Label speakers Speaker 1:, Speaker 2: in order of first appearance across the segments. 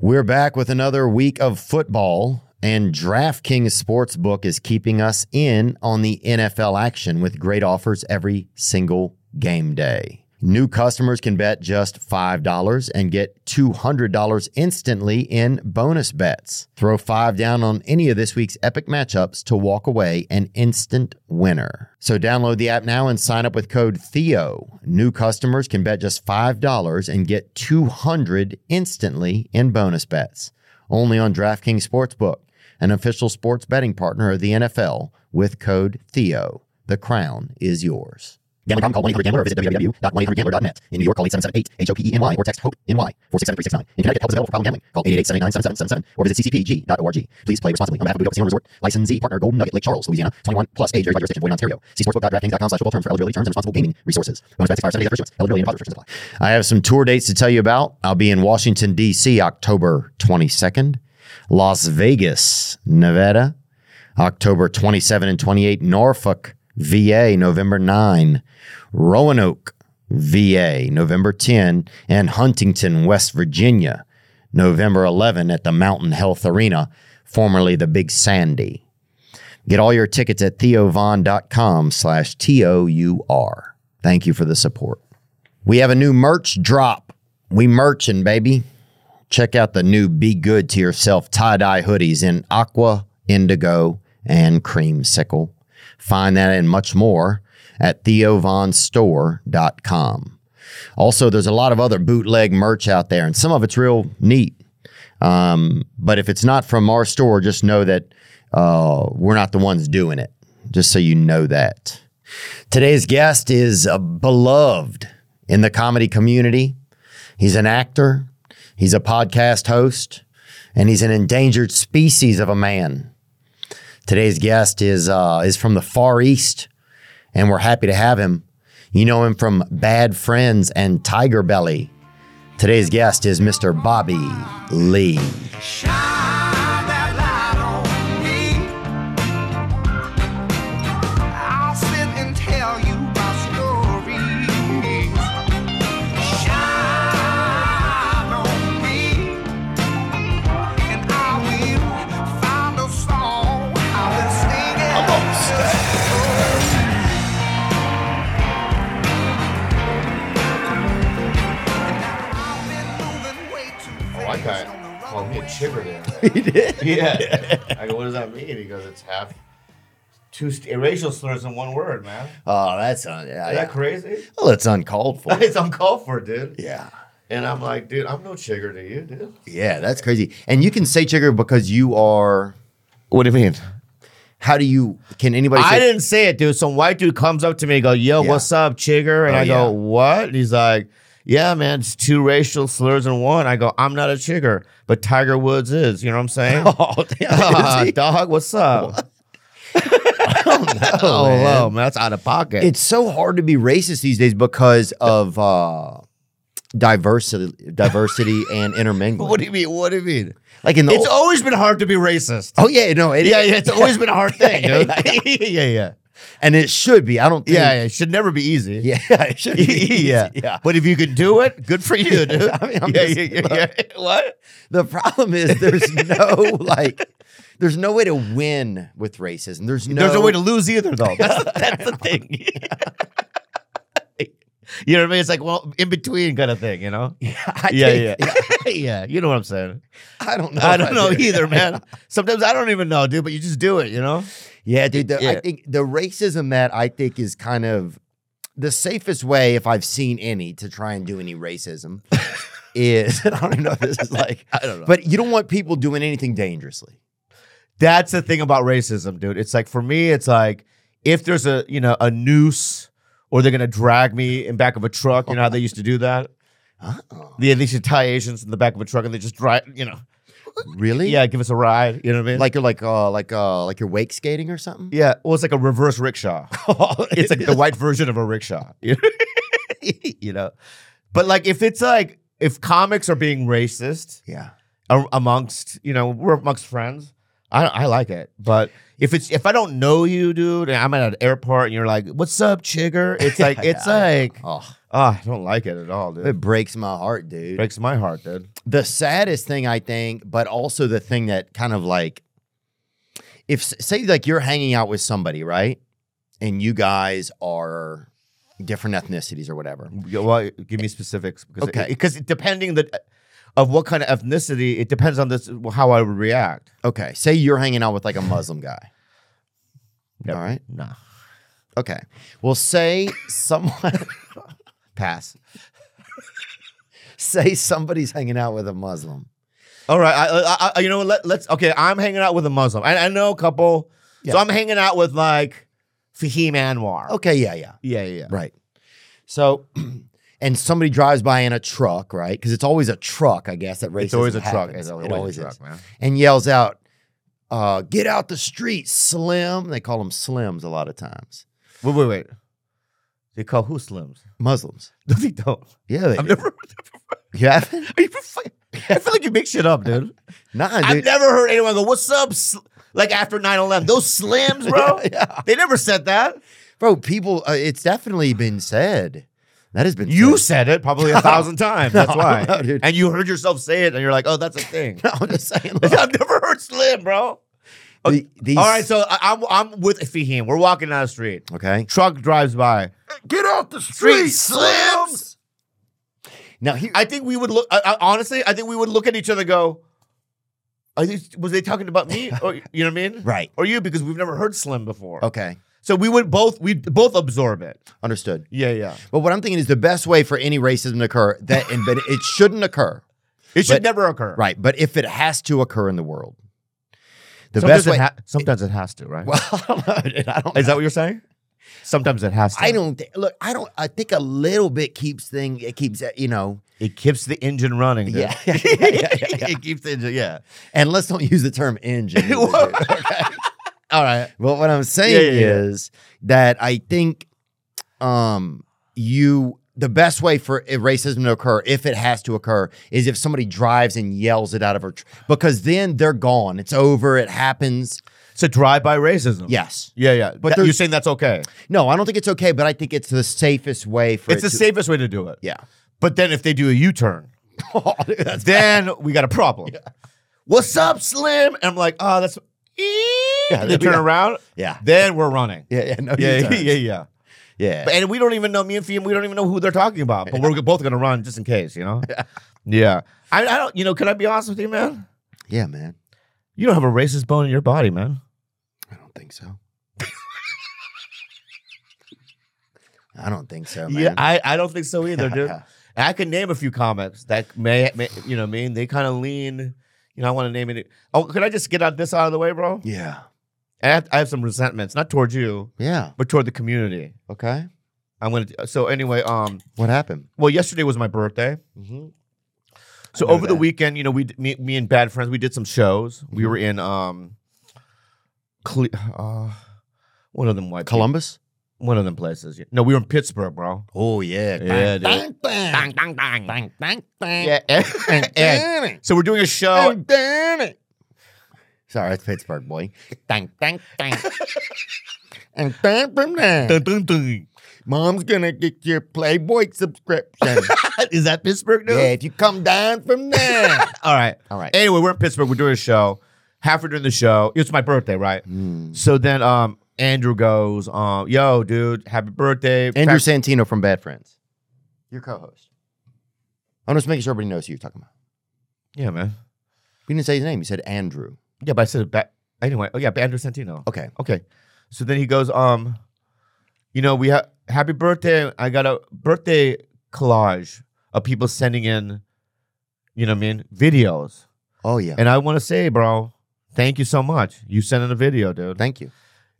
Speaker 1: We're back with another week of football, and DraftKings Sportsbook is keeping us in on the NFL action with great offers every single game day. New customers can bet just $5 and get $200 instantly in bonus bets. Throw 5 down on any of this week's epic matchups to walk away an instant winner. So download the app now and sign up with code THEO. New customers can bet just $5 and get 200 instantly in bonus bets. Only on DraftKings Sportsbook, an official sports betting partner of the NFL with code THEO. The crown is yours. Gambling problem, call 1-800-GAMBLER or visit www.1800gambler.net. In New York, call 877-8-H-O-P-E-N-Y E or text HOPE-NY 467-369. In Connecticut, help is available for problem gambling. Call 888-789-7777 or visit ccpg.org. Please play responsibly on behalf of Boot Casino Resort. Licensee, partner, Golden Nugget, Lake Charles, Louisiana. 21 plus age, varies by jurisdiction, void in Ontario. See sportsbook.draftkings.com slash football terms for eligibility terms and responsible gaming resources. Bonus bets expire seven days after issuance. Eligibility and deposit restrictions apply. I have some tour dates to tell you about. I'll be in Washington, D.C. October 22nd. Las Vegas, Nevada, October 27 and 28, Norfolk, VA, November 9, Roanoke, VA, November 10, and Huntington, West Virginia, November 11 at the Mountain Health Arena, formerly the Big Sandy. Get all your tickets at theovon.com slash T-O-U-R. Thank you for the support. We have a new merch drop. We merching, baby. Check out the new Be Good to Yourself tie-dye hoodies in aqua, indigo, and creamsicle. Find that and much more at theovonstore.com. Also, there's a lot of other bootleg merch out there, and some of it's real neat. Um, but if it's not from our store, just know that uh, we're not the ones doing it, just so you know that. Today's guest is uh, beloved in the comedy community. He's an actor, he's a podcast host, and he's an endangered species of a man. Today's guest is uh, is from the Far East, and we're happy to have him. You know him from Bad Friends and Tiger Belly. Today's guest is Mr. Bobby Lee.
Speaker 2: Shine that light on me. I'll sit and tell you my stories. Shine on me, and I will find a song I will sing it. I've been moving way too
Speaker 3: Oh, I
Speaker 2: fast
Speaker 3: kind
Speaker 2: on
Speaker 3: of
Speaker 2: the
Speaker 3: called me a
Speaker 2: runway.
Speaker 3: chipper there.
Speaker 1: He did.
Speaker 3: yeah. I go, what does that mean? He goes, it's half two st- racial slurs in one word, man. Is
Speaker 1: Oh, that's un-
Speaker 3: that crazy?
Speaker 1: well, it's uncalled for.
Speaker 3: it's uncalled for, dude.
Speaker 1: yeah,
Speaker 3: And I'm like, dude, I'm no chigger to you, dude.
Speaker 1: yeah, that's crazy. And you can say chigger because you are.
Speaker 3: What do you mean?
Speaker 1: How do you? Can anybody? Say,
Speaker 3: I didn't say it, dude. Some white dude comes up to me and go, yo,
Speaker 1: Yeah.
Speaker 3: what's up, chigger? And
Speaker 1: Oh,
Speaker 3: I go,
Speaker 1: yeah.
Speaker 3: what? And he's like, yeah, man, it's two racial slurs in one. I go, I'm not a chigger, but Tiger Woods is. You know what I'm saying? Uh,
Speaker 1: Oh, damn.
Speaker 3: dog, what's up? oh,
Speaker 1: man.
Speaker 3: wow, man, that's out of pocket.
Speaker 1: it's so hard to be racist these days because of uh, diversity, diversity, and intermingling.
Speaker 3: do you mean? What do you mean?
Speaker 1: like in the
Speaker 3: It's always been hard to be racist.
Speaker 1: oh yeah, no, it,
Speaker 3: Yeah, yeah, it's always been a hard thing.
Speaker 1: Yeah,
Speaker 3: dude. yeah, yeah,
Speaker 1: and it should be. I don't. Think,
Speaker 3: yeah, yeah. It should never be easy.
Speaker 1: yeah, yeah, it should be.
Speaker 3: yeah,
Speaker 1: yeah.
Speaker 3: But if you could do it, good for you, dude.
Speaker 1: I mean, I'm
Speaker 3: yeah,
Speaker 1: just-
Speaker 3: yeah, yeah, yeah. What?
Speaker 1: The problem is there's no like, there's no way to win with racism. There's no.
Speaker 3: There's no way to lose either, though. That's, that's the thing. you know what I mean? It's like well, in between kind of thing. You know? Yeah,
Speaker 1: I
Speaker 3: yeah,
Speaker 1: think-
Speaker 3: yeah. You know what I'm saying?
Speaker 1: I don't know.
Speaker 3: I
Speaker 1: if
Speaker 3: don't know
Speaker 1: did.
Speaker 3: either, man. Sometimes I don't even know, dude. But you just do it. You know?
Speaker 1: Yeah, dude. The, I
Speaker 3: Yeah.
Speaker 1: think the racism that I think is kind of the safest way, if I've seen any, to try and do any racism is I don't even know if this is like,
Speaker 3: I don't know.
Speaker 1: but you don't want people doing anything dangerously.
Speaker 3: that's the thing about racism, dude. It's like for me, it's like if there's a you know a noose or they're gonna drag me in back of a truck. You know how they used to do that.
Speaker 1: Uh-oh.
Speaker 3: Yeah, they used to tie Asians in the back of a truck and they just drive. You know,
Speaker 1: Really?
Speaker 3: yeah, give us a ride. You know what I mean?
Speaker 1: Like you're like uh like uh like you're wake skating or something.
Speaker 3: yeah, well, it's like a reverse rickshaw. it's like the white version of a rickshaw. you know, but like if it's like if comics are being racist,
Speaker 1: Yeah.
Speaker 3: a- amongst you know we're amongst friends. I I like it, but if it's if I don't know you, dude, and I'm at an airport and you're like, "What's up, chigger?" It's like it's
Speaker 1: Yeah, I
Speaker 3: like
Speaker 1: Oh,
Speaker 3: Ah, I don't like it at all, dude.
Speaker 1: It breaks my heart, dude.
Speaker 3: breaks my heart, dude.
Speaker 1: the saddest thing I think, but also the thing that kind of like, if say like you're hanging out with somebody, right, and you guys are different ethnicities or whatever.
Speaker 3: Yeah, Well, give me specifics because
Speaker 1: Okay.
Speaker 3: because depending the of what kind of ethnicity, it depends on this how I would react.
Speaker 1: Okay, say you're hanging out with like a Muslim guy.
Speaker 3: Never-
Speaker 1: All right.
Speaker 3: nah,
Speaker 1: Okay, well, say someone,
Speaker 3: pass.
Speaker 1: say somebody's hanging out with a Muslim.
Speaker 3: All right, I, I, I you know let let's okay. I'm hanging out with a Muslim. I, I know a couple,
Speaker 1: Yeah.
Speaker 3: so I'm hanging out with like Fahim Anwar.
Speaker 1: Okay, yeah, yeah,
Speaker 3: Yeah, yeah, yeah.
Speaker 1: right. So, and somebody drives by in a truck, right? Because it's always a truck, I guess. That racism
Speaker 3: It's always a truck.
Speaker 1: happens.
Speaker 3: It's
Speaker 1: it always
Speaker 3: always a
Speaker 1: is.
Speaker 3: truck, man.
Speaker 1: and yells out, uh, "Get out the street, Slim!" They call them Slims a lot of times.
Speaker 3: Wait, wait, wait. They call who Slims?
Speaker 1: Muslims,
Speaker 3: No, they don't.
Speaker 1: yeah, they
Speaker 3: I've
Speaker 1: do.
Speaker 3: never.
Speaker 1: you haven't?
Speaker 3: Are you profi- I feel like you make shit up, dude.
Speaker 1: Nah,
Speaker 3: I've
Speaker 1: dude.
Speaker 3: never heard anyone go, "What's up?" Sl-? Like after 9-11. those Slims, bro.
Speaker 1: Yeah.
Speaker 3: They never said that.
Speaker 1: bro. People, uh, it's definitely been said. That has been
Speaker 3: You
Speaker 1: Said.
Speaker 3: said it probably a thousand times. That's
Speaker 1: No,
Speaker 3: why.
Speaker 1: no, dude.
Speaker 3: and you heard yourself say it, and you're like, "Oh, that's a thing."
Speaker 1: I'm just saying. look,
Speaker 3: I've never heard Slim, bro.
Speaker 1: the- these-
Speaker 3: All right, so I, I'm I'm with Fahim. We're walking down the street.
Speaker 1: okay.
Speaker 3: Truck drives by.
Speaker 2: Get off the
Speaker 3: Street Slims.
Speaker 1: Now here,
Speaker 3: I think we would look. I, I, honestly, I think we would look at each other. and Go. Are these, was they talking about me, or you know what I mean?
Speaker 1: right?
Speaker 3: Or you, because we've never heard Slim before.
Speaker 1: Okay,
Speaker 3: So we would both we both absorb it.
Speaker 1: understood.
Speaker 3: Yeah, yeah.
Speaker 1: But what I'm thinking is the best way for any racism to occur that, and but it shouldn't occur,
Speaker 3: It should
Speaker 1: But-
Speaker 3: never occur.
Speaker 1: right? But if it has to occur in the world, the
Speaker 3: Sometimes
Speaker 1: best way.
Speaker 3: It ha- sometimes it has to. Right.
Speaker 1: well, I don't know. dude, I don't
Speaker 3: Is that what you're saying? Sometimes it has to.
Speaker 1: I don't thi- look. I don't. I think a little bit keeps thing. It keeps uh, you know.
Speaker 3: It keeps the engine running. dude.
Speaker 1: Yeah, yeah, yeah, yeah, yeah.
Speaker 3: it keeps the engine. Yeah.
Speaker 1: And let's don't use the term engine. either,
Speaker 3: Whoa.
Speaker 1: dude, okay?
Speaker 3: All right.
Speaker 1: But what I'm
Speaker 3: Yeah,
Speaker 1: saying
Speaker 3: yeah, yeah.
Speaker 1: is that I think, um, you the best way for i- racism to occur, if it has to occur, is if somebody drives and yells it out of her, tr- because then they're gone. It's over. It happens.
Speaker 3: So drive-by racism.
Speaker 1: Yes.
Speaker 3: Yeah, yeah. But
Speaker 1: there's-
Speaker 3: you're saying that's okay.
Speaker 1: No, I don't think it's okay, but I think it's the safest way for
Speaker 3: It's
Speaker 1: it
Speaker 3: the
Speaker 1: to-
Speaker 3: safest way to do it.
Speaker 1: Yeah.
Speaker 3: But then if they do a U-turn,
Speaker 1: Oh, Dude, that's
Speaker 3: then we got a problem. What's up, Slim? And I'm like, oh, that's.
Speaker 1: Yeah,
Speaker 3: and they
Speaker 1: we
Speaker 3: turn
Speaker 1: got-
Speaker 3: around.
Speaker 1: yeah.
Speaker 3: Then we're running.
Speaker 1: Yeah, yeah, eh, no,
Speaker 3: Yeah, yeah,
Speaker 1: U-turns.
Speaker 3: yeah, yeah.
Speaker 1: yeah.
Speaker 3: But- And we don't even know me and Fiam. We don't even know who they're talking about. But we're both gonna run just in case, you know. Yeah. I, I don't. You know. Can I be honest with you, man?
Speaker 1: Yeah, man.
Speaker 3: You don't have a racist bone in your body, man.
Speaker 1: I don't think so. I don't think so, man.
Speaker 3: Yeah, I, I don't think so either, dude.
Speaker 1: Yeah.
Speaker 3: I can name a few comics that may, may you know, what I mean, they kind of lean. You know, I want to name it. Oh, could I just get out this out of the way, bro?
Speaker 1: yeah.
Speaker 3: I have, I have some resentments, not towards you,
Speaker 1: Yeah.
Speaker 3: but toward the community.
Speaker 1: Okay.
Speaker 3: I'm gonna. So anyway, um,
Speaker 1: What happened?
Speaker 3: well, yesterday was my birthday.
Speaker 1: Mm-hmm.
Speaker 3: So
Speaker 1: know
Speaker 3: over the
Speaker 1: that.
Speaker 3: weekend, you know, we d- me, me and bad friends, we did some shows. We were
Speaker 1: Mm-hmm.
Speaker 3: in um, Cle- uh, one of them white people-
Speaker 1: Columbus?
Speaker 3: one of them places. No, we were in Pittsburgh, bro.
Speaker 1: Oh, yeah.
Speaker 3: Yeah,
Speaker 1: Bang,
Speaker 3: dude.
Speaker 1: bang,
Speaker 3: dang, dang.
Speaker 1: bang, bang, bang.
Speaker 3: Yeah, and, and- so we're doing a show.
Speaker 1: Oh, damn it. Sorry, it's Pittsburgh, boy. Dang, dang, dang. And dang from there.
Speaker 3: Dun, dun, dun.
Speaker 1: Mom's gonna get your Playboy subscription.
Speaker 3: Is that Pittsburgh, dude?
Speaker 1: yeah, if you come down from there. Eh.
Speaker 3: All right.
Speaker 1: All right.
Speaker 3: Anyway, we're in Pittsburgh. We're doing a show. Halfway during the show, it's my birthday, right?
Speaker 1: Mm.
Speaker 3: So then, um, Andrew goes, um, "Yo, dude, happy birthday,
Speaker 1: Andrew
Speaker 3: Fact-
Speaker 1: Santino from Bad Friends. Your co-host. I'm just making sure everybody knows who you're talking about.
Speaker 3: yeah, man.
Speaker 1: You didn't say his name. You said Andrew.
Speaker 3: Yeah, but I said it back anyway. Oh yeah, Andrew Santino.
Speaker 1: Okay.
Speaker 3: Okay. So then he goes, um, you know, we have happy birthday. I got a birthday collage of people sending in, you know what I mean, videos.
Speaker 1: Oh yeah.
Speaker 3: And I want to say, bro, thank you so much. You sent in a video, dude.
Speaker 1: Thank you.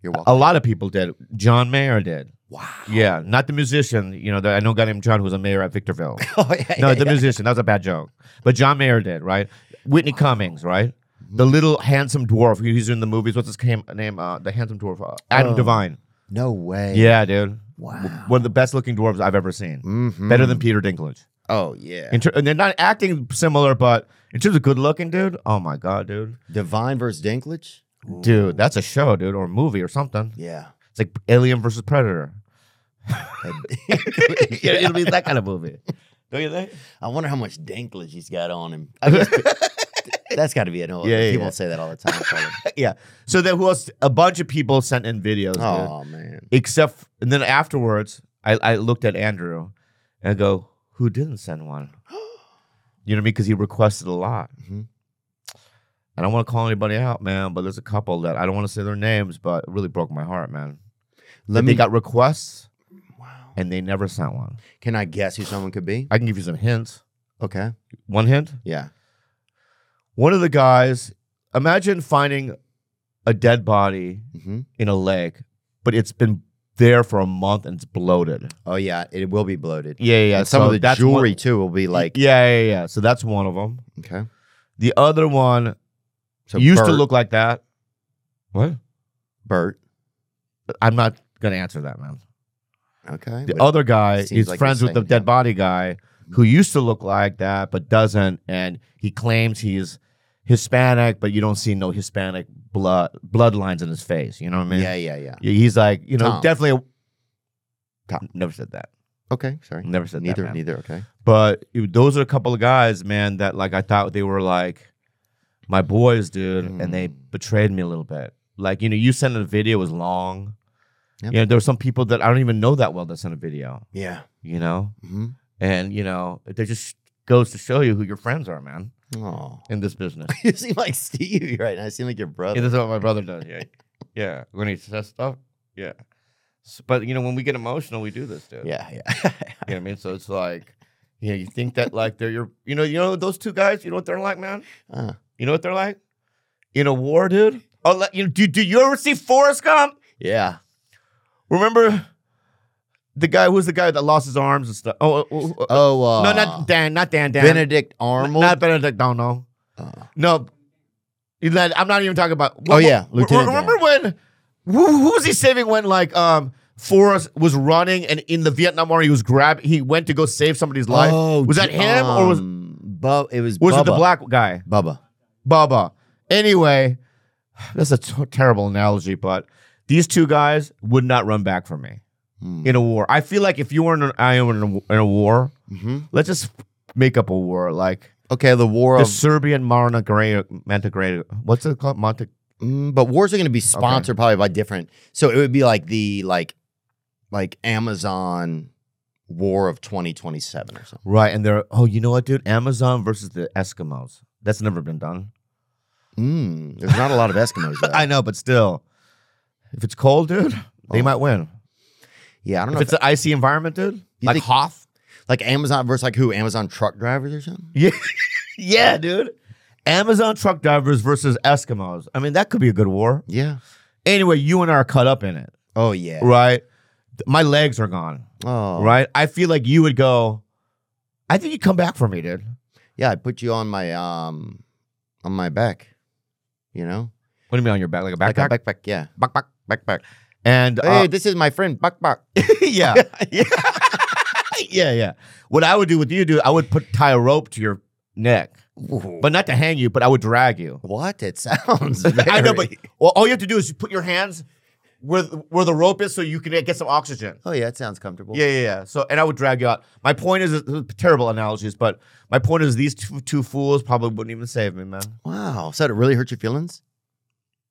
Speaker 1: You're welcome.
Speaker 3: a lot of people did. John Mayer did.
Speaker 1: wow.
Speaker 3: Yeah, not the musician. You know, the, I know a guy named John who was a mayor at Victorville.
Speaker 1: Oh, yeah,
Speaker 3: No,
Speaker 1: yeah,
Speaker 3: the
Speaker 1: yeah.
Speaker 3: musician. That was a bad joke. But John Mayer did, right? Whitney Cummings, right?
Speaker 1: Mm-hmm.
Speaker 3: The little handsome dwarf who he's in the movies. What's his cam- name? Uh, the handsome dwarf, uh, Adam
Speaker 1: Oh.
Speaker 3: Devine.
Speaker 1: No way.
Speaker 3: Yeah, dude.
Speaker 1: Wow.
Speaker 3: W- One of the best looking dwarves I've ever seen.
Speaker 1: Mhm.
Speaker 3: Better than Peter Dinklage.
Speaker 1: Oh yeah.
Speaker 3: In ter- and they're not acting similar, but in terms of good looking, dude. Oh my god, dude.
Speaker 1: Divine versus Dinklage.
Speaker 3: Dude, that's a show, dude, or a movie or something.
Speaker 1: Yeah.
Speaker 3: It's like Alien versus Predator. Yeah, It'll be that kind of movie. Don't you think?
Speaker 1: I wonder how much danklage he's got on him. I guess that's got to be an old.
Speaker 3: Yeah, yeah,
Speaker 1: people
Speaker 3: yeah.
Speaker 1: say that all the time. probably.
Speaker 3: yeah. So then who else? A bunch of people sent in videos. dude.
Speaker 1: oh man,
Speaker 3: Except, and then afterwards, I, I looked at Andrew and I go, who didn't send one? You know what I mean? Because he requested a lot.
Speaker 1: Mhm.
Speaker 3: I don't want to call anybody out, man, but there's a couple that I don't want to say their names, but it really broke my heart, man.
Speaker 1: let
Speaker 3: they
Speaker 1: me.
Speaker 3: got requests
Speaker 1: wow.
Speaker 3: and they never sent one.
Speaker 1: Can I guess who someone could be?
Speaker 3: I can give you some hints.
Speaker 1: Okay.
Speaker 3: One hint?
Speaker 1: Yeah.
Speaker 3: One of the guys, imagine finding a dead body
Speaker 1: hmm
Speaker 3: in a lake, but it's been there for a month and it's bloated.
Speaker 1: Oh yeah, it will be bloated.
Speaker 3: Yeah, yeah.
Speaker 1: And some
Speaker 3: so
Speaker 1: of the
Speaker 3: that's
Speaker 1: jewelry
Speaker 3: one-
Speaker 1: too will be like.
Speaker 3: yeah, yeah, yeah. So that's one of them.
Speaker 1: Okay.
Speaker 3: The other one
Speaker 1: So
Speaker 3: used to
Speaker 1: Bert-
Speaker 3: look like that. What?
Speaker 1: Bert.
Speaker 3: I'm not gonna answer that, man.
Speaker 1: Okay.
Speaker 3: The
Speaker 1: But-
Speaker 3: other guy
Speaker 1: seems
Speaker 3: is
Speaker 1: like
Speaker 3: friends
Speaker 1: you're
Speaker 3: with the
Speaker 1: saying,
Speaker 3: dead
Speaker 1: yeah.
Speaker 3: body guy who used to look like that but doesn't, and he claims he's Hispanic, but you don't see no Hispanic blood bloodlines in his face. You know what I mean?
Speaker 1: yeah, yeah, yeah.
Speaker 3: Yeah, He's like, you know,
Speaker 1: Tom.
Speaker 3: definitely. A, Tom never said that.
Speaker 1: Okay. Sorry.
Speaker 3: Never said
Speaker 1: neither.
Speaker 3: that. man.
Speaker 1: neither. Okay.
Speaker 3: But it- those are a couple of guys, man, that like I thought they were like my boys, dude, and they
Speaker 1: Mm.
Speaker 3: betrayed me a little bit. Like you know, you sent a video it was long.
Speaker 1: Yep.
Speaker 3: You know, there were some people that I don't even know that well that sent a video.
Speaker 1: Yeah.
Speaker 3: You know,
Speaker 1: hmm
Speaker 3: and you know, it that just goes to show you who your friends are, man,
Speaker 1: Oh.
Speaker 3: in this business.
Speaker 1: You seem like Steve right now. You seem like your
Speaker 3: Yeah,
Speaker 1: brother.
Speaker 3: this is what my brother does. Yeah, yeah. When he says stuff, yeah. S- But you know, when we get emotional, we do this, dude.
Speaker 1: Yeah, yeah.
Speaker 3: You know what I mean? So it's like, yeah, you think that like they're your, you know, you know those two guys. You know what they're like, man.
Speaker 1: Uh,
Speaker 3: You know what they're like? In a war, dude. Oh, like, you do, do you ever see Forrest Gump?
Speaker 1: yeah.
Speaker 3: Remember the guy who's the guy that lost his arms and stuff? Oh, oh, oh, oh.
Speaker 1: Oh, uh,
Speaker 3: no, not Dan, not Dan, Dan.
Speaker 1: Benedict
Speaker 3: N-
Speaker 1: Arnold.
Speaker 3: Not Benedict. Don't know.
Speaker 1: Uh,
Speaker 3: No, He's not- I'm not even talking about.
Speaker 1: Oh, yeah,
Speaker 3: re-
Speaker 1: Lieutenant Dan.
Speaker 3: Remember when? Who, who was he saving when like um Forrest was running and in the Vietnam War he was grab he went to go save somebody's life. was that him or was
Speaker 1: Oh, um, Bu- it was
Speaker 3: Oh, was
Speaker 1: Bubba.
Speaker 3: it the black guy?
Speaker 1: Bubba?
Speaker 3: Baba. Anyway, that's a t- terrible analogy, but these two guys would not run back from me
Speaker 1: Mm.
Speaker 3: in a war. I feel like if you were in, an, I am in a, in a war,
Speaker 1: Mhm.
Speaker 3: let's just make up a war like
Speaker 1: Okay, the war
Speaker 3: the
Speaker 1: of,
Speaker 3: Serbian Montenegro. Montenegro. What's it called? Monte.
Speaker 1: Mm, but wars are going to be sponsored probably by different. So it would be like the like, like Amazon war of 2027 or something.
Speaker 3: Right, and they're oh, you know what, dude? Amazon versus the Eskimos. That's never been done.
Speaker 1: Mm, there's not a lot of Eskimos. Though.
Speaker 3: I know, but still, if it's cold, dude, they
Speaker 1: Oh.
Speaker 3: might win.
Speaker 1: yeah, I don't know.
Speaker 3: If
Speaker 1: If
Speaker 3: it's an icy environment, dude,
Speaker 1: You
Speaker 3: like
Speaker 1: think-
Speaker 3: Hoth.
Speaker 1: like Amazon versus like who? Amazon truck drivers or something?
Speaker 3: Yeah, yeah, dude. Amazon truck drivers versus Eskimos. I mean, that could be a good war.
Speaker 1: Yeah.
Speaker 3: Anyway, you and I are caught up in it,
Speaker 1: Oh yeah.
Speaker 3: right? Th- My legs are gone,
Speaker 1: Oh
Speaker 3: right? I feel like you would go. I think you come back for me, dude.
Speaker 1: Yeah, I put you on my um, on my back. You know,
Speaker 3: What do you mean on your back, like a
Speaker 1: like a
Speaker 3: backpack?
Speaker 1: backpack. Yeah.
Speaker 3: back, back, back, back. And uh,
Speaker 1: hey, this is my friend Buck Buck.
Speaker 3: yeah, yeah, yeah, yeah. What I would do with you, dude, I would put tie a rope to your neck,
Speaker 1: But
Speaker 3: but not to hang you, but I would drag you.
Speaker 1: what? It sounds.
Speaker 3: I know, but
Speaker 1: very-
Speaker 3: well, all you have to do is you put your hands where where the rope is, so you can get some oxygen.
Speaker 1: oh yeah, it sounds comfortable.
Speaker 3: Yeah, yeah, yeah. So, and I would drag you out. My point is, this is terrible analogies, but my point is, these two, two fools probably wouldn't even save me, man.
Speaker 1: Wow. So did it really hurt your feelings?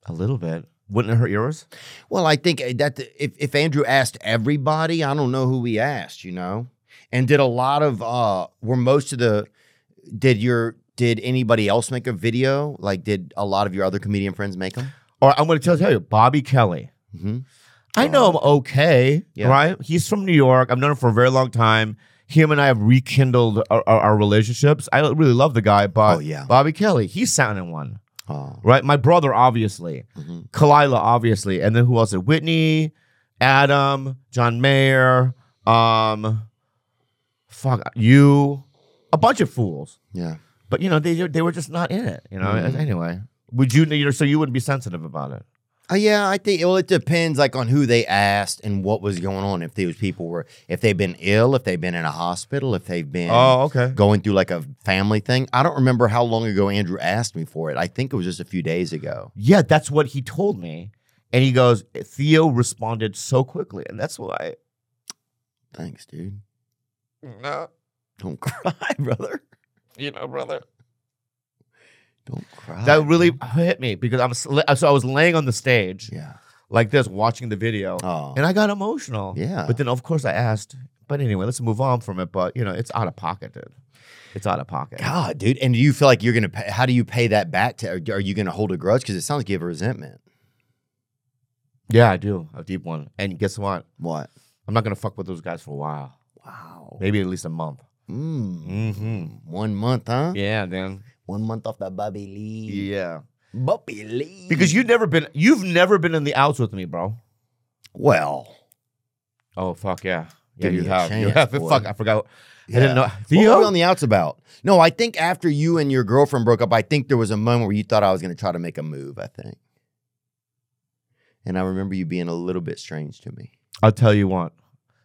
Speaker 3: A little bit. Wouldn't it hurt yours?
Speaker 1: Well, I think eh, that if if Andrew asked everybody, I don't know who he asked. You know, and did a lot of uh, were most of the did your did anybody else make a video? Like, did a lot of your other comedian friends make them?
Speaker 3: Or I'm going to tell you, Bobby Kelly.
Speaker 1: Mm-hmm.
Speaker 3: I know him okay,
Speaker 1: Yeah.
Speaker 3: right? He's from New York. I've known him for a very long time. Him and I have rekindled our, our, our relationships. I really love the guy, but
Speaker 1: Oh, yeah.
Speaker 3: Bobby Kelly, he's sounding one,
Speaker 1: Oh.
Speaker 3: right? My brother, obviously.
Speaker 1: hmm
Speaker 3: Kalila, obviously, and then who else? Whitney, Adam, John Mayer, um, fuck you, a bunch of fools.
Speaker 1: Yeah.
Speaker 3: But you know they they were just not in it. You know.
Speaker 1: Mhm.
Speaker 3: Oh, Anyway, would you? you're- So you wouldn't be sensitive about it.
Speaker 1: Uh, yeah, I think. Well, it depends, like on who they asked and what was going on. If those people were, if they've been ill, if they've been in a hospital, if they've been
Speaker 3: Oh, okay.
Speaker 1: going through like a family thing. I don't remember how long ago Andrew asked me for it. I think it was just a few days ago.
Speaker 3: Yeah, that's what he told me, and he goes. Theo responded so quickly, and that's why
Speaker 1: Thanks, dude.
Speaker 2: No,
Speaker 1: Don't cry, brother.
Speaker 2: you know, brother.
Speaker 1: Don't cry.
Speaker 3: That really hit me because I'm sl- so I was laying on the stage
Speaker 1: yeah.
Speaker 3: like this watching the video,
Speaker 1: Oh,
Speaker 3: and I got emotional.
Speaker 1: yeah.
Speaker 3: But then of course I asked. But anyway, let's move on from it. But you know, it's out of pocket, dude. It's out of pocket.
Speaker 1: God, dude. And do you feel like you're gonna? Pay, how do you pay that back? To are you gonna hold a grudge? Because it sounds like you have a resentment.
Speaker 3: Yeah, I do a deep one. And guess what?
Speaker 1: What?
Speaker 3: I'm not gonna fuck with those guys for a while.
Speaker 1: Wow.
Speaker 3: Maybe at least a month.
Speaker 1: Mm.
Speaker 3: Mm-hmm.
Speaker 1: One month, huh?
Speaker 3: Yeah, then.
Speaker 1: One month off that Bobby Lee.
Speaker 3: Yeah.
Speaker 1: Bobby Lee.
Speaker 3: Because you've never been you've never been in the outs with me, bro.
Speaker 1: Well.
Speaker 3: Oh fuck yeah. Yeah,
Speaker 1: Give
Speaker 3: you
Speaker 1: me a
Speaker 3: have. you
Speaker 1: chance,
Speaker 3: have.
Speaker 1: boy.
Speaker 3: Fuck, I forgot.
Speaker 1: Yeah.
Speaker 3: I didn't know.
Speaker 1: What
Speaker 3: Theo?
Speaker 1: were we on the outs about? No, I think after you and your girlfriend broke up, I think there was a moment where you thought I was going to try to make a move. I think, and I remember you being a little bit strange to me.
Speaker 3: I'll tell you what.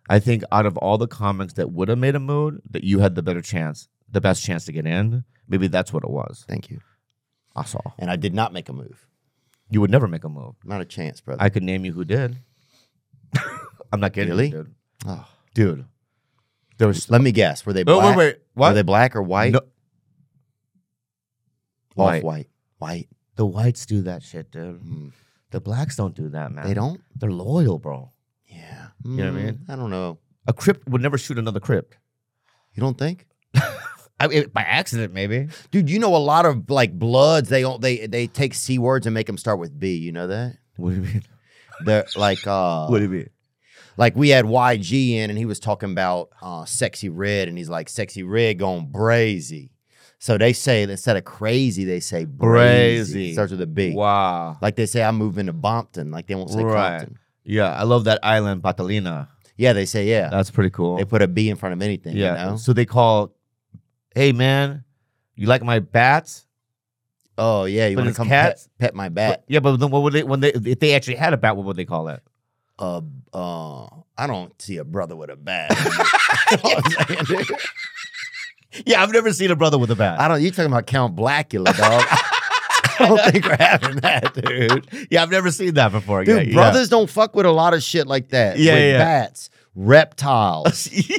Speaker 3: I think out of all the comics that would have made a mood, that you had the better chance, the best chance to get in. Maybe that's what it was.
Speaker 1: Thank you.
Speaker 3: I saw.
Speaker 1: And I did not make a move.
Speaker 3: You would never make a move.
Speaker 1: Not a chance, brother.
Speaker 3: I could name you who did. I'm not kidding, you,
Speaker 1: Really?
Speaker 3: dude.
Speaker 1: Oh.
Speaker 3: Dude, there was.
Speaker 1: Let me guess. Were they
Speaker 3: Oh
Speaker 1: black?
Speaker 3: wait, wait,
Speaker 1: Were
Speaker 3: what?
Speaker 1: they black or white?
Speaker 3: No-
Speaker 1: Off
Speaker 3: White.
Speaker 1: white. White.
Speaker 3: The whites do that shit, dude.
Speaker 1: Mm.
Speaker 3: The blacks don't do that, man.
Speaker 1: They don't?
Speaker 3: They're loyal, bro.
Speaker 1: Yeah.
Speaker 3: know what I
Speaker 1: Mm,
Speaker 3: mean?
Speaker 1: I don't know.
Speaker 3: A crypt would never shoot another crypt.
Speaker 1: You don't think?
Speaker 3: I mean, by accident, maybe.
Speaker 1: Dude, you know a lot of like bloods, they don't they they take C words and make them start with B, you know that?
Speaker 3: What do you mean?
Speaker 1: They're like uh
Speaker 3: What do you mean?
Speaker 1: like we had YG in and he was talking about uh sexy red and he's like sexy red going brazy. So they say instead of crazy, they say brazy.
Speaker 3: Brazy.
Speaker 1: Starts with a B.
Speaker 3: Wow.
Speaker 1: Like they say, I'm moving to Bompton. Like they won't say
Speaker 3: Right.
Speaker 1: Compton.
Speaker 3: Yeah, I love that island, Batalina.
Speaker 1: Yeah, they say yeah.
Speaker 3: That's pretty cool.
Speaker 1: They put a B in front of anything.
Speaker 3: yeah.
Speaker 1: You know?
Speaker 3: So they call, hey man, you like my bats?
Speaker 1: Oh yeah. You
Speaker 3: But
Speaker 1: want to
Speaker 3: it's
Speaker 1: come pet,
Speaker 3: cats?
Speaker 1: pet my
Speaker 3: But-
Speaker 1: bat?
Speaker 3: yeah, but then what would they when they if they actually had a bat? What would they call it?
Speaker 1: Uh, uh, I don't see a brother with a bat. You know what I'm saying, dude?
Speaker 3: Yeah, I've never seen a brother with a bat.
Speaker 1: I don't. You talking about Count Blackula, dog? I don't think we're having that, dude.
Speaker 3: yeah, I've never seen that before.
Speaker 1: Dude,
Speaker 3: yeah,
Speaker 1: brothers don't fuck with a lot of shit like that.
Speaker 3: Yeah,
Speaker 1: with
Speaker 3: yeah.
Speaker 1: Bats, reptiles.
Speaker 3: Yeah.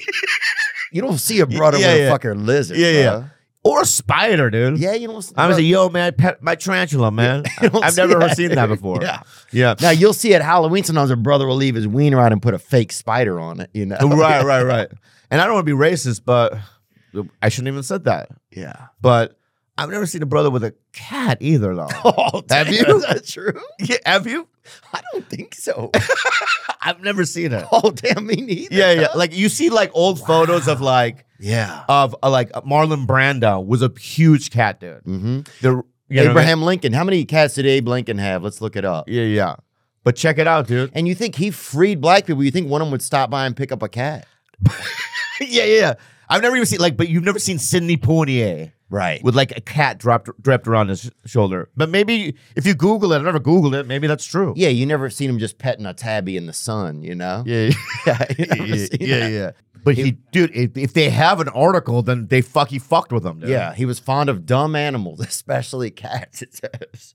Speaker 1: You don't see a brother
Speaker 3: Yeah,
Speaker 1: with
Speaker 3: yeah.
Speaker 1: a fucking lizard.
Speaker 3: Yeah, yeah.
Speaker 1: bruh.
Speaker 3: or a spider, dude.
Speaker 1: yeah. You don't.
Speaker 3: I was
Speaker 1: bruh,
Speaker 3: like, yo, man, pet my tarantula, man.
Speaker 1: you don't
Speaker 3: I've
Speaker 1: see
Speaker 3: never seen that
Speaker 1: dude.
Speaker 3: before.
Speaker 1: Yeah.
Speaker 3: yeah.
Speaker 1: Now you'll see at Halloween sometimes a brother will leave his wiener out and put a fake spider on it. You know.
Speaker 3: right, right, right. And I don't want to be racist, but I shouldn't even said that.
Speaker 1: Yeah.
Speaker 3: But I've never seen a brother with a cat either, though.
Speaker 1: Oh, damn,
Speaker 3: Have you?
Speaker 1: Is that true?
Speaker 3: Yeah, have you?
Speaker 1: I don't think so.
Speaker 3: I've never seen it.
Speaker 1: oh, damn, me neither.
Speaker 3: Yeah, yeah. Like you see, like old photos of like
Speaker 1: Yeah.
Speaker 3: of uh, like Marlon Brando was a huge cat dude.
Speaker 1: hmm
Speaker 3: The you know what I mean?
Speaker 1: Abraham Lincoln. How many cats did Abe Lincoln have? Let's look it up.
Speaker 3: Yeah, yeah. But check it out, dude.
Speaker 1: And you think he freed black people? You think one of them would stop by and pick up a cat?
Speaker 3: yeah, yeah, yeah. I've never even seen like, but you've never seen Sidney Poitier
Speaker 1: Right.
Speaker 3: with like a cat dropped draped around his sh- shoulder. But maybe if you Google it, I never Googled it. Maybe that's true.
Speaker 1: Yeah, you never seen him just petting a tabby in the sun, you know?
Speaker 3: yeah, yeah,
Speaker 1: You
Speaker 3: yeah,
Speaker 1: never
Speaker 3: yeah,
Speaker 1: seen
Speaker 3: yeah,
Speaker 1: that.
Speaker 3: yeah. But he, dude, if, if they have an article, then they fuck he fucked with them. Dude.
Speaker 1: Yeah, he was fond of dumb animals, especially cats, it says.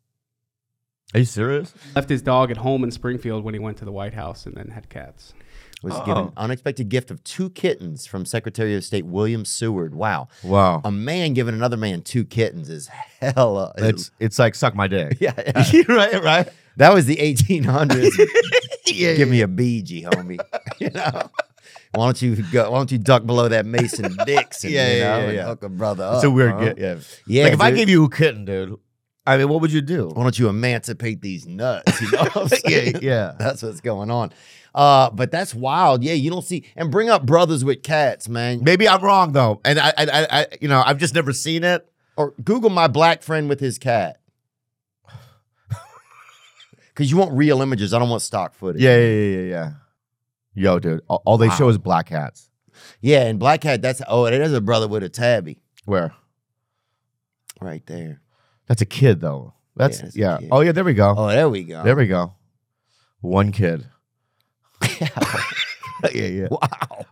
Speaker 3: Are you serious?
Speaker 4: left his dog at home in Springfield when he went to the White House and then had cats.
Speaker 1: Was given
Speaker 3: Oh.
Speaker 1: an unexpected gift of two kittens from Secretary of State William Seward. Wow.
Speaker 3: Wow.
Speaker 1: A man giving another man two kittens is hella.
Speaker 3: it's it's like suck my dick.
Speaker 1: yeah, yeah.
Speaker 3: right, right.
Speaker 1: That was the 1800s.
Speaker 3: Yeah,
Speaker 1: Give me a BG, homie. you know, why don't you go? Why don't you duck below that Mason Dixon?
Speaker 3: Yeah,
Speaker 1: you
Speaker 3: yeah,
Speaker 1: know,
Speaker 3: yeah,
Speaker 1: and
Speaker 3: yeah.
Speaker 1: hook a brother up.
Speaker 3: It's a weird
Speaker 1: huh?
Speaker 3: get. Uh-huh. Yeah.
Speaker 1: Yeah,
Speaker 3: like if I
Speaker 1: dude.
Speaker 3: gave you a kitten, dude, I mean, what would you do?
Speaker 1: Why don't you emancipate these nuts? You know what I'm saying?
Speaker 3: yeah, yeah.
Speaker 1: That's what's going on. Uh, but that's wild. Yeah, you don't see and bring up brothers with cats, man.
Speaker 3: Maybe I'm wrong though, and I, I, I, I, you know, I've just never seen it.
Speaker 1: Or Google my black friend with his cat. Cause you want real images. I don't want stock footage.
Speaker 3: Yeah, yeah, yeah, yeah. yeah. Yo, dude, all, all they show is black hats.
Speaker 1: Yeah, and black cat, that's oh, there's a brother with a tabby
Speaker 3: Where?
Speaker 1: right there.
Speaker 3: That's a kid though. That's
Speaker 1: Yeah,
Speaker 3: yeah.
Speaker 1: that's a kid.
Speaker 3: Oh yeah, there we go.
Speaker 1: Oh, there we go.
Speaker 3: There we go. One kid. yeah, yeah.
Speaker 1: Wow.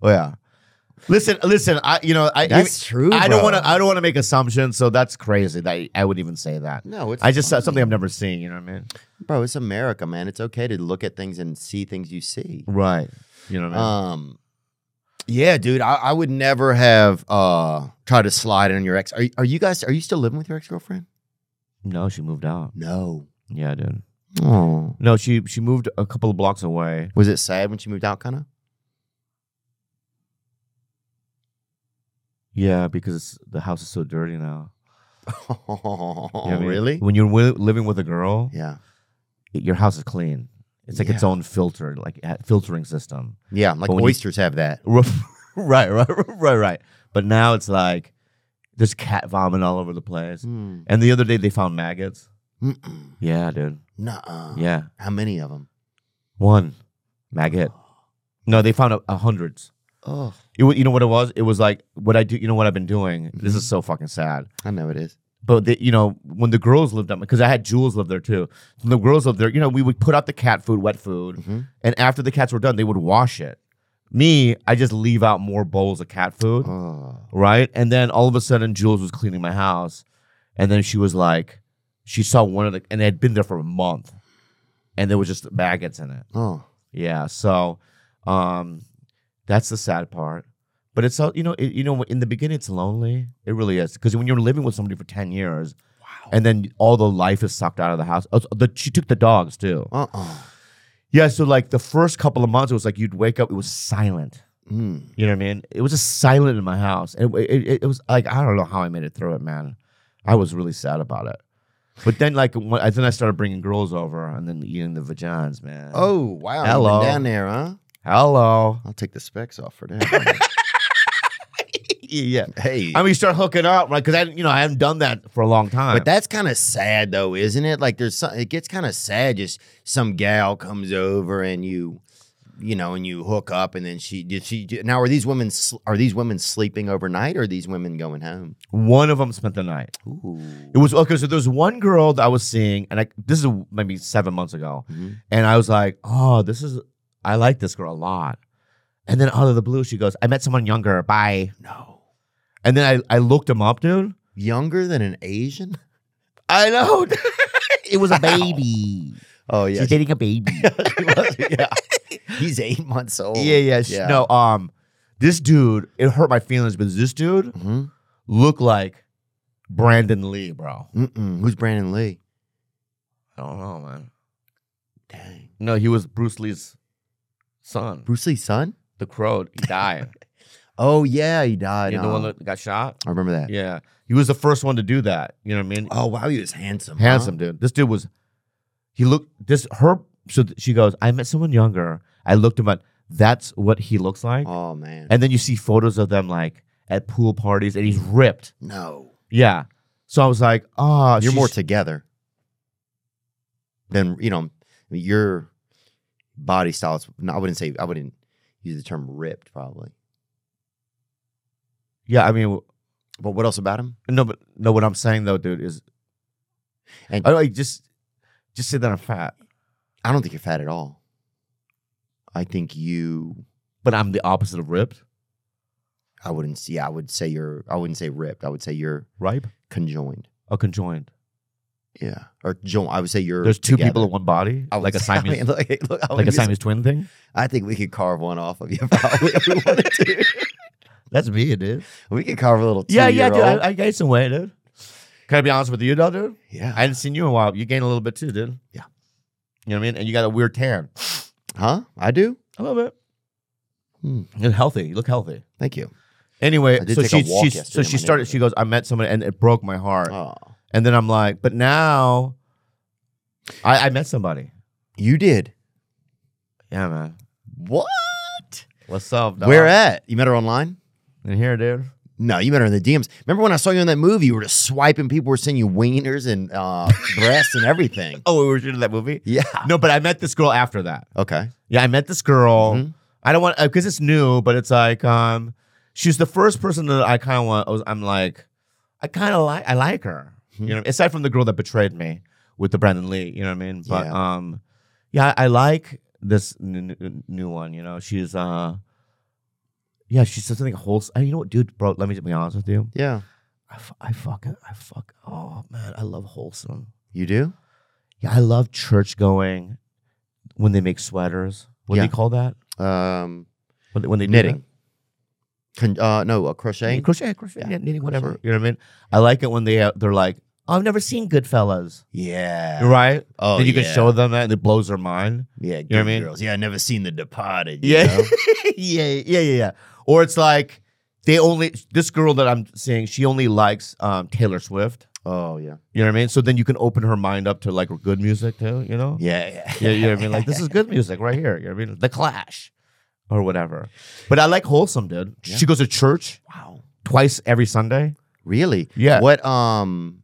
Speaker 3: Oh, yeah. Listen, listen. I, you know, I,
Speaker 1: That's true.
Speaker 3: I don't
Speaker 1: bro.
Speaker 3: want to. I don't want to make assumptions. So that's crazy that I would even say that.
Speaker 1: No, it's
Speaker 3: I just
Speaker 1: fine.
Speaker 3: said something I've never seen. You know what I mean?
Speaker 1: Bro, it's America, man. It's okay to look at things and see things you see.
Speaker 3: Uh, Right. You know what I mean?
Speaker 1: Um Yeah, dude, I, I would never have uh tried to slide in on your ex. Are, you- are you guys? Are you still living with your ex girlfriend?
Speaker 3: No, she moved out.
Speaker 1: No.
Speaker 3: Yeah, dude.
Speaker 1: Oh.
Speaker 3: No, she she moved a couple of blocks away.
Speaker 1: Was it sad when she moved out? Kind of.
Speaker 3: Yeah, because the house is so dirty now.
Speaker 1: Oh,
Speaker 3: You know what I mean?
Speaker 1: really?
Speaker 3: When you're wi- living with a girl,
Speaker 1: Yeah.
Speaker 3: i- your house is clean. It's like its
Speaker 1: Yeah.
Speaker 3: own filter, like a filtering system.
Speaker 1: Yeah, like
Speaker 3: But when you-
Speaker 1: oysters have that.
Speaker 3: right, right, right, right. But now it's like there's cat vomit all over the place.
Speaker 1: Mm.
Speaker 3: And the other day they found maggots.
Speaker 1: Mm-mm.
Speaker 3: Yeah, dude.
Speaker 1: Nuh-uh.
Speaker 3: Yeah,
Speaker 1: How many of them?
Speaker 3: one maggot. No, they found a, a hundreds.
Speaker 1: Oh,
Speaker 3: It, wa- you know what it was? It was like what I do. You know what I've been doing. This
Speaker 1: Mm-hmm.
Speaker 3: is so fucking sad.
Speaker 1: I know it is.
Speaker 3: But the, you know when the girls lived up because I had Jules live there too. When the girls lived there, you know we would put out the cat food, wet food,
Speaker 1: Mhm.
Speaker 3: and after the cats were done, they would wash it. Me, I just leave out more bowls of cat food.
Speaker 1: Oh.
Speaker 3: right? And then all of a sudden, Jules was cleaning my house, and then she was like, she saw one of the, and it had been there for a month, and there was just maggots in it.
Speaker 1: Oh.
Speaker 3: Yeah, so um, that's the sad part. But it's all you know. It, you know, in the beginning, it's lonely. It really is because when you're living with somebody for ten years, and then all the life is sucked out of the house. Oh, the, she took the dogs too.
Speaker 1: Uh-uh.
Speaker 3: Yeah, so like the first couple of months, it was like you'd wake up, it was silent.
Speaker 1: Mm.
Speaker 3: You know what I mean? It was just silent in my house. It, it, it, it was like I don't know how I made it through it, man. I was really sad about it. But then, like, when, I- then I started bringing girls over and then eating the vaginas, man.
Speaker 1: Oh, wow. you went
Speaker 3: Hello.
Speaker 1: down there, huh?
Speaker 3: hello.
Speaker 1: I'll take the specs off for that.
Speaker 3: yeah.
Speaker 1: hey.
Speaker 3: I mean, you start hooking up, like, because I, you know, I hadn't done that for a long time.
Speaker 1: But that's kind of sad, though, isn't it? Like, there's some, it gets kind of sad. Just some gal comes over and you, you know, and you hook up, and then she did she now are these women sl- are these women sleeping overnight or are these women going home?
Speaker 3: one of them spent the night.
Speaker 1: Ooh,
Speaker 3: It was okay. So there was one girl that I was seeing, and I this is maybe seven months ago,
Speaker 1: Mhm.
Speaker 3: and I was like, oh, this is I like this girl a lot. And then out of the blue, she goes, I met someone younger. Bye.
Speaker 1: no,
Speaker 3: And then I, I looked him up, dude.
Speaker 1: younger than an Asian.
Speaker 3: I know. it was a baby.
Speaker 1: Oh yeah,
Speaker 3: She's dating a baby. yeah.
Speaker 1: he's eight months old.
Speaker 3: yeah, yeah, sh-
Speaker 1: Yeah.
Speaker 3: No, um, this dude, it hurt my feelings, but this dude
Speaker 1: Mhm.
Speaker 3: looked like Brandon Lee, bro.
Speaker 1: Mm-mm. Who's Brandon Lee?
Speaker 3: I don't know, man.
Speaker 1: Dang,
Speaker 3: No, he was Bruce Lee's son.
Speaker 1: Bruce Lee's son.
Speaker 3: The crow. He died.
Speaker 1: Oh yeah, he died.
Speaker 3: you know, the
Speaker 1: huh?
Speaker 3: one that got shot?
Speaker 1: I remember that.
Speaker 3: Yeah. He was the first one to do that. You know what I mean?
Speaker 1: Oh wow, he was handsome. huh?
Speaker 3: handsome dude. This dude was, he looked this her. So th- she goes, I met someone younger. I looked him up. That's what he looks like.
Speaker 1: Oh man,
Speaker 3: And then you see photos of them like at pool parties, and he's ripped.
Speaker 1: no.
Speaker 3: Yeah. So I was like, oh,
Speaker 1: you're
Speaker 3: she's-
Speaker 1: more together than you know your body style is no, i wouldn't say i wouldn't use the term ripped probably
Speaker 3: yeah. I mean, w-
Speaker 1: but what else about him
Speaker 3: no, but no. What I'm saying though, dude, is,
Speaker 1: And-
Speaker 3: I like just, just say that I'm fat,
Speaker 1: i don't think you're fat at all i think you
Speaker 3: but I'm the opposite of ripped,
Speaker 1: i wouldn't see i would say you're i wouldn't say ripped i would say you're
Speaker 3: ripe,
Speaker 1: conjoined
Speaker 3: or conjoined.
Speaker 1: yeah or joint i would say you're
Speaker 3: There's two people
Speaker 1: together.
Speaker 3: in one body,
Speaker 1: I would
Speaker 3: like a
Speaker 1: say- I
Speaker 3: Siamese,
Speaker 1: mean, look, look, I
Speaker 3: like
Speaker 1: wouldn't
Speaker 3: a
Speaker 1: be sur-
Speaker 3: Siamese twin thing.
Speaker 1: I think we could carve one off of you probably if we wanted to.
Speaker 3: That's me, dude.
Speaker 1: We could carve a little
Speaker 3: Yeah, yeah, dude.
Speaker 1: two-year-old.
Speaker 3: I, I gained some weight, dude. Can I be honest with you, though, dude?
Speaker 1: yeah.
Speaker 3: I hadn't seen you in a while. You gained a little bit too, dude.
Speaker 1: Yeah.
Speaker 3: You know what I mean? And you got a weird tan.
Speaker 1: huh? I do?
Speaker 3: A little bit.
Speaker 1: Hmm.
Speaker 3: You're healthy. You look healthy.
Speaker 1: Thank you.
Speaker 3: Anyway,
Speaker 1: I did
Speaker 3: so
Speaker 1: take
Speaker 3: she,
Speaker 1: a walk
Speaker 3: she
Speaker 1: yesterday
Speaker 3: so
Speaker 1: in
Speaker 3: she
Speaker 1: my
Speaker 3: started. She goes, I met someone, and it broke my heart.
Speaker 1: Oh.
Speaker 3: And then I'm like, but now, I, I met somebody.
Speaker 1: You did.
Speaker 3: Yeah, man.
Speaker 1: What?
Speaker 3: What's up? Dog?
Speaker 1: Where at? You met her online?
Speaker 3: In here, dude.
Speaker 1: No, you met her in the DMs. Remember when I saw you in that movie? You were just swiping. People were sending you wieners and uh, breasts and everything.
Speaker 3: Oh, we were shooting that movie.
Speaker 1: Yeah.
Speaker 3: No, but I met this girl after that.
Speaker 1: Okay.
Speaker 3: Yeah, I met this girl.
Speaker 1: Mhm.
Speaker 3: I don't want because it's new, but it's like um, she's the first person that I kind of want. I was, I'm like, I kind of like, I like her.
Speaker 1: Mm-hmm.
Speaker 3: You know, aside from the girl that betrayed me with the Brandon Lee. You know what I mean? But
Speaker 1: Yeah.
Speaker 3: um, yeah, I like this n- n- new one. You know, she's uh, yeah, she's something wholesome. You know what, dude, bro? Let me just be honest with you.
Speaker 1: Yeah.
Speaker 3: I, fu- I fucking, I fuck. Oh man, I love wholesome.
Speaker 1: You do?
Speaker 3: Yeah, I love church going when they make sweaters. What
Speaker 1: Yeah.
Speaker 3: do you call that?
Speaker 1: Um,
Speaker 3: When they, when they do
Speaker 1: knitting.
Speaker 3: that?
Speaker 1: Con- uh, no, uh, crochet.
Speaker 3: crochet, crochet,
Speaker 1: Yeah,
Speaker 3: knit- knitting, whatever.
Speaker 1: crochet.
Speaker 3: You know what I mean? I like it when they have, they're like, oh, I've never seen Goodfellas,
Speaker 1: Yeah.
Speaker 3: You're right?
Speaker 1: Oh,
Speaker 3: then you
Speaker 1: yeah.
Speaker 3: can show them that, and it blows their mind.
Speaker 1: Yeah,
Speaker 3: know what I
Speaker 1: good
Speaker 3: mean?
Speaker 1: girls. Yeah, I never seen The Departed. you
Speaker 3: Yeah,
Speaker 1: know?
Speaker 3: yeah, yeah, yeah, yeah. Or it's like they only this girl that I'm seeing, she only likes um, Taylor Swift.
Speaker 1: Oh yeah.
Speaker 3: You know what I mean? So then you can open her mind up to like good music too. You know?
Speaker 1: Yeah. Yeah.
Speaker 3: Yeah, you know what I mean? Like this is good music right here. You know what I mean? The Clash or whatever. But I like wholesome, dude.
Speaker 1: Yeah.
Speaker 3: She goes to church
Speaker 1: wow.
Speaker 3: twice every Sunday.
Speaker 1: Really?
Speaker 3: Yeah.
Speaker 1: What um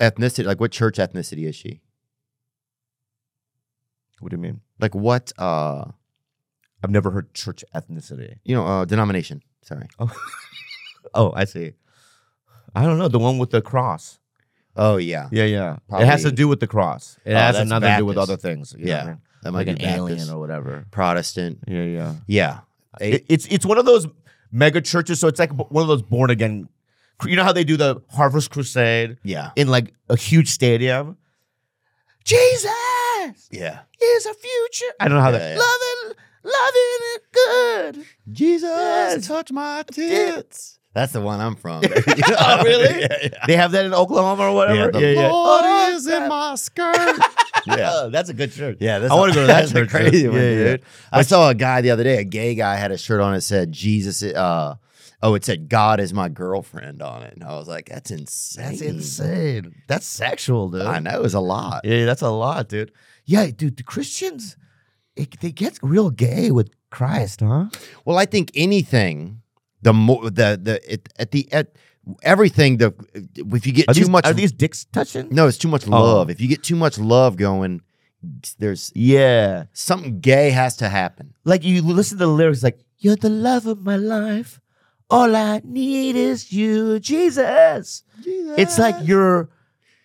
Speaker 1: ethnicity? Like what church ethnicity is she?
Speaker 3: What do you mean?
Speaker 1: Like what uh
Speaker 3: I've never heard church ethnicity.
Speaker 1: you know uh denomination? Sorry.
Speaker 3: Oh, I see. I don't know the one with the cross.
Speaker 1: Oh yeah.
Speaker 3: Yeah, yeah. It has to
Speaker 1: Probably-
Speaker 3: do with the cross. It
Speaker 1: Oh,
Speaker 3: has
Speaker 1: that's
Speaker 3: nothing to do with
Speaker 1: Baptist.
Speaker 3: other things. you know
Speaker 1: Yeah.
Speaker 3: what I mean?
Speaker 1: That might
Speaker 3: like an
Speaker 1: be Baptist,
Speaker 3: alien or whatever.
Speaker 1: Protestant.
Speaker 3: Yeah, yeah.
Speaker 1: Yeah. A-
Speaker 3: It, it's it's one of those mega churches, so it's like one of those born again. You know how they do the Harvest Crusade
Speaker 1: yeah.
Speaker 3: in like a huge stadium. Jesus
Speaker 1: Yeah.
Speaker 3: is a future. I don't know how
Speaker 1: Yeah,
Speaker 3: that
Speaker 1: yeah.
Speaker 3: loving, loving it good.
Speaker 1: Jesus,
Speaker 3: Yes.
Speaker 1: touch my
Speaker 3: tits.
Speaker 1: That's the one I'm from.
Speaker 3: Oh, really?
Speaker 1: yeah, yeah.
Speaker 3: They have that in Oklahoma or whatever.
Speaker 1: the Lord
Speaker 3: Oh,
Speaker 1: is in my skirt. yeah.
Speaker 3: Oh, that's a good church.
Speaker 1: Yeah, that's
Speaker 3: I wanna go to that
Speaker 1: that's a
Speaker 3: church,
Speaker 1: crazy
Speaker 3: dude.
Speaker 1: one,
Speaker 3: Yeah,
Speaker 1: dude.
Speaker 3: yeah.
Speaker 1: I saw a guy the other day, a gay guy had a shirt on that said Jesus. i- Uh, oh, it said God is my girlfriend on it, and I was like, that's insane.
Speaker 3: That's insane. That's sexual, dude.
Speaker 1: I know it's a lot.
Speaker 3: Yeah, that's a lot, dude. Yeah, dude, the Christians, it, they get real gay with Christ, huh?
Speaker 1: Well, I think anything, the more the the it, at the at everything the if you get
Speaker 3: Are
Speaker 1: too
Speaker 3: these,
Speaker 1: much
Speaker 3: Are these dicks touching?
Speaker 1: no, it's too much love. If you get too much love going, there's
Speaker 3: Yeah.
Speaker 1: something gay has to happen.
Speaker 3: Like you listen to the lyrics, like, You're the love of my life. All I need is you, Jesus.
Speaker 1: Jesus.
Speaker 3: It's like you're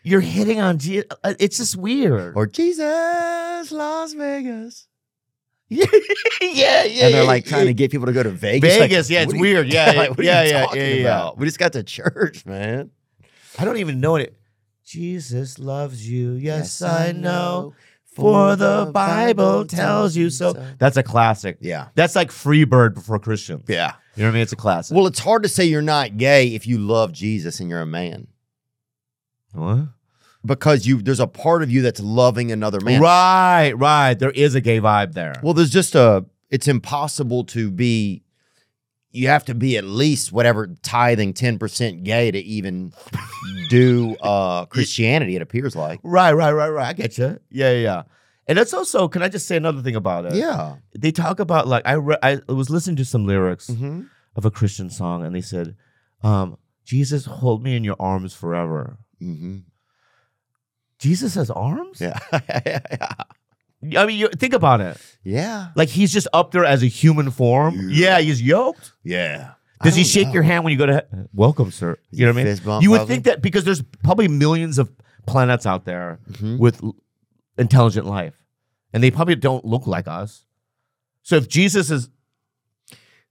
Speaker 3: you're hitting on Jesus. It's just weird.
Speaker 1: or Jesus, Las Vegas.
Speaker 3: yeah, yeah, yeah.
Speaker 1: and they're like trying to get people to go to Vegas. Like,
Speaker 3: Vegas, yeah,
Speaker 1: what
Speaker 3: it's
Speaker 1: are you-
Speaker 3: weird. Yeah, yeah,
Speaker 1: like, what are
Speaker 3: yeah,
Speaker 1: you
Speaker 3: yeah,
Speaker 1: talking
Speaker 3: yeah, yeah.
Speaker 1: about? We just got to church, man.
Speaker 3: I don't even know it. Jesus loves you. Yes, I know. For the Bible tells you so. That's a classic.
Speaker 1: Yeah,
Speaker 3: That's like Free Bird before Christian.
Speaker 1: yeah.
Speaker 3: You know what I mean? It's a classic.
Speaker 1: Well, it's hard to say you're not gay if you love Jesus and you're a man
Speaker 3: What?
Speaker 1: because you there's a part of you that's loving another man.
Speaker 3: Right, right. There is a gay vibe there.
Speaker 1: Well, there's just a. It's impossible to be. You have to be at least whatever tithing ten percent gay to even do uh Christianity. It appears like.
Speaker 3: right, right, right, right. I get you. Yeah, yeah, yeah. And that's also, can I just say another thing about it?
Speaker 1: Yeah.
Speaker 3: They talk about, like, I, re- I was listening to some lyrics
Speaker 1: Mm-hmm.
Speaker 3: of a Christian song, and they said, um, Jesus, hold me in your arms forever.
Speaker 1: Mm-hmm.
Speaker 3: Jesus has arms?
Speaker 1: Yeah.
Speaker 3: I mean, you, think about it.
Speaker 1: yeah.
Speaker 3: Like, he's just up there as a human form.
Speaker 1: Yeah.
Speaker 3: yeah he's yoked.
Speaker 1: Yeah.
Speaker 3: Does he shake your hand when you go to he- welcome, sir? You know what I mean?
Speaker 1: Fist bump,
Speaker 3: you would
Speaker 1: probably.
Speaker 3: think that because there's probably millions of planets out there
Speaker 1: Mhm.
Speaker 3: with l- intelligent life, and they probably don't look like us. So if Jesus is,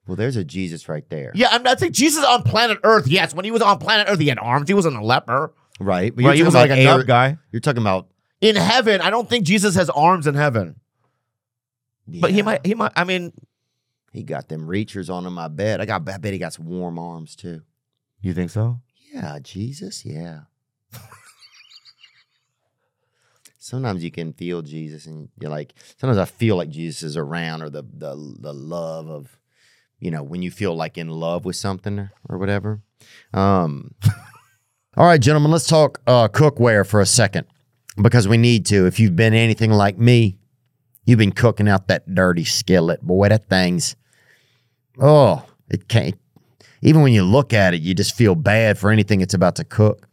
Speaker 1: Well, there's a Jesus right there.
Speaker 3: yeah, I'm not saying Jesus on planet Earth. Yes, when he was on planet Earth, he had arms. He wasn't a leper.
Speaker 1: Right. But
Speaker 3: Right, he
Speaker 1: talking
Speaker 3: was like
Speaker 1: about
Speaker 3: a
Speaker 1: air-
Speaker 3: nub guy
Speaker 1: You're talking about.
Speaker 3: in heaven. I don't think Jesus has arms in heaven, but he
Speaker 1: Yeah.
Speaker 3: might. He might. I mean,
Speaker 1: He got them reachers on in my bed. I got. I bet he got some warm arms too.
Speaker 3: you think so?
Speaker 1: Yeah, Jesus. Yeah. sometimes you can feel Jesus, and you're like. Sometimes I feel like Jesus is around, or the the the love of, you know, when you feel like in love with something or whatever. Um. All right, gentlemen, let's talk uh, cookware for a second because we need to. If you've been anything like me, you've been cooking out that dirty skillet. Boy, that thing's, oh, it can't, even when you look at it, you just feel bad for anything it's about to cook.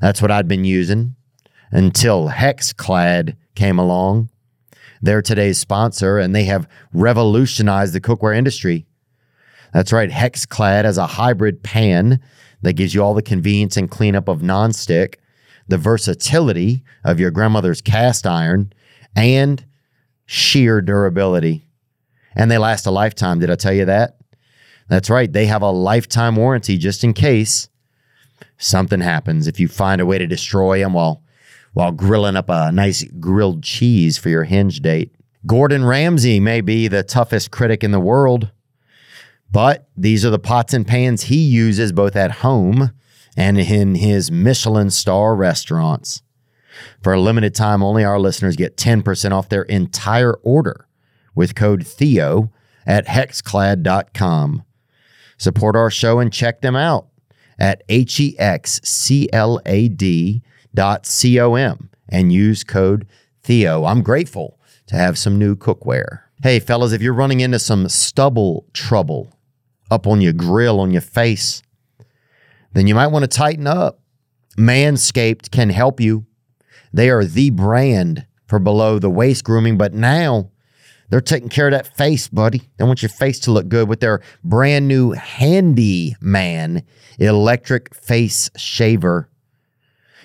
Speaker 1: That's what I'd been using until Hexclad came along. They're today's sponsor, and they have revolutionized the cookware industry. That's right, Hexclad has a hybrid pan that gives you all the convenience and cleanup of nonstick, the versatility of your grandmother's cast iron, and sheer durability. And they last a lifetime. Did I tell you that? That's right. They have a lifetime warranty just in case something happens. If you find a way to destroy them while while grilling up a nice grilled cheese for your hinge date. Gordon Ramsay may be the toughest critic in the world, But these are the pots and pans he uses both at home and in his Michelin star restaurants. For a limited time only, our listeners get 10% off their entire order with code Theo at hexclad.com. Support our show and check them out at E hexclad dot com and use code Theo. I'm grateful to have some new cookware. Hey, fellas, if you're running into some stubble trouble up on your grill, on your face, then you might want to tighten up. Manscaped can help you. They are the brand for below the waist grooming, but now they're taking care of that face, buddy. They want your face to look good with their brand new Handy Man electric face shaver.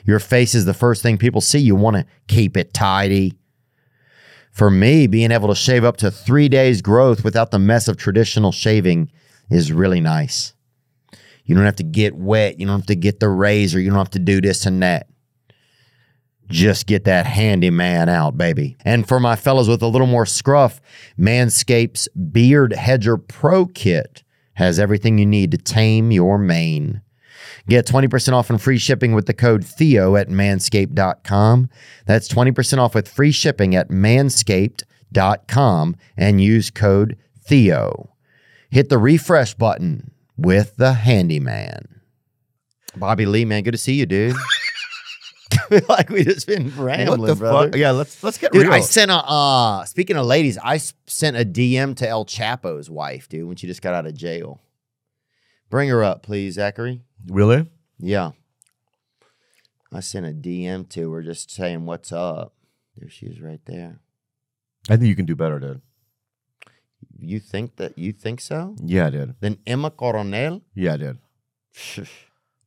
Speaker 1: Your face is the first thing people see. You want to keep it tidy. For me, being able to shave up to three days' growth without the mess of traditional shaving is really nice. You don't have to get wet. You don't have to get the razor. You don't have to do this and that just get that handy man out, baby. And for my fellows with a little more scruff, Manscaped's Beard Hedger Pro Kit has everything you need to tame your mane. Get 20% off and free shipping with the code Theo at manscaped.com. That's 20% off with free shipping at manscaped.com and use code Theo. Hit the refresh button with the handyman. Bobby Lee, man, good to see you, dude. like we just been rambling,
Speaker 3: what the
Speaker 1: brother.
Speaker 3: fuck? Yeah, let's let's get
Speaker 1: Dude,
Speaker 3: real.
Speaker 1: I sent a. Uh, speaking of ladies, I s- sent a DM to El Chapo's wife, dude, when she just got out of jail. Bring her up, please, Zachary.
Speaker 3: really?
Speaker 1: Yeah, I sent a DM to her, just saying what's up. There she is, right there.
Speaker 3: I think you can do better, dude.
Speaker 1: You think that? You think so?
Speaker 3: Yeah, dude.
Speaker 1: Then Emma Coronel.
Speaker 3: Yeah, dude.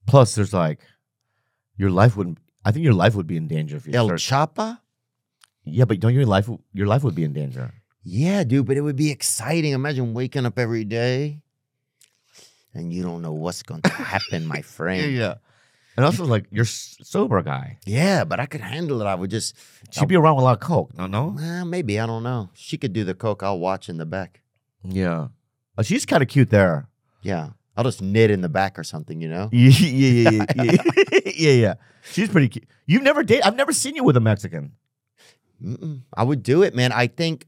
Speaker 3: Plus, there's like your life wouldn't. I think your life would be in danger if you
Speaker 1: El
Speaker 3: start-
Speaker 1: Chapa.
Speaker 3: Yeah, but don't your life your life would be in danger.
Speaker 1: Yeah, dude, but it would be exciting. Imagine waking up every day, and you don't know what's going to happen, my friend.
Speaker 3: And also, like you're s- sober guy.
Speaker 1: Yeah, but I could handle it. I would just
Speaker 3: She'd be around with a lot of coke. No, no.
Speaker 1: Well, maybe I don't know. She could do the coke. I'll watch in the back.
Speaker 3: Yeah. Oh, she's kind of cute there.
Speaker 1: Yeah, I'll just knit in the back or something. You know?
Speaker 3: yeah, yeah, yeah, yeah, yeah, yeah, yeah. She's pretty cute. You've never dated. I've never seen you with a Mexican.
Speaker 1: Mm-mm. I would do it, man. I think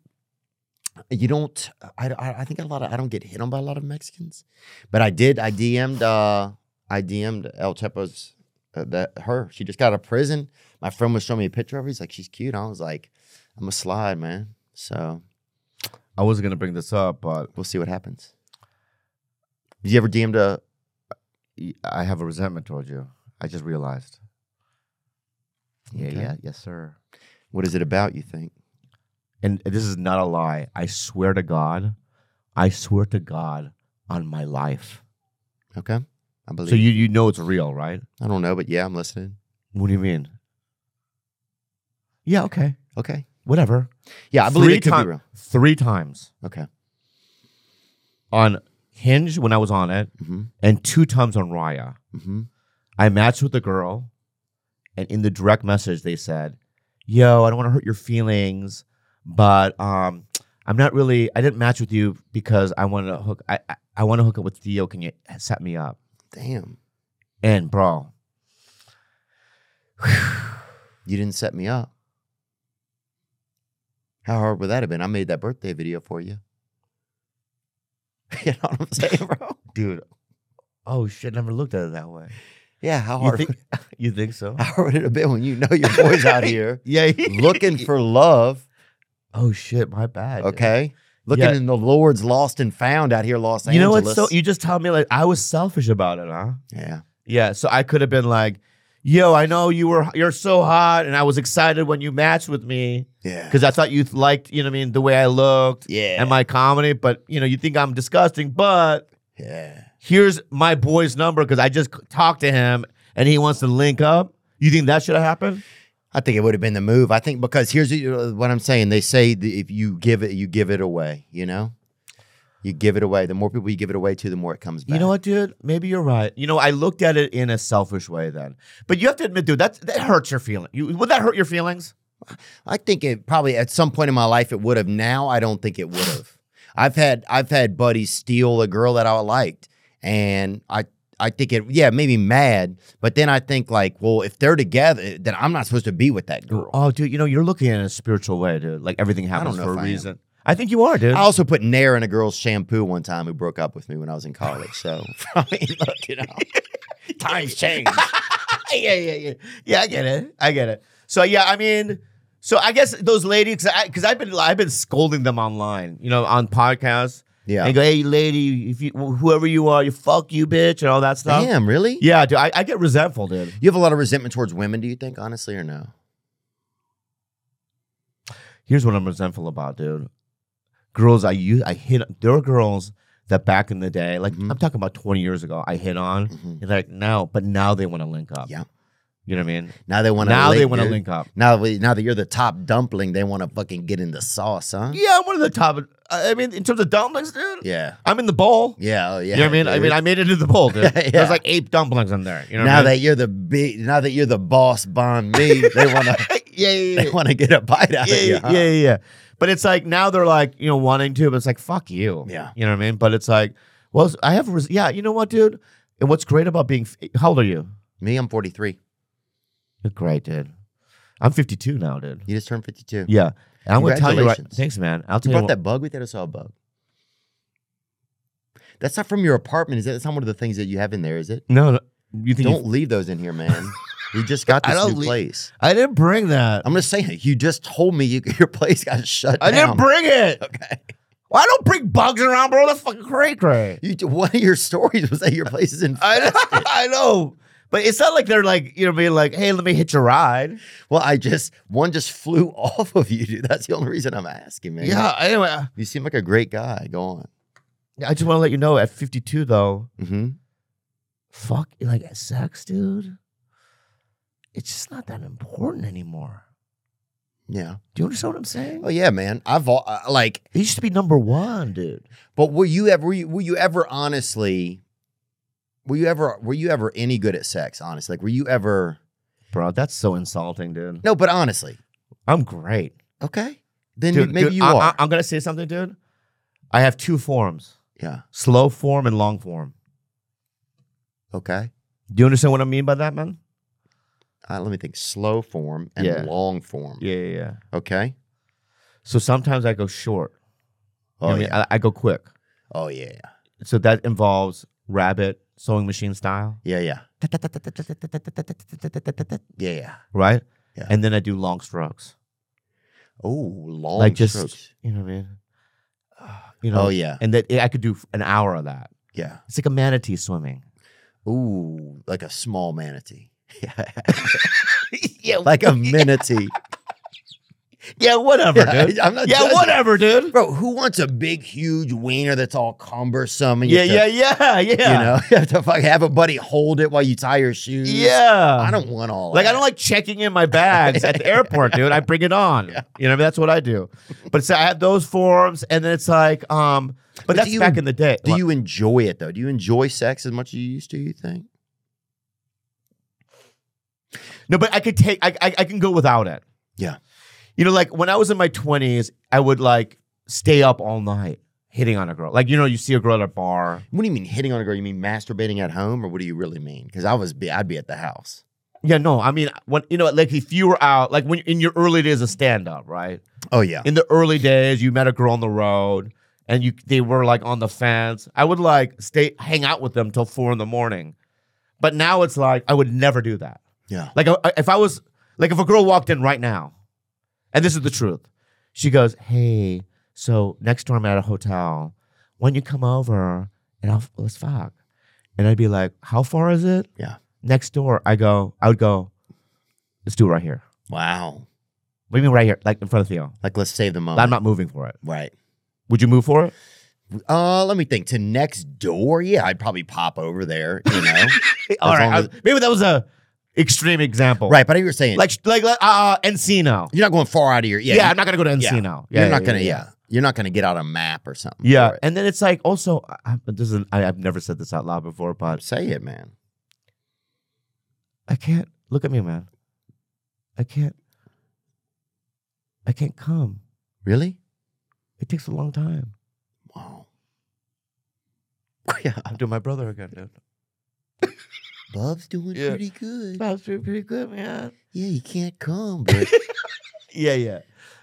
Speaker 1: you don't. I, I I think a lot of I don't get hit on by a lot of Mexicans, but I did. I DM'd. Uh, I DM'd El Chapo's. Uh, that her. She just got out of prison. My friend was showing me a picture of her. He's like, she's cute. I was like, I'm a slide, man. So
Speaker 3: I wasn't gonna bring this up, but
Speaker 1: we'll see what happens. You ever DM'd a?
Speaker 3: y- I have a resentment towards you. I just realized. Yeah,
Speaker 1: Okay.
Speaker 3: yeah, yes, sir.
Speaker 1: What is it about? You think?
Speaker 3: and this is not a lie. I swear to God, I swear to God on my life.
Speaker 1: Okay, I believe.
Speaker 3: So you you know it's real, right?
Speaker 1: I don't know, but yeah, I'm listening.
Speaker 3: What do you mean? Yeah, okay,
Speaker 1: Okay.
Speaker 3: whatever.
Speaker 1: Yeah, I believe it could
Speaker 3: ti-
Speaker 1: be real.
Speaker 3: Three times
Speaker 1: Okay.
Speaker 3: on Hinge when I was on it,
Speaker 1: Mm-hmm.
Speaker 3: and two times on Raya.
Speaker 1: Mm-hmm.
Speaker 3: I matched with a girl, and in the direct message they said, "Yo, I don't want to hurt your feelings, but um, I'm not really. I didn't match with you because I want to hook. I I, I want to hook up with Theo. Can you set me up?"
Speaker 1: Damn.
Speaker 3: And bro,
Speaker 1: You didn't set me up. How hard would that have been? I made that birthday video for you. you know what I'm saying, bro?
Speaker 3: dude, oh shit, never looked at it that way.
Speaker 1: Yeah, how
Speaker 3: You
Speaker 1: hard,
Speaker 3: think, you think so?
Speaker 1: how hard would it have been when you know your boy's out here
Speaker 3: Yeah,
Speaker 1: looking for love,
Speaker 3: Oh shit, my bad. dude.
Speaker 1: okay? Looking
Speaker 3: Yeah.
Speaker 1: in the Lord's lost and found out here, in Los
Speaker 3: You know
Speaker 1: Angeles.
Speaker 3: what's so? You just tell me like I was selfish about it, huh?
Speaker 1: yeah.
Speaker 3: Yeah, so I could have been like, "Yo, I know you were you're so hot, and I was excited when you matched with me
Speaker 1: Yeah.
Speaker 3: because I thought you liked, you know, what I mean, the way I looked
Speaker 1: Yeah.
Speaker 3: and my comedy. But you know, you think I'm disgusting, but
Speaker 1: yeah.
Speaker 3: here's my boy's number because I just c- talked to him and he wants to link up. You think that should have happened?
Speaker 1: I think it would have been the move. I think because here's uh, what I'm saying. They say the, if you give it, you give it away. You know, you give it away. The more people you give it away to, the more it comes back.
Speaker 3: You know what, dude? Maybe you're right. You know, I looked at it in a selfish way then, but you have to admit, dude, that that hurts your feeling. You, would that hurt your feelings?
Speaker 1: I think it probably at some point in my life it would have. Now I don't think it would have. I've had I've had buddies steal a girl that I liked, and I I think it yeah maybe mad, but then I think like well if they're together then I'm not supposed to be with that girl.
Speaker 3: Oh, dude, you know you're looking at it in a spiritual way, dude. Like everything happens
Speaker 1: know
Speaker 3: for
Speaker 1: if
Speaker 3: a
Speaker 1: I am.
Speaker 3: reason. I think you are, dude.
Speaker 1: I also put Nair in a girl's shampoo one time who broke up with me when I was in college. So I mean, look, you know, times change.
Speaker 3: yeah, yeah, yeah. Yeah, I get it. I get it. So yeah, I mean, so I guess those ladies, because I've been I've been scolding them online, you know, on podcasts.
Speaker 1: Yeah.
Speaker 3: And go, hey, lady, if you whoever you are, you fuck you, bitch, and all that stuff.
Speaker 1: Damn, really?
Speaker 3: Yeah, dude, I, I get resentful, dude.
Speaker 1: You have a lot of resentment towards women, do you think, honestly, or no?
Speaker 3: Here's what I'm resentful about, dude. Girls, I use I hit. There are girls that back in the day, like
Speaker 1: Mhm.
Speaker 3: I'm talking about 20 years ago, I hit on.
Speaker 1: Mhm.
Speaker 3: And like now, but now they want to link up.
Speaker 1: Yeah.
Speaker 3: You know what I mean?
Speaker 1: Now they want to.
Speaker 3: now they want to link up.
Speaker 1: Now, we- now that you're the top dumpling, they want to fucking get in the sauce, huh?
Speaker 3: Yeah, I'm one of the top. uh, I I mean, in terms of dumplings, dude,
Speaker 1: Yeah.
Speaker 3: I'm in the bowl.
Speaker 1: Yeah. Oh, yeah.
Speaker 3: you know what I mean? I
Speaker 1: dude.
Speaker 3: mean, I made it to the bowl, dude.
Speaker 1: Yeah.
Speaker 3: There's like eight dumplings in there. You know
Speaker 1: now
Speaker 3: what I
Speaker 1: that you're the big, now that you're the boss, bond me. They want to.
Speaker 3: mean? yeah, yeah,
Speaker 1: They want to get a bite out
Speaker 3: yeah,
Speaker 1: of you.
Speaker 3: yeah,
Speaker 1: huh?
Speaker 3: yeah, yeah, yeah. But it's like now they're like you know wanting to, but it's like fuck you.
Speaker 1: Yeah.
Speaker 3: you know what I mean. But it's like, well, I have res- yeah. You know what, dude? And what's great about being? f- How old are you?
Speaker 1: Me, I'm 43.
Speaker 3: You're great, dude. I'm 52 now, dude.
Speaker 1: You just turned 52.
Speaker 3: Yeah, and I'm gonna tell you right.
Speaker 1: Congratulations.
Speaker 3: Thanks, man. I'll
Speaker 1: You
Speaker 3: tell you.
Speaker 1: brought
Speaker 3: what-
Speaker 1: that bug with you? I saw a bug. That's not from your apartment, is it? That's not one of the things that you have in there, is it?
Speaker 3: no, no, you think you-
Speaker 1: Don't leave those in here, man. we just got
Speaker 3: I
Speaker 1: this
Speaker 3: don't
Speaker 1: new
Speaker 3: lea-
Speaker 1: place.
Speaker 3: I didn't bring that?
Speaker 1: I'm just saying, you just told me you, your place got shut
Speaker 3: I
Speaker 1: down.
Speaker 3: didn't bring it.
Speaker 1: okay.
Speaker 3: Well, I don't bring bugs around, bro. That's fucking cray cray.
Speaker 1: You, one of your stories was that your place is in.
Speaker 3: I know, I know. But it's not like they're like, you know, being like, hey, let me hit your ride.
Speaker 1: well, I just one just flew off of you, dude. That's the only reason I'm asking, man.
Speaker 3: Yeah. Anyway, I-
Speaker 1: You seem like a great guy. Go on.
Speaker 3: I just want to let you know at 52, though,
Speaker 1: Mm-hmm.
Speaker 3: fuck, like sex, dude, it's just not that important anymore.
Speaker 1: Yeah.
Speaker 3: Do you understand what I'm saying?
Speaker 1: Oh yeah, man. I've al- uh, like
Speaker 3: it used to be number one, dude.
Speaker 1: But were you ever were you, were you ever honestly were you ever were you ever any good at sex, honestly? Like were you ever
Speaker 3: Bro, that's so insulting, dude.
Speaker 1: No, but honestly.
Speaker 3: I'm great.
Speaker 1: Okay. Then
Speaker 3: Dude,
Speaker 1: you- maybe
Speaker 3: dude,
Speaker 1: you
Speaker 3: I,
Speaker 1: are.
Speaker 3: I, am going to say something, dude. I have two forms
Speaker 1: yeah.
Speaker 3: slow form and long form.
Speaker 1: Okay.
Speaker 3: Do you understand what I mean by that, man?
Speaker 1: Uh, let me think. Slow form and
Speaker 3: Yeah.
Speaker 1: long form.
Speaker 3: Yeah, yeah, yeah.
Speaker 1: Okay.
Speaker 3: So sometimes I go short. You
Speaker 1: Oh,
Speaker 3: know what I, mean? I, I go quick.
Speaker 1: Oh yeah.
Speaker 3: So that involves rabbit sewing machine style,
Speaker 1: Yeah, yeah. Yeah, yeah.
Speaker 3: right?
Speaker 1: Yeah.
Speaker 3: And then I do long strokes.
Speaker 1: Oh, long
Speaker 3: Like just-
Speaker 1: strokes.
Speaker 3: You know what I mean? You know,
Speaker 1: oh yeah.
Speaker 3: and that I could do an hour of that.
Speaker 1: Yeah.
Speaker 3: It's like a manatee swimming.
Speaker 1: Ooh, like a small manatee. Yeah. like a manatee.
Speaker 3: Yeah, whatever, dude.
Speaker 1: I'm not
Speaker 3: yeah,
Speaker 1: judging.
Speaker 3: whatever, dude.
Speaker 1: Bro, who wants a big, huge wiener that's all cumbersome? And you
Speaker 3: Yeah,
Speaker 1: have to-
Speaker 3: yeah, yeah, yeah.
Speaker 1: You know, you have to fucking have a buddy hold it while you tie your shoes.
Speaker 3: yeah.
Speaker 1: I don't want all
Speaker 3: Like
Speaker 1: that.
Speaker 3: I don't like checking in my bags at the airport, dude. I bring it on. You know, that's what I do. But so I have those forms, and then it's like, um, but,
Speaker 1: But do
Speaker 3: that's
Speaker 1: you-
Speaker 3: back in the day.
Speaker 1: Do you enjoy it though? Do you enjoy sex as much as you used to, you think?
Speaker 3: No, but I could take. I, I I can go without it.
Speaker 1: Yeah.
Speaker 3: You know, like when I was in my twenties, I would like stay up all night hitting on a girl. Like you know, you see a girl at a bar.
Speaker 1: What do you mean hitting on a girl? You mean masturbating at home or what do you really mean? Because I was be I'd be at the house.
Speaker 3: Yeah, no, I mean when you know, like if you were out, like when in your early days of stand up, right?
Speaker 1: Oh yeah.
Speaker 3: In the early days, you met a girl on the road, and you they were like on the fence. I would like stay hang out with them till four in the morning, but now it's like I would never do that.
Speaker 1: Yeah.
Speaker 3: Like I- I- if I was like if a girl walked in right now, and this is the truth, she goes, "Hey, so next door I'm at a hotel. When you come over, and I'll let's fuck." And I'd be like, "How far is it?"
Speaker 1: Yeah.
Speaker 3: Next door, I go. I would go. Let's do it right here.
Speaker 1: Wow.
Speaker 3: What do you mean right here? Like in front of Theo?
Speaker 1: Like let's save the moment.
Speaker 3: I'm not moving for it.
Speaker 1: right.
Speaker 3: Would you move for it?
Speaker 1: Uh let me think. To next door, yeah, I'd probably pop over there, you know.
Speaker 3: Eh, All right.
Speaker 1: long
Speaker 3: I-
Speaker 1: as-
Speaker 3: maybe that was a extreme example.
Speaker 1: right, but I hear you saying
Speaker 3: Like like like, uh, Encino.
Speaker 1: you're not going far out of your
Speaker 3: Yeah,
Speaker 1: yeah.
Speaker 3: I'm not gonna go to
Speaker 1: yeah.
Speaker 3: Encino.
Speaker 1: you're not gonna yeah, You're not gonna get out a map or something.
Speaker 3: Yeah,
Speaker 1: for it.
Speaker 3: and then it's like also, I, I- this is, I, I've never said this out loud before, but
Speaker 1: Say it, man.
Speaker 3: I can't look at me, man. I can't. I can't come.
Speaker 1: Really?
Speaker 3: It takes a long time.
Speaker 1: Yeah.
Speaker 3: I'm doing my brother again, dude.
Speaker 1: Bob's doing
Speaker 3: Yeah.
Speaker 1: pretty good.
Speaker 3: That's pretty, pretty good, man.
Speaker 1: Yeah, you can't come, but
Speaker 3: Yeah, yeah.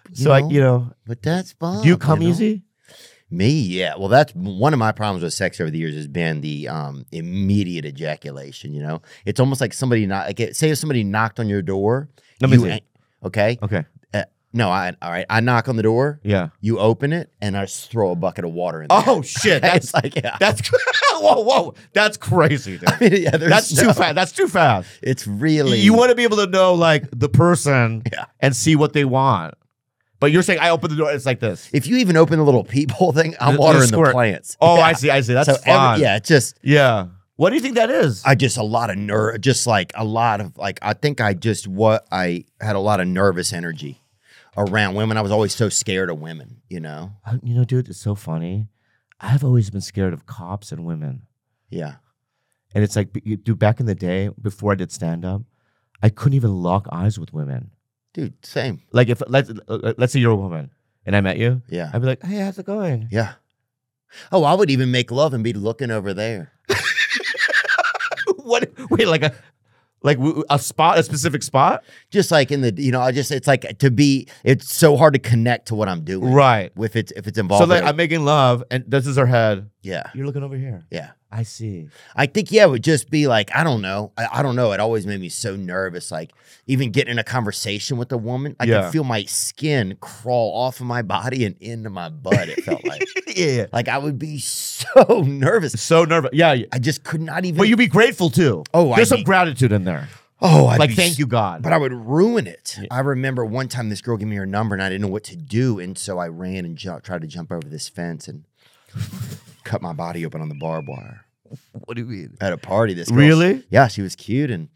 Speaker 1: You
Speaker 3: So I,
Speaker 1: know,
Speaker 3: you know,
Speaker 1: but that's Bob.
Speaker 3: do you come
Speaker 1: know?
Speaker 3: easy?
Speaker 1: Me, yeah. Well, that's one of my problems with sex over the years has been the um, immediate ejaculation. You know, it's almost like somebody not like it- say if somebody knocked on your door.
Speaker 3: Let me
Speaker 1: you
Speaker 3: see. Oh.
Speaker 1: ain't- Okay.
Speaker 3: Okay.
Speaker 1: No, I all right. I knock on the door.
Speaker 3: Yeah.
Speaker 1: You open it, and I just throw a bucket of water in. There.
Speaker 3: Oh, shit!
Speaker 1: that's like yeah.
Speaker 3: that's whoa, whoa! That's crazy, dude.
Speaker 1: I mean, yeah, there's
Speaker 3: That's
Speaker 1: no-
Speaker 3: too fast. That's too fast.
Speaker 1: It's really
Speaker 3: You want to be able to know like the person
Speaker 1: Yeah.
Speaker 3: and see what they want. But you're saying I open the door, it's like this.
Speaker 1: If you even open the little peephole thing, I'm
Speaker 3: The- the
Speaker 1: watering the,
Speaker 3: squirt.
Speaker 1: plants.
Speaker 3: Oh,
Speaker 1: Yeah.
Speaker 3: I see, I see. That's
Speaker 1: so every-
Speaker 3: fun.
Speaker 1: yeah, it's just
Speaker 3: Yeah. What do you think that is?
Speaker 1: I just a lot of nerve, just like a lot of like I think I just what I had a lot of nervous energy around women. I was always so scared of women, you know.
Speaker 3: Uh, you know, dude, it's so funny. I've always been scared of cops and women.
Speaker 1: Yeah,
Speaker 3: And it's like, b- you- dude, back in the day, before I did stand up, I couldn't even lock eyes with women.
Speaker 1: dude, same.
Speaker 3: Like, if let's uh, uh, let's say you're a woman and I met you,
Speaker 1: Yeah,
Speaker 3: I'd be like, hey, how's it going?
Speaker 1: yeah. Oh, I would even make love and be looking over there.
Speaker 3: what? Wait, like a like w- w- a spot, a specific spot?
Speaker 1: Just like in the, you know, I just it's like to be. It's so hard to connect to what I'm doing.
Speaker 3: Right.
Speaker 1: If it's if it's
Speaker 3: So
Speaker 1: involved.
Speaker 3: like, I'm making love, and this is her head.
Speaker 1: yeah,
Speaker 3: You're looking over here.
Speaker 1: yeah.
Speaker 3: I see.
Speaker 1: I think yeah, it would just be like I don't know. I, I don't know. It always made me so nervous. Like even getting in a conversation with a woman, I
Speaker 3: Yeah.
Speaker 1: could feel my skin crawl off of my body and into my butt. It felt like
Speaker 3: yeah.
Speaker 1: like I would be so nervous.
Speaker 3: So nervous. Yeah. yeah.
Speaker 1: I just could not even.
Speaker 3: But you'd be grateful too.
Speaker 1: Oh, I'd
Speaker 3: there's some
Speaker 1: be-
Speaker 3: gratitude in there.
Speaker 1: oh, I'd
Speaker 3: like,
Speaker 1: be
Speaker 3: thank
Speaker 1: s-
Speaker 3: you, God.
Speaker 1: But I would ruin it. I remember one time this girl gave me her number and I didn't know what to do, and so I ran and ju- tried to jump over this fence and cut my body open on the barbed wire
Speaker 3: What do you mean?
Speaker 1: at a party. This girl-
Speaker 3: Really?
Speaker 1: Yeah, she was cute and.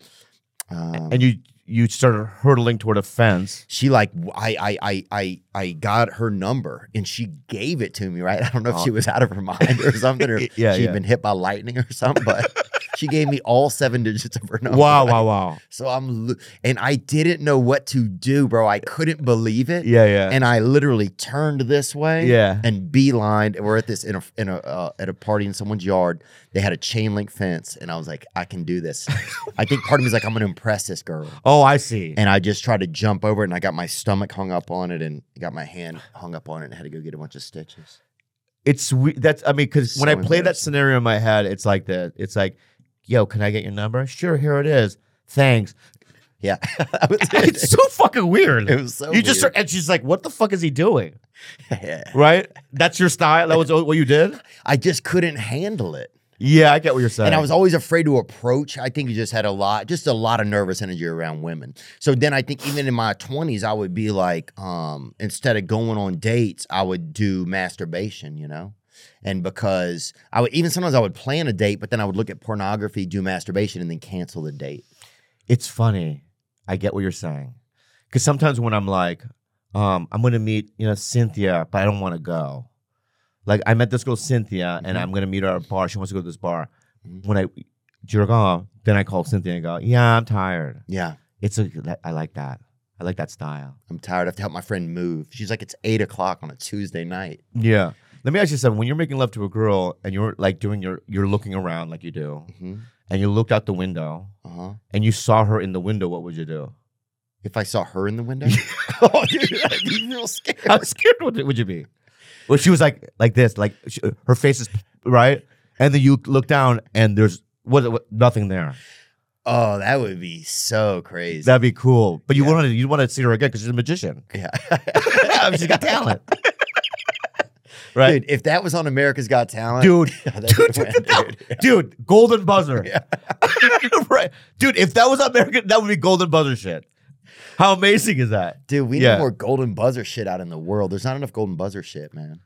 Speaker 1: Um,
Speaker 3: And you you started hurtling toward a fence.
Speaker 1: she like w- I I I I I got her number and she gave it to me. Right? I don't know if
Speaker 3: Oh.
Speaker 1: she was out of her mind or something, or
Speaker 3: Yeah,
Speaker 1: she'd
Speaker 3: yeah.
Speaker 1: been hit by lightning or something. But she gave me all seven digits of her number.
Speaker 3: wow,
Speaker 1: right?
Speaker 3: wow, wow.
Speaker 1: So I'm lo- and I didn't know what to do, bro. I couldn't believe it.
Speaker 3: Yeah, yeah.
Speaker 1: And I literally turned this way.
Speaker 3: Yeah.
Speaker 1: And beelined. And We're at this in a, in a uh, at a party in someone's yard. They had a chain link fence, and I was like, I can do this. I think part of me is like, I'm going to impress this girl
Speaker 3: oh, I see.
Speaker 1: and I just tried to jump over it, and I got my stomach hung up on it, and got my hand hung up on it, and had to go get a bunch of stitches.
Speaker 3: it's we- that's I mean because when
Speaker 1: So
Speaker 3: I play that
Speaker 1: embarrassing.
Speaker 3: scenario in my head, it's like that. It's like, yo, can I get your number? Sure, here it is. Thanks.
Speaker 1: Yeah, That was it.
Speaker 3: it's so fucking weird.
Speaker 1: It was so.
Speaker 3: you just start, and she's like, what the fuck is he doing?
Speaker 1: weird.
Speaker 3: Right? That's your style. That was what you did.
Speaker 1: I just couldn't handle it,
Speaker 3: Yeah, I get what you're saying.
Speaker 1: and I was always afraid to approach. I think you just had a lot, just a lot of nervous energy around women. So then I think even in my twenties, I would be like, um, instead of going on dates, I would do masturbation. You know. And because I would even sometimes I would plan a date, but then I would look at pornography, do masturbation, and then cancel the date.
Speaker 3: It's funny. I get what you're saying. Because sometimes when I'm like, um, I'm gonna meet, you know, Cynthia, but I don't want to go. Like I met this girl Cynthia, and
Speaker 1: Mhm.
Speaker 3: I'm gonna meet her at a bar. She wants to go to this bar.
Speaker 1: Mhm.
Speaker 3: When I jerk off, then I call Cynthia and go, "Yeah, I'm tired."
Speaker 1: Yeah.
Speaker 3: It's a, that- I like that. I like that style.
Speaker 1: I'm tired. I have to help my friend move. She's like, it's eight o'clock on a Tuesday night.
Speaker 3: Yeah. Let me ask you something. When you're making love to a girl and you're like doing your, you're looking around like you do,
Speaker 1: Mm-hmm.
Speaker 3: and you looked out the window
Speaker 1: Uh huh.
Speaker 3: and you saw her in the window, what would you do?
Speaker 1: If I saw her in the window, oh, dude, I'd be real scared.
Speaker 3: How scared would, would you be? Well, she was like like this, like she, her face is right, and then you look down and there's what, what nothing there.
Speaker 1: Oh, that would be so crazy.
Speaker 3: That'd be cool, but you
Speaker 1: Yeah.
Speaker 3: wanted you want to see her again because she's a magician.
Speaker 1: yeah.
Speaker 3: She's got talent, right,
Speaker 1: Dude, if that was on America's Got Talent,
Speaker 3: dude?
Speaker 1: yeah, that
Speaker 3: Dude,
Speaker 1: would
Speaker 3: dude,
Speaker 1: win,
Speaker 3: dude,
Speaker 1: dude. Yeah.
Speaker 3: dude, golden buzzer,
Speaker 1: Yeah.
Speaker 3: right, dude? If that was American, that would be golden buzzer shit. How amazing is that?
Speaker 1: Dude, we
Speaker 3: Yeah.
Speaker 1: need more golden buzzer shit out in the world. There's not enough golden buzzer shit, man.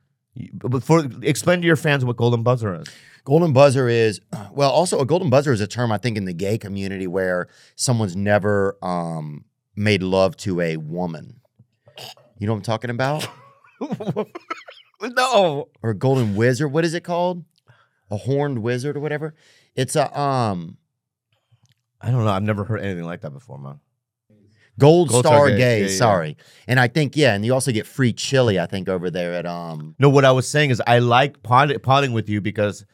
Speaker 3: But for explain to your fans what golden buzzer is.
Speaker 1: Golden buzzer is well, also a golden buzzer is a term I think in the gay community where someone's never um, made love to a woman. You know what I'm talking about?
Speaker 3: no,
Speaker 1: or a golden wizard. What is it called? A horned wizard or whatever. It's a um
Speaker 3: I don't know. I've never heard anything like that before, man.
Speaker 1: gold,
Speaker 3: Gold
Speaker 1: star
Speaker 3: star gay,
Speaker 1: gay.
Speaker 3: yeah, yeah.
Speaker 1: sorry, and I think yeah, and you also get free chili. I think over there at um
Speaker 3: No, what I was saying is I like pod- potting with you because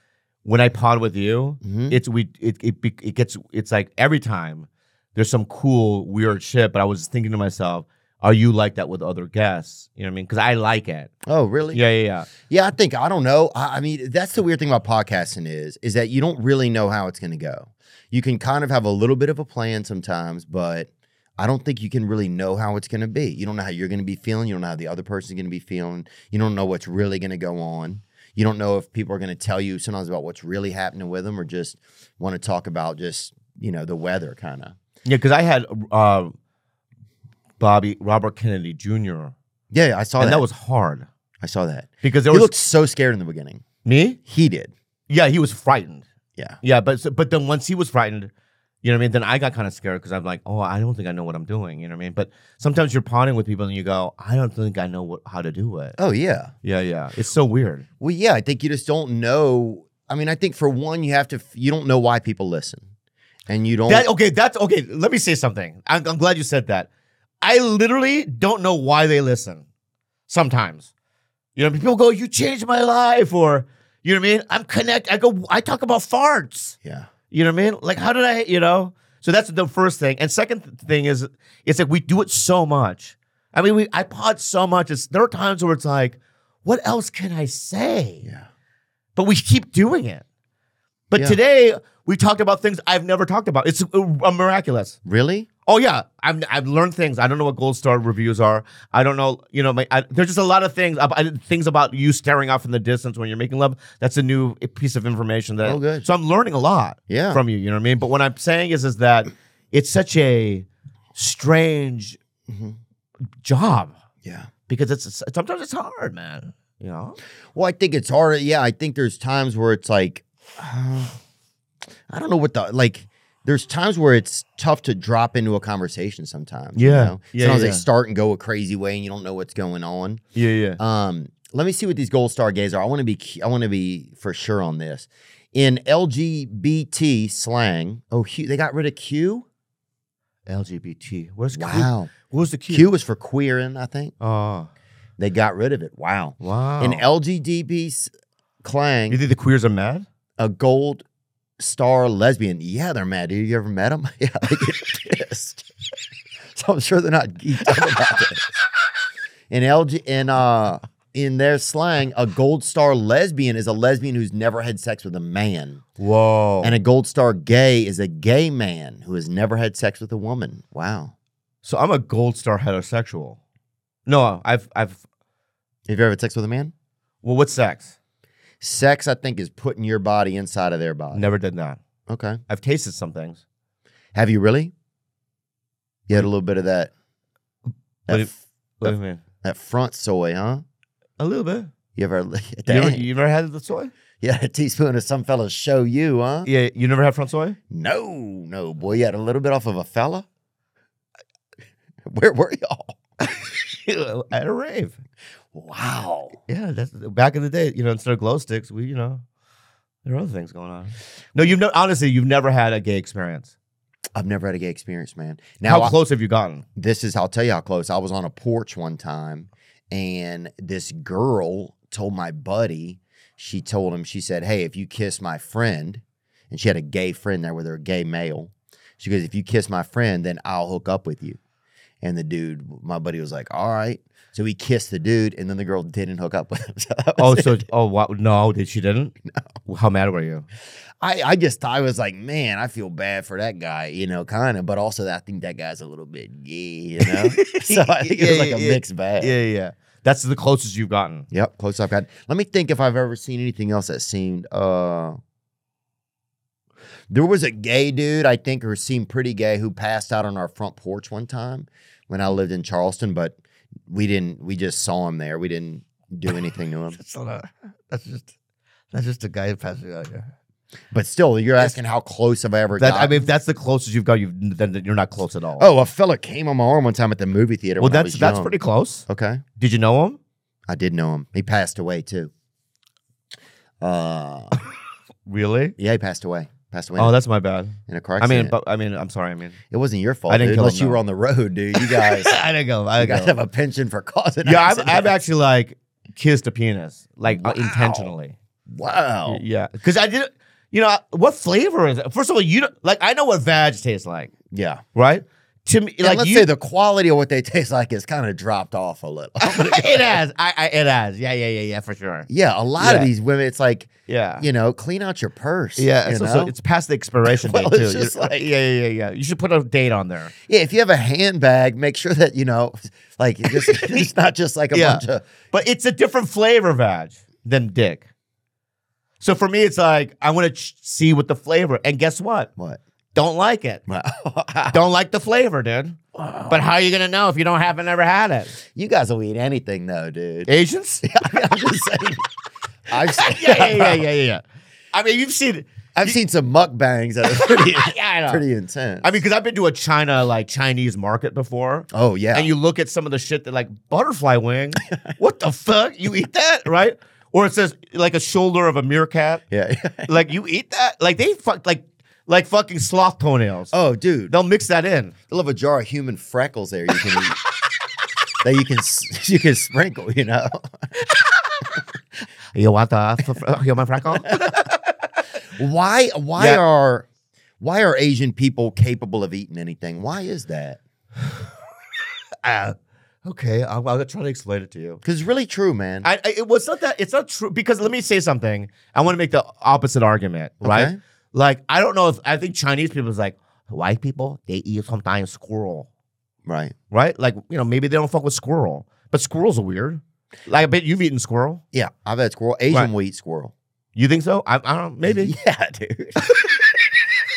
Speaker 3: when I pod with you,
Speaker 1: Mhm.
Speaker 3: it's we it, it be- it gets it's like every time there's some cool weird shit. But I was thinking to myself, are you like that with other guests? You know what I mean? Because I like it.
Speaker 1: Oh, really?
Speaker 3: Yeah, yeah, yeah.
Speaker 1: Yeah, I think I don't know. I, I mean, that's the weird thing about podcasting is is that you don't really know how it's going to go. You can kind of have a little bit of a plan sometimes, but I don't think you can really know how it's going to be. You don't know how you're going to be feeling. You don't know how the other person's going to be feeling. You don't know what's really going to go on. You don't know if people are going to tell you sometimes about what's really happening with them, or just want to talk about just you know the weather kind of.
Speaker 3: Yeah, because I had uh, Bobby Robert Kennedy Jr.
Speaker 1: Yeah, I saw
Speaker 3: and
Speaker 1: that.
Speaker 3: that was hard
Speaker 1: I saw that.
Speaker 3: because there
Speaker 1: He
Speaker 3: was
Speaker 1: looked so scared in the beginning.
Speaker 3: me.
Speaker 1: He did.
Speaker 3: Yeah, he was frightened.
Speaker 1: Yeah.
Speaker 3: Yeah, but so- but then once he was frightened, you know what I mean. Then I got kind of scared because I'm like, oh, I don't think I know what I'm doing. You know what I mean. But sometimes you're pawning with people and you go, I don't think I know what, how to do it.
Speaker 1: Oh yeah.
Speaker 3: Yeah, yeah. It's so weird.
Speaker 1: Well, yeah, I think you just don't know. I mean, I think for one, you have to. f- You don't know why people listen, and you don't.
Speaker 3: That okay. That's okay. Let me say something. I'm, I'm glad you said that. I literally don't know why they listen. Sometimes, you know, people go, "You changed my life," or you know what I mean. I'm connect. I go. I talk about farts.
Speaker 1: yeah,
Speaker 3: You know what I mean? Like, how did I, you know? So that's the first thing. And second th- thing is, it's like we do it so much. I mean, we I pod so much. It's, there are times where it's like, what else can I say?
Speaker 1: yeah,
Speaker 3: But we keep doing it. But
Speaker 1: Yeah.
Speaker 3: today we talked about things I've never talked about. It's uh, miraculous.
Speaker 1: really.
Speaker 3: Oh yeah, I've I've learned things. I don't know what gold star reviews are. I don't know. You know, my, I, there's just a lot of things. ab- I, things about you staring off in the distance when you're making love. That's a new piece of information that.
Speaker 1: Oh, good.
Speaker 3: So I'm learning a lot.
Speaker 1: Yeah.
Speaker 3: From you, you know what I mean. But what I'm saying is, is that it's such a strange
Speaker 1: Mm-hmm.
Speaker 3: job
Speaker 1: Yeah.
Speaker 3: because it's sometimes it's hard, man. You know.
Speaker 1: Well, I think it's hard. Yeah, I think there's times where it's like, uh, I don't know what the like. There's times where it's tough to drop into a conversation. Sometimes, you
Speaker 3: Yeah.
Speaker 1: know?
Speaker 3: Yeah,
Speaker 1: sometimes
Speaker 3: yeah.
Speaker 1: they start and go a crazy way, and you don't know what's going on.
Speaker 3: Yeah, yeah.
Speaker 1: Um, let me see what these gold star gays are. I want to be. cu- I want to be for sure on this. In LGBT slang, oh, Q, they got rid of Q.
Speaker 3: LGBT. Where's
Speaker 1: Wow.
Speaker 3: Q? Where's the
Speaker 1: Q,
Speaker 3: Q?
Speaker 1: was for queering, I think.
Speaker 3: Oh,
Speaker 1: They got rid of it. Wow.
Speaker 3: wow.
Speaker 1: In LGDB's
Speaker 3: you
Speaker 1: clang,
Speaker 3: think the queers are mad?
Speaker 1: a gold star lesbian. Yeah, they're mad. Have you ever met them? Yeah, they get pissed. so I'm sure they're not geeked up about this. In LG, in uh, in their slang, a gold star lesbian is a lesbian who's never had sex with a man,
Speaker 3: Whoa.
Speaker 1: and a gold star gay is a gay man who has never had sex with a woman. Wow.
Speaker 3: So I'm a gold star heterosexual. No, I've I've
Speaker 1: Have you ever had sex with a man?
Speaker 3: well, what's sex?
Speaker 1: Sex, I think, is putting your body inside of their body.
Speaker 3: Never did that.
Speaker 1: Okay.
Speaker 3: I've tasted some things.
Speaker 1: Have you really? You had a little bit of that. That,
Speaker 3: What
Speaker 1: f-
Speaker 3: What do you mean?
Speaker 1: that front soy, huh?
Speaker 3: A little bit.
Speaker 1: You ever?
Speaker 3: You
Speaker 1: Dang.
Speaker 3: ever, you ever had the soy?
Speaker 1: yeah, a teaspoon of some fella show you, huh?
Speaker 3: Yeah, you never had front soy?
Speaker 1: No, no, boy, you had a little bit off of a fella. Where were y'all?
Speaker 3: At a rave.
Speaker 1: Wow.
Speaker 3: Yeah, that's back in the day. You know, instead of glow sticks, we you know, there are other things going on. No, you've no, honestly, you've never had a gay experience.
Speaker 1: I've never had a gay experience, man. Now,
Speaker 3: How
Speaker 1: I-
Speaker 3: close have you gotten?
Speaker 1: this is I'll tell you how close. I was on a porch one time and this girl told my buddy, she told him, she said, Hey, if you kiss my friend, and she had a gay friend there with her a gay male, she goes, If you kiss my friend, then I'll hook up with you. And the dude, my buddy was like, All right. So he kissed the dude, and then the girl didn't hook up with him. So that
Speaker 3: Oh,
Speaker 1: was
Speaker 3: so
Speaker 1: it.
Speaker 3: oh wow, no, did she didn't? No. How mad were you?
Speaker 1: I, I just I was like, man, I feel bad for that guy, you know, kind of, but also I think that guy's a little bit gay, you know. so I think it was
Speaker 3: Yeah,
Speaker 1: like a
Speaker 3: yeah,
Speaker 1: mixed bag.
Speaker 3: Yeah, yeah. That's the closest you've gotten.
Speaker 1: Yep, close I've got. Let me think if I've ever seen anything else that seemed. uh There was a gay dude I think who seemed pretty gay who passed out on our front porch one time when I lived in Charleston, but we didn't. We just saw him there. We didn't do anything to him.
Speaker 5: That's not a. That's just. That's just a guy passing out here.
Speaker 1: But still, you're asking how close have I ever
Speaker 3: That,
Speaker 1: got?
Speaker 3: I mean, if that's the closest you've got, you've then then you're not close at all.
Speaker 1: oh, a fella came on my arm one time at the movie theater.
Speaker 3: well,
Speaker 1: when I
Speaker 3: that's
Speaker 1: was
Speaker 3: that's
Speaker 1: young.
Speaker 3: pretty close.
Speaker 1: okay.
Speaker 3: Did you know him?
Speaker 1: I did know him. He passed away too. Uh,
Speaker 3: Really?
Speaker 1: yeah, he passed away. Passed away
Speaker 3: Oh,
Speaker 1: in, a,
Speaker 3: that's my bad.
Speaker 1: in a car
Speaker 3: I
Speaker 1: accident.
Speaker 3: mean, but, I mean, I'm sorry. I mean,
Speaker 1: It wasn't your fault,
Speaker 3: I didn't
Speaker 1: dude,
Speaker 3: kill him,
Speaker 1: unless you
Speaker 3: no.
Speaker 1: were on the road, dude. You guys,
Speaker 3: I didn't go. I
Speaker 1: you
Speaker 3: didn't
Speaker 1: guys
Speaker 3: go.
Speaker 1: have a pension for causing.
Speaker 3: yeah, I've,
Speaker 1: accidents.
Speaker 3: I've actually like kissed a penis, like uh, intentionally.
Speaker 1: Wow.
Speaker 3: Yeah, because I did. You know what flavor is it? First of all, you don't, like I know what veg tastes like,
Speaker 1: Yeah.
Speaker 3: right? To me,
Speaker 1: And
Speaker 3: like
Speaker 1: let's
Speaker 3: you,
Speaker 1: say the quality of what they taste like is kind of dropped off a little.
Speaker 3: it has. I, I it has. Yeah, yeah, yeah, yeah, for sure.
Speaker 1: yeah, a lot of
Speaker 3: Yeah.
Speaker 1: these women, it's like,
Speaker 3: Yeah,
Speaker 1: you know, clean out your purse.
Speaker 3: yeah.
Speaker 1: you
Speaker 3: So,
Speaker 1: know?
Speaker 3: so it's past the expiration
Speaker 1: Well,
Speaker 3: date too.
Speaker 1: it's just
Speaker 3: You- yeah, yeah, yeah, yeah. You should put a date on there.
Speaker 1: yeah, if you have a handbag, make sure that, you know, like it just, it's not just like a
Speaker 3: Yeah.
Speaker 1: bunch of
Speaker 3: But it's a different flavor veg than dick. So for me, it's like I want to ch- see what the flavor. And guess what?
Speaker 1: what?
Speaker 3: Don't like it.
Speaker 1: Wow.
Speaker 3: Don't like the flavor, dude. But how are you gonna know if you don't haven't ever had it?
Speaker 1: you guys will eat anything though, dude.
Speaker 3: Asians?
Speaker 1: I'm just saying. I've seen,
Speaker 3: yeah, yeah, yeah, yeah, yeah, yeah. I mean, you've seen.
Speaker 1: I've seen some mukbangs that are pretty,
Speaker 3: Yeah, I know.
Speaker 1: pretty intense.
Speaker 3: I mean, because I've been to a China like Chinese market before,
Speaker 1: oh yeah,
Speaker 3: and you look at some of the shit that like butterfly wing. what the fuck? You eat that, right? Or it says like a shoulder of a meerkat.
Speaker 1: yeah.
Speaker 3: Like you eat that? Like they fuck like like fucking sloth toenails.
Speaker 1: oh dude,
Speaker 3: They'll mix that in.
Speaker 1: You'll have a jar of human freckles there you can eat. that you can s- you can sprinkle, you know.
Speaker 3: You want the human freckle?
Speaker 1: Why why
Speaker 3: Yeah.
Speaker 1: are why are Asian people capable of eating anything? Why is that?
Speaker 3: uh, okay, I'm, I'm gonna try to explain it to you.
Speaker 1: Because it's really true, man.
Speaker 3: I, I it was not that it's not true because let me say something. I want to make the opposite argument, right?
Speaker 1: Okay.
Speaker 3: Like I don't know if I think Chinese people is like white people they eat sometimes squirrel,
Speaker 1: right.
Speaker 3: right? Like you know maybe they don't fuck with squirrel, but squirrels are weird. Like I bet you've eaten squirrel.
Speaker 1: Yeah. I've had squirrel. Asian
Speaker 3: Right.
Speaker 1: will eat squirrel.
Speaker 3: You think so? I, I don't. Maybe. Oh,
Speaker 1: Yeah, dude.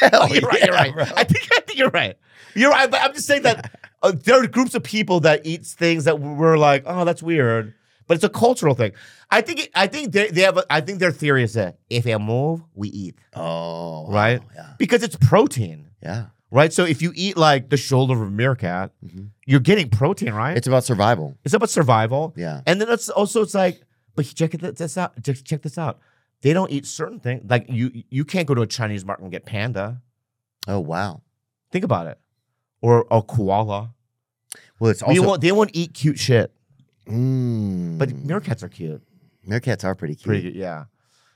Speaker 1: Hell
Speaker 3: you're right. You're
Speaker 1: yeah,
Speaker 3: right.
Speaker 1: bro.
Speaker 3: I think I think you're right. You're right. But I'm just saying that uh, there are groups of people that eat things that we're like, oh, that's weird. But it's a cultural thing. I think it- I think they, they have. A, I think their theory is that if you move, we eat
Speaker 1: Oh. wow.
Speaker 3: Right?
Speaker 1: Yeah.
Speaker 3: because it's protein,
Speaker 1: Yeah.
Speaker 3: right? So if you eat like the shoulder of a meerkat,
Speaker 1: Mhm.
Speaker 3: you're getting protein, right? It's,
Speaker 1: It's about survival.
Speaker 3: about survival.
Speaker 1: Yeah.
Speaker 3: And then it's also it's like, but check it- this out. Just check this out. They don't eat certain things. Like you, you can't go to a Chinese market and get panda.
Speaker 1: Oh wow.
Speaker 3: Think about it, or a koala.
Speaker 1: Well, it's
Speaker 3: We
Speaker 1: also.
Speaker 3: won't, they won't eat cute shit,
Speaker 1: Mm,
Speaker 3: but meerkats are cute.
Speaker 1: meerkats are pretty cute.
Speaker 3: Hmm. Pretty cute, yeah.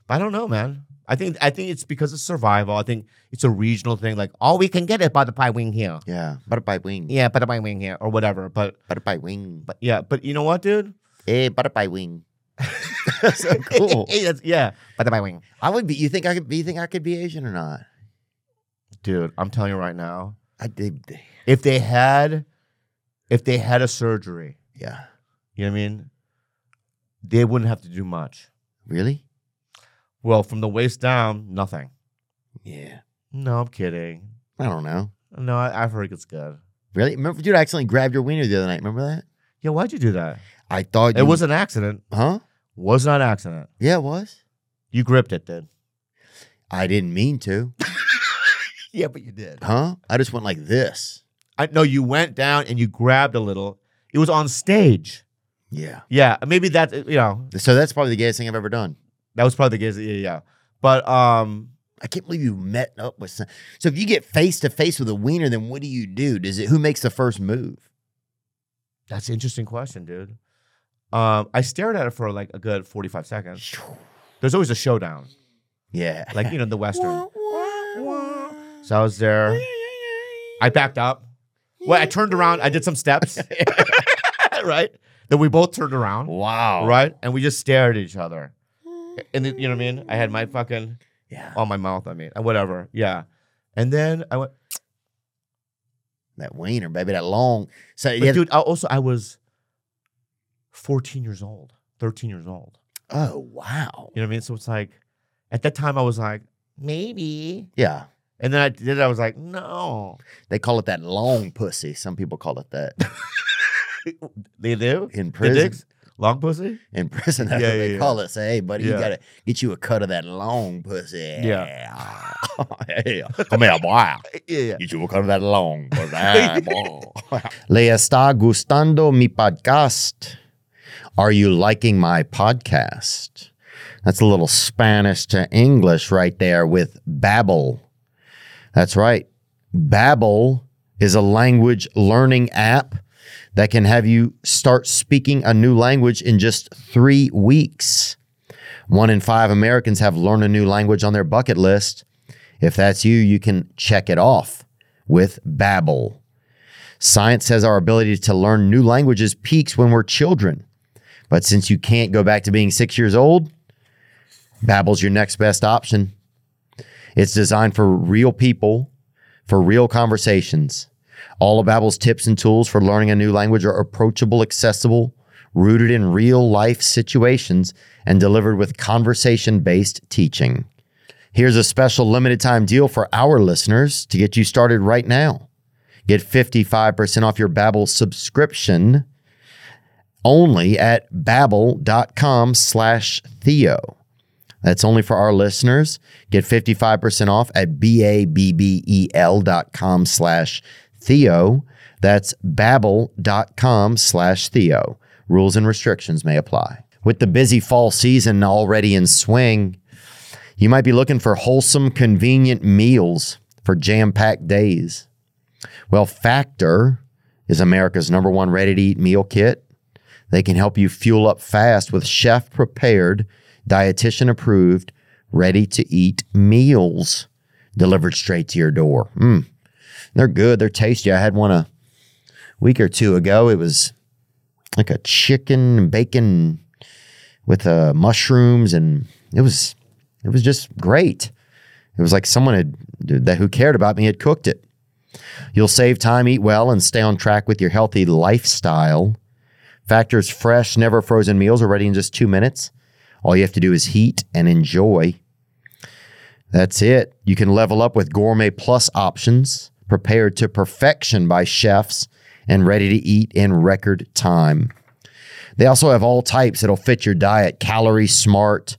Speaker 3: But I don't know, man. I think I think it's because of survival. I think it's a regional thing. Like all we can get is butterfly wing here.
Speaker 1: Yeah. Butterfly wing.
Speaker 3: Yeah, butterfly wing here or whatever. But
Speaker 1: Butterfly wing. But
Speaker 3: yeah, but you know what, dude?
Speaker 1: eh, butterfly wing. so cool.
Speaker 3: Hey, that's- yeah, butterfly wing,
Speaker 1: I would be. You think I could? You think I could be Asian or not?
Speaker 3: dude. I'm telling you right now,
Speaker 1: I did.
Speaker 3: if they had, if they had a surgery,
Speaker 1: Yeah.
Speaker 3: you know what I mean? They wouldn't have to do much.
Speaker 1: Really?
Speaker 3: Well, from the waist down, nothing.
Speaker 1: Yeah.
Speaker 3: No, I'm kidding.
Speaker 1: I don't know.
Speaker 3: No, I, I've heard it's good.
Speaker 1: Really? Remember, dude, I accidentally grabbed your wiener the other night. Remember that?
Speaker 3: Yeah, why'd you do that?
Speaker 1: I thought
Speaker 3: It was an accident.
Speaker 1: Huh?
Speaker 3: Was not an accident.
Speaker 1: Yeah, it was.
Speaker 3: You gripped it, dude.
Speaker 1: I didn't mean to.
Speaker 5: Yeah, but you did.
Speaker 1: Huh? I just went like this.
Speaker 3: I no, you went down and you grabbed a little. It was on stage.
Speaker 1: Yeah.
Speaker 3: Yeah, maybe that you know
Speaker 1: So that's probably the gayest thing I've ever done.
Speaker 3: that was probably the case. Yeah, yeah. But um,
Speaker 1: I can't believe you met up with. Some... So if you get face to face with a wiener, then what do you do? Does it? Who makes the first move?
Speaker 3: that's an interesting question, dude. Um, I stared at it for like a good forty-five seconds. There's always a showdown,
Speaker 1: Yeah.
Speaker 3: like you know the western. So I was there. I backed up. Well, I turned around. I did some steps. right. Then we both turned around.
Speaker 1: Wow.
Speaker 3: right? And we just stared at each other. And then, you know what I mean? I had my fucking
Speaker 1: Yeah.
Speaker 3: on my mouth. I mean, and whatever. Yeah. And then I went,
Speaker 1: That wiener, baby, that long. So
Speaker 3: but
Speaker 1: yeah.
Speaker 3: dude. I also, I was fourteen years old, thirteen years old.
Speaker 1: oh wow.
Speaker 3: You know what I mean? So it's like, at that time, I was like, maybe.
Speaker 1: Yeah.
Speaker 3: And then I did. it, I was like, no.
Speaker 1: They call it that long pussy. Some people call it that
Speaker 3: They do
Speaker 1: in
Speaker 3: The
Speaker 1: prison.
Speaker 3: dicks, long pussy.
Speaker 1: in prison. That's
Speaker 3: Yeah,
Speaker 1: what
Speaker 3: yeah,
Speaker 1: they
Speaker 3: yeah.
Speaker 1: call it. Say, hey, buddy, you
Speaker 3: Yeah.
Speaker 1: gotta get you a cut of that long pussy.
Speaker 3: Yeah.
Speaker 1: yeah. Come here, boy.
Speaker 3: Yeah.
Speaker 1: Get you a cut of that long pussy. boy. Le está gustando mi podcast. Are you liking my podcast? That's a little Spanish to English right there with Babbel. That's right. Babbel is a language learning app that can have you start speaking a new language in just 3 weeks. One in five Americans have learned a new language on their bucket list. If that's you, you can check it off with Babbel. Science says our ability to learn new languages peaks when we're children. But since you can't go back to being six years old, Babbel's your next best option. It's designed for real people, for real conversations. All of Babbel's tips and tools for learning a new language are approachable, accessible, rooted in real life situations, and delivered with conversation based teaching. Here's a special limited time deal for our listeners to get you started right now. Get 55% off your Babbel subscription only at babbel.com slash Theo. That's only for our listeners. Get 55% off at B-A-B-B-E-L E dot com slash Theo. That's babbel.com slash Theo. Rules and restrictions may apply. With the busy fall season already in swing, you might be looking for wholesome, convenient meals for jam-packed days. Well, Factor is America's number one ready-to-eat meal kit. They can help you fuel up fast with chef prepared, dietitian approved, ready to eat meals delivered straight to your door. Mm. They're good. They're tasty. I had one a week or two ago. It was like a chicken and bacon with uh, mushrooms, and it was it was just great. It was like someone had that who cared about me had cooked it. You'll save time, eat well, and stay on track with your healthy lifestyle. Factor's fresh, never frozen meals are ready in just two minutes. All you have to do is heat and enjoy. That's it. You can level up with gourmet plus options, prepared to perfection by chefs and ready to eat in record time. They also have all types that'll fit your diet calorie smart,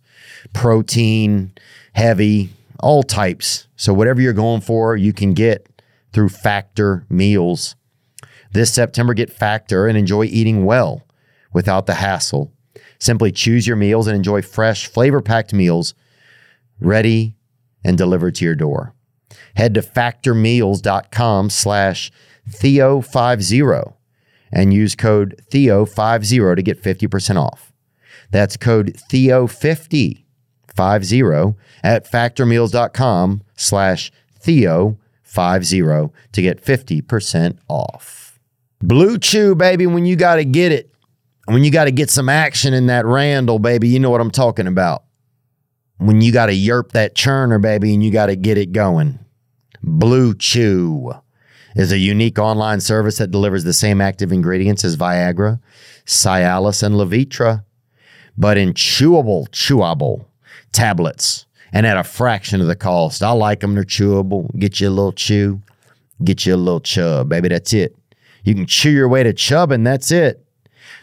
Speaker 1: protein, heavy, all types. So, whatever you're going for, you can get through Factor Meals. This September, get Factor and enjoy eating well without the hassle. Simply choose your meals and enjoy fresh, flavor packed meals ready and delivered to your door. Head to factormeals.com slash Theo50 and use code Theo50 to get 50% off. That's code Theo50 50 at factormeals.com slash Theo50 to get 50% off. Blue Chew, baby, when you got to get it. When you got to get some action in that Randall, baby, you know what I'm talking about. When you got to yerp that churner, baby, and you got to get it going. Blue Chew is a unique online service that delivers the same active ingredients as Viagra, Cialis, and Levitra but in chewable, chewable tablets and at a fraction of the cost. I like them. They're chewable. Get you a little chew, get you a little chub, baby. That's it. You can chew your way to chub, and that's it.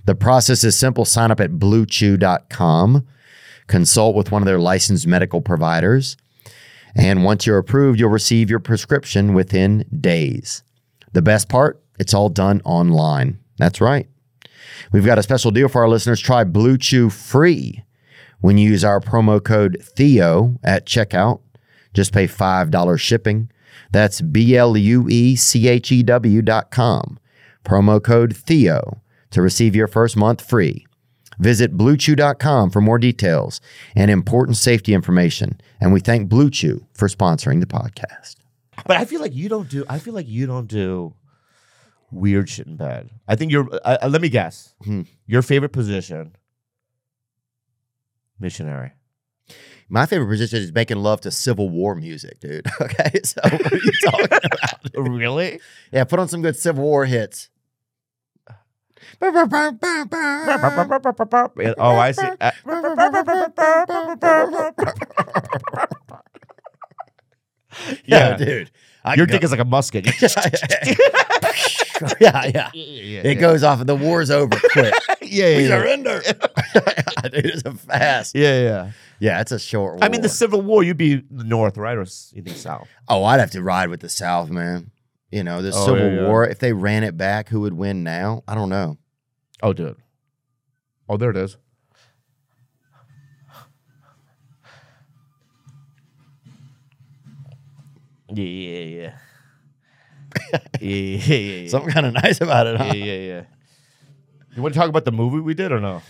Speaker 1: The process is simple. Sign up at bluechew.com, consult with one of their licensed medical providers, and once you're approved, you'll receive your prescription within days. The best part, it's all done online. That's right. We've got a special deal for our listeners. Try Blue Chew free when you use our promo code Theo at checkout. Just pay $5 shipping. That's B L U E C H E W dot com. Promo code Theo to receive your first month free. Visit bluechew.com for more details and important safety information. And we thank Blue Chew for sponsoring the podcast.
Speaker 3: But I feel like you don't do. I feel like you don't do weird shit in bed. I think you're. Uh, uh, let me guess.
Speaker 1: Hmm.
Speaker 3: Your favorite position, missionary.
Speaker 1: My favorite position is making love to Civil War music, dude. Okay, so what are you talking about?
Speaker 3: really?
Speaker 1: Yeah, put on some good Civil War hits.
Speaker 3: Yeah, oh, I see. Uh,
Speaker 1: Yeah,
Speaker 3: yeah,
Speaker 1: dude. I
Speaker 3: your
Speaker 1: go-
Speaker 3: dick is like a musket. You-
Speaker 1: yeah, yeah, yeah. It goes off. and The war's over quick.
Speaker 3: yeah, yeah,
Speaker 1: we
Speaker 3: yeah.
Speaker 1: surrender. dude, it's a fast.
Speaker 3: yeah, yeah.
Speaker 1: Yeah, it's a short war.
Speaker 3: I mean, the Civil War. You'd be the North, right, or s- you think South?
Speaker 1: oh, I'd have to ride with the South, man. You know, the
Speaker 3: Oh,
Speaker 1: Civil
Speaker 3: yeah, yeah.
Speaker 1: War. If they ran it back, who would win now? I don't know.
Speaker 3: Oh, dude. Oh, there it is. Yeah, yeah, yeah. yeah, yeah, yeah, yeah.
Speaker 1: Something kind of nice about it, huh?
Speaker 3: yeah, yeah, yeah. You want to talk about the movie we did or no?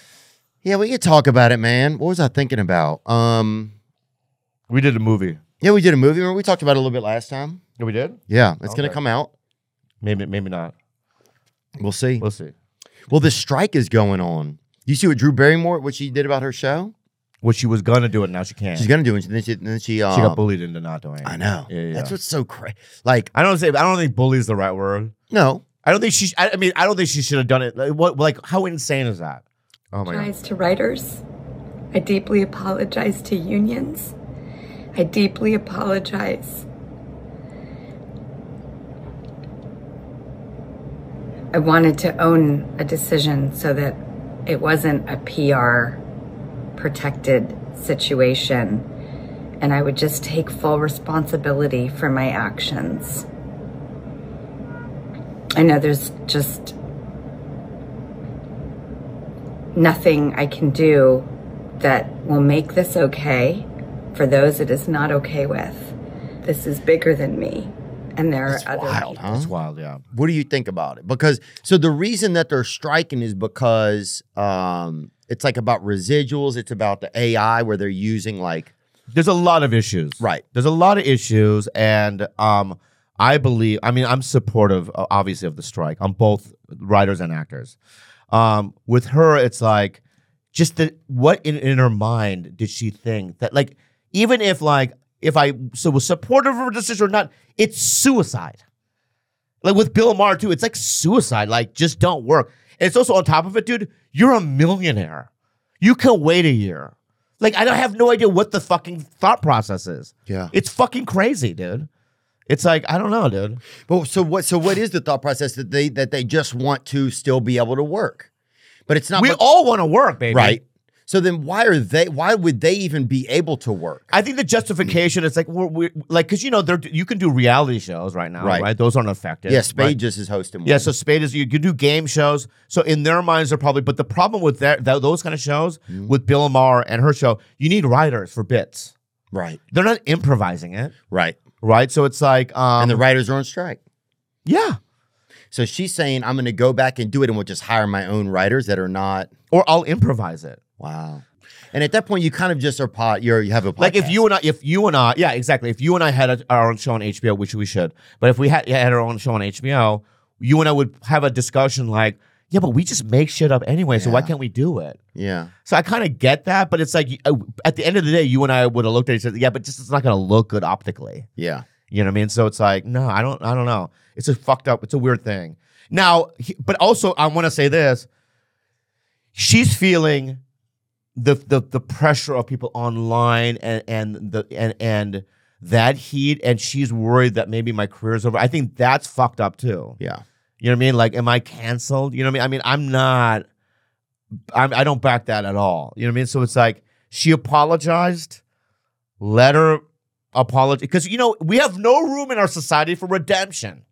Speaker 1: Yeah, we could talk about it, man. What was I thinking about? Um,
Speaker 3: We did a movie.
Speaker 1: yeah, we did a movie. Remember we talked about it a little bit last time.
Speaker 3: Yeah, we did.
Speaker 1: Yeah, it's gonna
Speaker 3: Okay.
Speaker 1: come out.
Speaker 3: Maybe, maybe not.
Speaker 1: We'll see.
Speaker 3: We'll see.
Speaker 1: Well, this strike is going on. You see what Drew Barrymore, what she did about her show?
Speaker 3: What she was gonna do it, now she can't.
Speaker 1: She's gonna do it. And then she, then she, uh,
Speaker 3: she got bullied into not doing it.
Speaker 1: I know.
Speaker 3: Yeah, yeah.
Speaker 1: That's what's so crazy. Like,
Speaker 3: I don't say. I don't think bully is the right word.
Speaker 1: no,
Speaker 3: I don't think she. I, I mean, I don't think she should have done it. Like, what? Like, how insane is that? Oh my god.
Speaker 6: apologize to writers. I deeply apologize to unions. I deeply apologize. I wanted to own a decision so that it wasn't a PR protected situation. And I would just take full responsibility for my actions. I know there's just nothing I can do that will make this okay for those it is not okay with. This is bigger than me, and there
Speaker 1: That's
Speaker 6: are other
Speaker 1: wild, huh?
Speaker 3: That's wild. Yeah.
Speaker 1: What do you think about it? Because so the reason that they're striking is because um, it's like about residuals. It's about the AI where they're using like
Speaker 3: There's a lot of issues.
Speaker 1: Right.
Speaker 3: There's a lot of issues, and um, I believe. I mean, I'm supportive, uh, obviously, of the strike on both writers and actors. Um, with her, it's like just that. What in, in her mind did she think that? Like, even if like if I so was supportive of her decision or not, it's suicide. Like with Bill Maher too, it's like suicide. Like just don't work. And it's also on top of it, dude. You're a millionaire. You can wait a year. Like I don't have no idea what the fucking thought process is.
Speaker 1: Yeah.
Speaker 3: it's fucking crazy, dude. It's like I don't know, dude.
Speaker 1: But so what? So what is the thought process that they that they just want to still be able to work? But it's not
Speaker 3: We
Speaker 1: but-
Speaker 3: all want to work, baby.
Speaker 1: right. So then why are they? Why would they even be able to work?
Speaker 3: I think the justification is like we're, we're like because you know they're you can do reality shows right now,
Speaker 1: Right.
Speaker 3: right? Those aren't affected.
Speaker 1: yeah, Spade
Speaker 3: right?
Speaker 1: just is hosting.
Speaker 3: Yeah,
Speaker 1: one.
Speaker 3: so Spade is you can do game shows. So in their minds, they're probably. But the problem with that, tho- those kind of shows
Speaker 1: Mm-hmm.
Speaker 3: with Bill Maher and her show, you need writers for bits.
Speaker 1: right,
Speaker 3: They're not improvising it,
Speaker 1: right.
Speaker 3: right? So it's like, um,
Speaker 1: and the writers are on strike.
Speaker 3: yeah,
Speaker 1: So she's saying I'm going to go back and do it, and we'll just hire my own writers that are not.
Speaker 3: or I'll improvise it.
Speaker 1: Wow. And at that point, you kind of just are pot. You're you have a podcast.
Speaker 3: Like if you and I, if you and I, yeah, exactly. If you and I had a, our own show on HBO, which we should, but if we had, had our own show on HBO, you and I would have a discussion like, yeah, but we just make shit up anyway, so why
Speaker 1: Yeah.
Speaker 3: can't we do it?
Speaker 1: yeah,
Speaker 3: So I kind of get that, but it's like uh, at the end of the day, you and I would have looked at each other. Yeah, but just it's not going to look good optically.
Speaker 1: yeah,
Speaker 3: You know what I mean? So it's like, no, I don't, I don't know. It's a fucked up. It's a weird thing. Now, he- but also, I want to say this: she's feeling the the the pressure of people online and and the and and that heat, and she's worried that maybe my career's over. I think that's fucked up too.
Speaker 1: yeah.
Speaker 3: You know what I mean? Like, am I canceled? You know what I mean? I mean, I'm not. I'm, I don't back that at all. You know what I mean? So it's like she apologized. Let her apologize because you know we have no room in our society for redemption,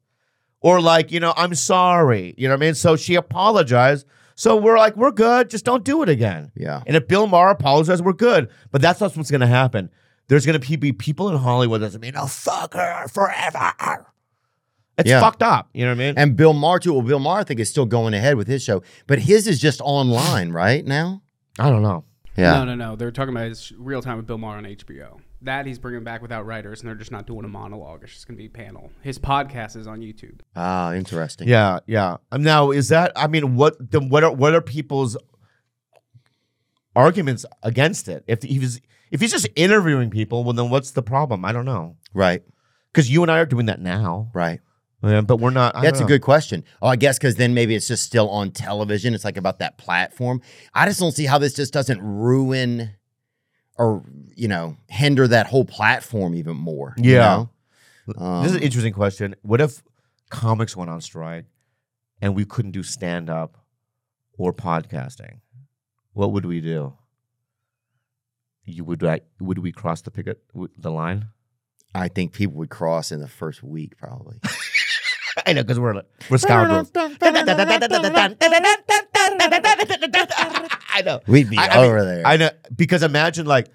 Speaker 3: or like you know I'm sorry. You know what I mean? So she apologized. So we're like we're good. Just don't do it again.
Speaker 1: Yeah.
Speaker 3: And if Bill Maher apologizes, we're good. But that's not what's going to happen. There's going to be people in Hollywood that's mean, oh fuck her forever. It's
Speaker 1: Yeah.
Speaker 3: fucked up. You know what I mean?
Speaker 1: And Bill Maher too. Well, Bill Maher I think is still going ahead with his show, but his is just online right now.
Speaker 3: I don't know.
Speaker 4: No, no, no. They're talking about his real time with Bill Maher on HBO. That he's bringing back without writers, and they're just not doing a monologue. It's just going to be panel. His podcast is on YouTube.
Speaker 1: Ah, interesting.
Speaker 3: Yeah, yeah. Um, Now, is that? I mean, what? Then what are what are people's arguments against it? If he was, if he's just interviewing people, well, then what's the problem? I don't know.
Speaker 1: Right.
Speaker 3: Because you and I are doing that now,
Speaker 1: Right.
Speaker 3: yeah, but we're not. I
Speaker 1: That's a
Speaker 3: don't know.
Speaker 1: good question. Oh, I guess because then maybe it's just still on television. It's like about that platform. I just don't see how this just doesn't ruin or, you know, hinder that whole platform even more. you
Speaker 3: Yeah.
Speaker 1: know? Um,
Speaker 3: this is an interesting question. What if comics went on strike and we couldn't do stand up or podcasting? What would we do? You would like, would we cross the picket w- the line?
Speaker 1: I think people would cross in the first week probably.
Speaker 3: I know because we're we're scoundrels. I know.
Speaker 1: We'd be
Speaker 3: I- I mean,
Speaker 1: over there.
Speaker 3: I know because imagine like,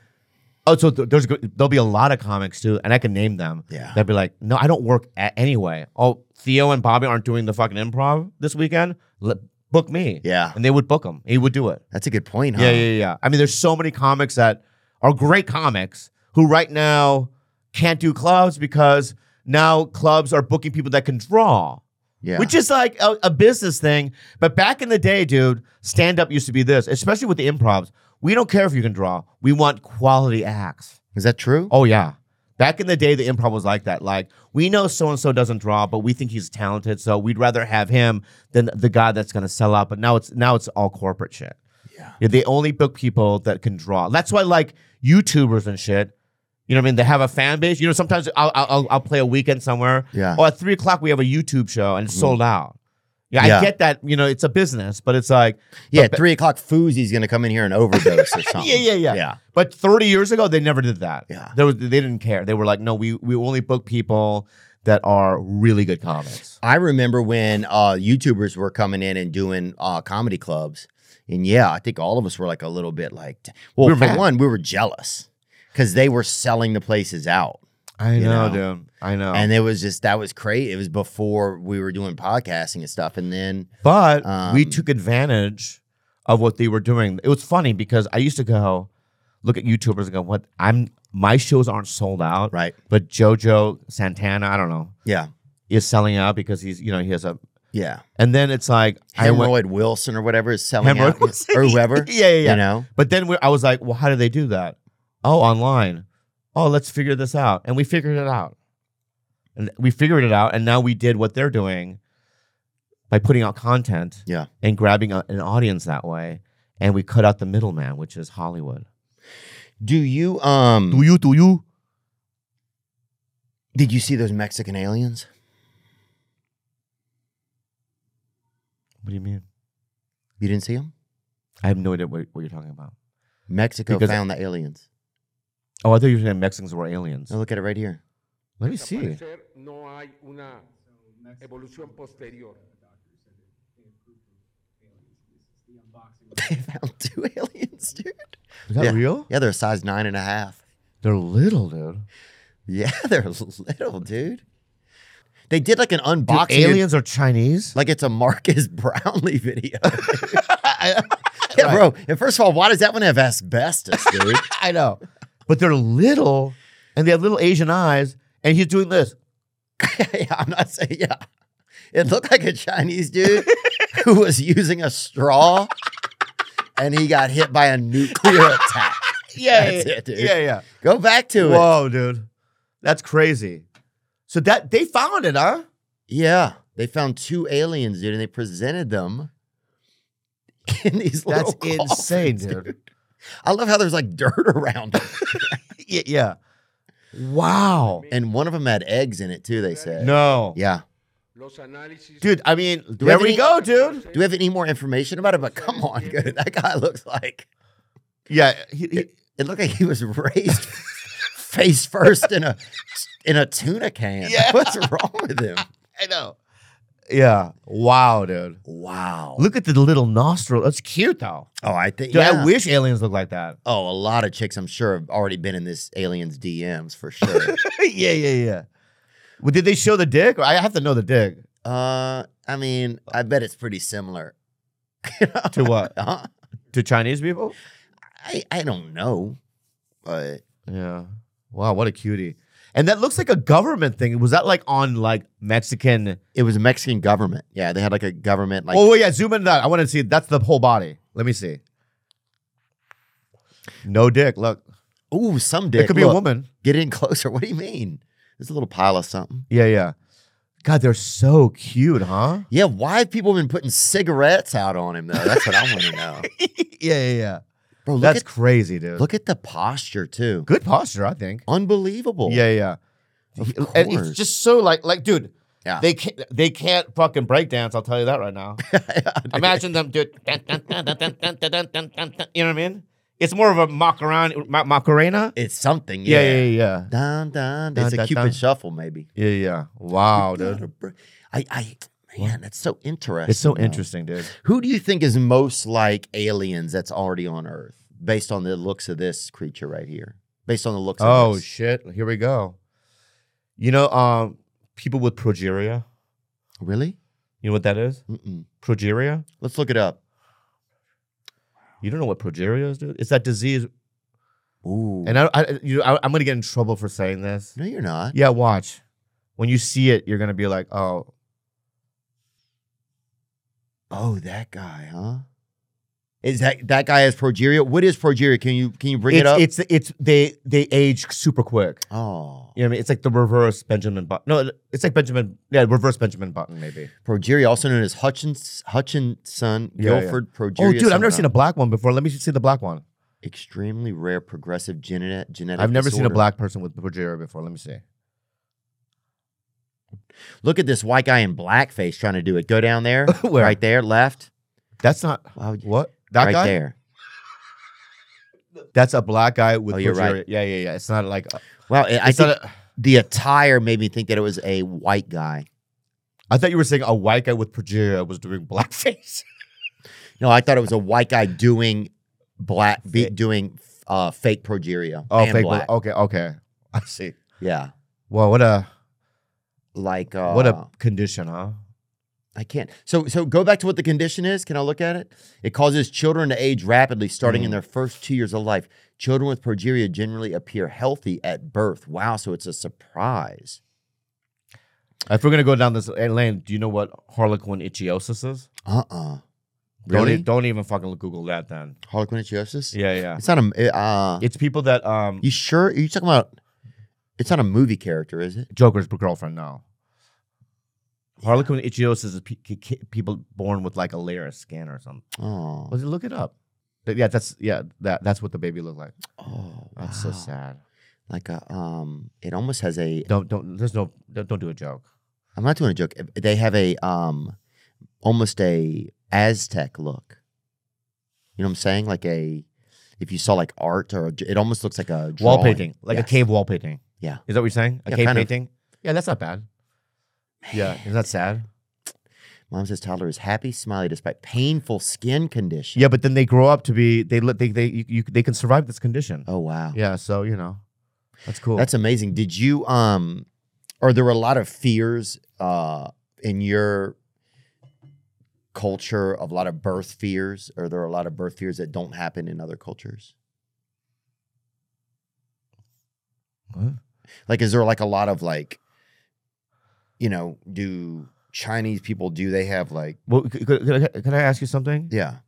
Speaker 3: oh, so th- there's go- there'll be a lot of comics too, and I can name them.
Speaker 1: Yeah.
Speaker 3: they'd be like, no, I don't work at anyway. Oh, Theo and Bobby aren't doing the fucking improv this weekend. Let, book me.
Speaker 1: Yeah.
Speaker 3: And they would book him. He would do it.
Speaker 1: That's a good point, huh?
Speaker 3: Yeah, yeah, yeah. I mean, there's so many comics that are great comics who right now can't do clubs because now clubs are booking people that can draw,
Speaker 1: Yeah.
Speaker 3: which is like a, a business thing. But back in the day, dude, stand up used to be this, especially with the improvs. We don't care if you can draw. We want quality acts.
Speaker 1: is that true?
Speaker 3: Oh yeah. Back in the day, the improv was like that. Like we know so and so doesn't draw, but we think he's talented, so we'd rather have him than the guy that's going to sell out. But now it's now it's all corporate shit. Yeah. they only book people that can draw. That's why like YouTubers and shit. You know what I mean? They have a fan base. You know, sometimes I'll I'll, I'll- I'll play a weekend somewhere.
Speaker 1: Yeah.
Speaker 3: Or at three o'clock we have a YouTube show and it's sold out. Mm. Yeah,
Speaker 1: Yeah.
Speaker 3: I get that. You know, it's a business, but it's like
Speaker 1: yeah.
Speaker 3: but-
Speaker 1: At three o'clock, Foozie's going to come in here and overdose or something.
Speaker 3: yeah, yeah, yeah,
Speaker 1: Yeah.
Speaker 3: But 30 years ago, they never did that.
Speaker 1: Yeah.
Speaker 3: there was they didn't care. They were like, no, we we only book people that are really good comics.
Speaker 1: I remember when uh, YouTubers were coming in and doing uh, comedy clubs. And yeah, I think all of us were like a little bit like, t- well,
Speaker 3: We were
Speaker 1: for
Speaker 3: mad.
Speaker 1: one, we were jealous because they were selling the places out.
Speaker 3: I
Speaker 1: You
Speaker 3: know,
Speaker 1: know?
Speaker 3: dude. I know.
Speaker 1: And it was just, that was crazy. It was before we were doing podcasting and stuff. And then,
Speaker 3: but we
Speaker 1: um,
Speaker 3: took advantage of what they were doing. It was funny because I used to go look at YouTubers and go, what I'm my shows aren't sold out,
Speaker 1: right.
Speaker 3: but JoJo Santana, I don't know,
Speaker 1: Yeah.
Speaker 3: is selling out because he's you know he has a.
Speaker 1: Yeah.
Speaker 3: And then it's like I went-
Speaker 1: Hemorrhoid Wilson or whatever is selling
Speaker 3: Hemorrhoid
Speaker 1: out.
Speaker 3: Wilson.
Speaker 1: Or whoever.
Speaker 3: Yeah, yeah, yeah.
Speaker 1: You know?
Speaker 3: But then we I was like, well, how do they do that? Oh, online. Oh, let's figure this out. And we figured it out. And we figured it out. And now we did what they're doing by putting out content
Speaker 1: Yeah.
Speaker 3: and grabbing a, an audience that way. And we cut out the middleman, which is Hollywood.
Speaker 1: Do you, um,
Speaker 3: you, do you?
Speaker 1: did you see those Mexican aliens?
Speaker 3: What do you mean?
Speaker 1: You didn't see them?
Speaker 3: I have no idea what, what you're talking about.
Speaker 1: Mexico
Speaker 3: Because-
Speaker 1: found the aliens.
Speaker 3: Oh, I thought you were saying Mexicans were aliens.
Speaker 1: Now look at it right here.
Speaker 3: Let me see.
Speaker 7: parecer, no hay una evolución posterior.
Speaker 1: They found two aliens, dude.
Speaker 3: Is that
Speaker 1: yeah.
Speaker 3: real?
Speaker 1: Yeah, they're a size nine and a half.
Speaker 3: They're little, dude.
Speaker 1: Yeah, they're little, dude. They did like an
Speaker 3: Dude,
Speaker 1: unboxing.
Speaker 3: aliens are Chinese?
Speaker 1: Like it's a Marcus Brownlee video. yeah, bro. And first of all, why does that one have asbestos, dude?
Speaker 3: I know. But they're little and they have little Asian eyes, and he's doing this.
Speaker 1: yeah, I'm not saying, yeah. It looked like a Chinese dude who was using a straw and he got hit by a nuclear attack.
Speaker 3: Yeah,
Speaker 1: That's
Speaker 3: yeah,
Speaker 1: it, dude.
Speaker 3: yeah, yeah.
Speaker 1: Go back to it.
Speaker 3: Whoa, dude. That's crazy. So that they found it, huh?
Speaker 1: Yeah, they found two aliens, dude, and they presented them in these little
Speaker 3: That's
Speaker 1: coffins,
Speaker 3: insane, dude.
Speaker 1: I love how there's like dirt around them,
Speaker 3: Yeah, yeah. Wow.
Speaker 1: and one of them had eggs in it too. They said,
Speaker 3: No.
Speaker 1: yeah."
Speaker 7: Los análisis
Speaker 3: Dude, I mean,
Speaker 1: we
Speaker 3: there
Speaker 1: have
Speaker 3: we
Speaker 1: any-
Speaker 3: go, dude.
Speaker 1: Do we have any more information about it? But come on, dude, that guy looks like
Speaker 3: Yeah. He, he-
Speaker 1: it looked like he was raised face first in a in a tuna can.
Speaker 3: Yeah.
Speaker 1: What's wrong with him?
Speaker 3: I know. Yeah. Wow, dude.
Speaker 1: Wow.
Speaker 3: Look at the little nostril. That's cute, though.
Speaker 1: Oh, I think.
Speaker 3: Dude,
Speaker 1: yeah.
Speaker 3: I wish aliens looked like that.
Speaker 1: Oh, a lot of chicks, I'm sure, have already been in this aliens DMs for sure.
Speaker 3: yeah, yeah, yeah. Well, did they show the dick? I have to know the dick.
Speaker 1: Uh, I mean, I bet it's pretty similar.
Speaker 3: To what?
Speaker 1: Uh,
Speaker 3: to Chinese people?
Speaker 1: I I don't know, but
Speaker 3: Yeah. Wow, what a cutie. And that looks like a government thing. Was that like on like Mexican?
Speaker 1: it was a Mexican government. Yeah, they had like a government like
Speaker 3: oh yeah, zoom in that. I want to see. That's the whole body. Let me see. No dick. Look,
Speaker 1: ooh, some dick.
Speaker 3: it could be
Speaker 1: Look,
Speaker 3: a woman.
Speaker 1: Get in closer. What do you mean? There's a little pile of something.
Speaker 3: Yeah, yeah. God, they're so cute, huh?
Speaker 1: Yeah, why have people been putting cigarettes out on him though? That's what I want to know,
Speaker 3: yeah, yeah, yeah.
Speaker 1: bro. Look
Speaker 3: That's
Speaker 1: at
Speaker 3: crazy, dude.
Speaker 1: look at the posture too.
Speaker 3: good posture, I think.
Speaker 1: Unbelievable.
Speaker 3: Yeah, yeah.
Speaker 1: Of
Speaker 3: And it's
Speaker 1: course.
Speaker 3: just so like, like, dude.
Speaker 1: Yeah.
Speaker 3: They can't. They can't fucking break dance. I'll tell you that right now. Imagine them, dude. You know what I mean? It's more of a macaron- ma- macarena.
Speaker 1: it's something.
Speaker 3: Yeah,
Speaker 1: Yeah,
Speaker 3: yeah, yeah.
Speaker 1: Dun, dun,
Speaker 3: Dun,
Speaker 1: It's a
Speaker 3: dun,
Speaker 1: Cupid
Speaker 3: dun.
Speaker 1: shuffle, maybe.
Speaker 3: Yeah, yeah. Wow,
Speaker 1: Not a
Speaker 3: dude.
Speaker 1: br- I, I, man, that's so interesting.
Speaker 3: It's so
Speaker 1: though.
Speaker 3: interesting, dude.
Speaker 1: Who do you think is most like aliens that's already on Earth, based on the looks of this creature right here? Based on the looks. of
Speaker 3: Oh
Speaker 1: this?
Speaker 3: shit. Here we go. You know, um, people with progeria.
Speaker 1: really?
Speaker 3: You know what that is?
Speaker 1: Mm-mm.
Speaker 3: Progeria.
Speaker 1: Let's look it up.
Speaker 3: You don't know what progeria is, dude? It's that disease.
Speaker 1: Ooh.
Speaker 3: And I, I you, I, I'm gonna get in trouble for saying this.
Speaker 1: no, you're not.
Speaker 3: Yeah, watch. When you see it, you're gonna be like, oh,
Speaker 1: Oh, that guy, huh? Is that that guy has progeria? What is progeria? Can you can you bring it
Speaker 3: it's,
Speaker 1: up?
Speaker 3: It's it's they they age super quick.
Speaker 1: oh,
Speaker 3: You know what I mean? It's like the reverse Benjamin Button. No, it's like Benjamin. Yeah, reverse Benjamin Button maybe.
Speaker 1: progeria, also known as Hutchins Hutchinson
Speaker 3: Yeah, yeah.
Speaker 1: Guilford progeria.
Speaker 3: Oh, dude, I've never
Speaker 1: syndrome.
Speaker 3: seen a black one before. Let me see the black one.
Speaker 1: extremely rare progressive genetic genetic.
Speaker 3: I've never seen a
Speaker 1: disorder.
Speaker 3: black person with progeria before. Let me see.
Speaker 1: Look at this white guy in blackface trying to do it. Go down there,
Speaker 3: Where?
Speaker 1: right there, left.
Speaker 3: That's not
Speaker 1: Why would you-
Speaker 3: what that
Speaker 1: right
Speaker 3: guy.
Speaker 1: there.
Speaker 3: That's a black guy with
Speaker 1: Oh,
Speaker 3: progeria.
Speaker 1: you're right.
Speaker 3: Yeah, yeah, yeah. It's not like
Speaker 1: Well, I- I
Speaker 3: It's
Speaker 1: think
Speaker 3: not a-
Speaker 1: the attire made me think that it was a white guy.
Speaker 3: I thought you were saying a white guy with progeria was doing blackface.
Speaker 1: No, I thought it was a white guy doing black, be, doing uh, fake progeria.
Speaker 3: Oh,
Speaker 1: and
Speaker 3: fake
Speaker 1: black.
Speaker 3: black. Okay, okay. I see.
Speaker 1: Yeah,
Speaker 3: Well, what a
Speaker 1: like uh,
Speaker 3: what a condition, huh?
Speaker 1: I can't. So so go back to what the condition is. Can I look at it? It causes children to age rapidly, starting
Speaker 3: Mm-hmm.
Speaker 1: in their first two years of life. Children with progeria generally appear healthy at birth. Wow, so it's a surprise.
Speaker 3: If we're gonna go down this lane, do you know what harlequin ichiosis is?
Speaker 1: Uh uh
Speaker 3: Uh-uh. Don't,
Speaker 1: Really?
Speaker 3: e- don't even fucking Google that then.
Speaker 1: Harlequin ichiosis.
Speaker 3: Yeah, yeah.
Speaker 1: It's not a. it, Uh,
Speaker 3: It's people that um
Speaker 1: you sure? Are you talking about? It's not a movie character, is it?
Speaker 3: Joker's girlfriend now. Harlequin ichiosis is pe- ki- ki- people born with like a layer of skin or something.
Speaker 1: Oh,
Speaker 3: Was it look it up? Th- Yeah, that's yeah, that that's what the baby looked like.
Speaker 1: oh,
Speaker 3: That's
Speaker 1: wow.
Speaker 3: so sad.
Speaker 1: Like a um, it almost has a.
Speaker 3: Don't don't there's no don't, don't do a joke.
Speaker 1: I'm not doing a joke. They have a um, almost a Aztec look. You know what I'm saying? Like a, if you saw like art or a, it almost looks like a
Speaker 3: Wall
Speaker 1: drawing.
Speaker 3: painting, like
Speaker 1: Yeah.
Speaker 3: a cave wall painting.
Speaker 1: Yeah.
Speaker 3: Is that what you're saying? A
Speaker 1: Yeah,
Speaker 3: cave
Speaker 1: kind of.
Speaker 3: painting? Yeah, that's not bad. Yeah, is that sad?
Speaker 1: Mom says Tyler is happy, smiley despite painful skin condition.
Speaker 3: Yeah, but then they grow up to be they li- they they you, you, they can survive this condition.
Speaker 1: Oh wow.
Speaker 3: Yeah, so you know, that's cool.
Speaker 1: That's amazing. Did you um are there a lot of fears uh in your culture of a lot of birth fears? Are there a lot of birth fears that don't happen in other cultures?
Speaker 3: What?
Speaker 1: Like is there like a lot of like you know, do Chinese people do they have like
Speaker 3: Well, c- c- can, I- can I ask you something?
Speaker 1: yeah.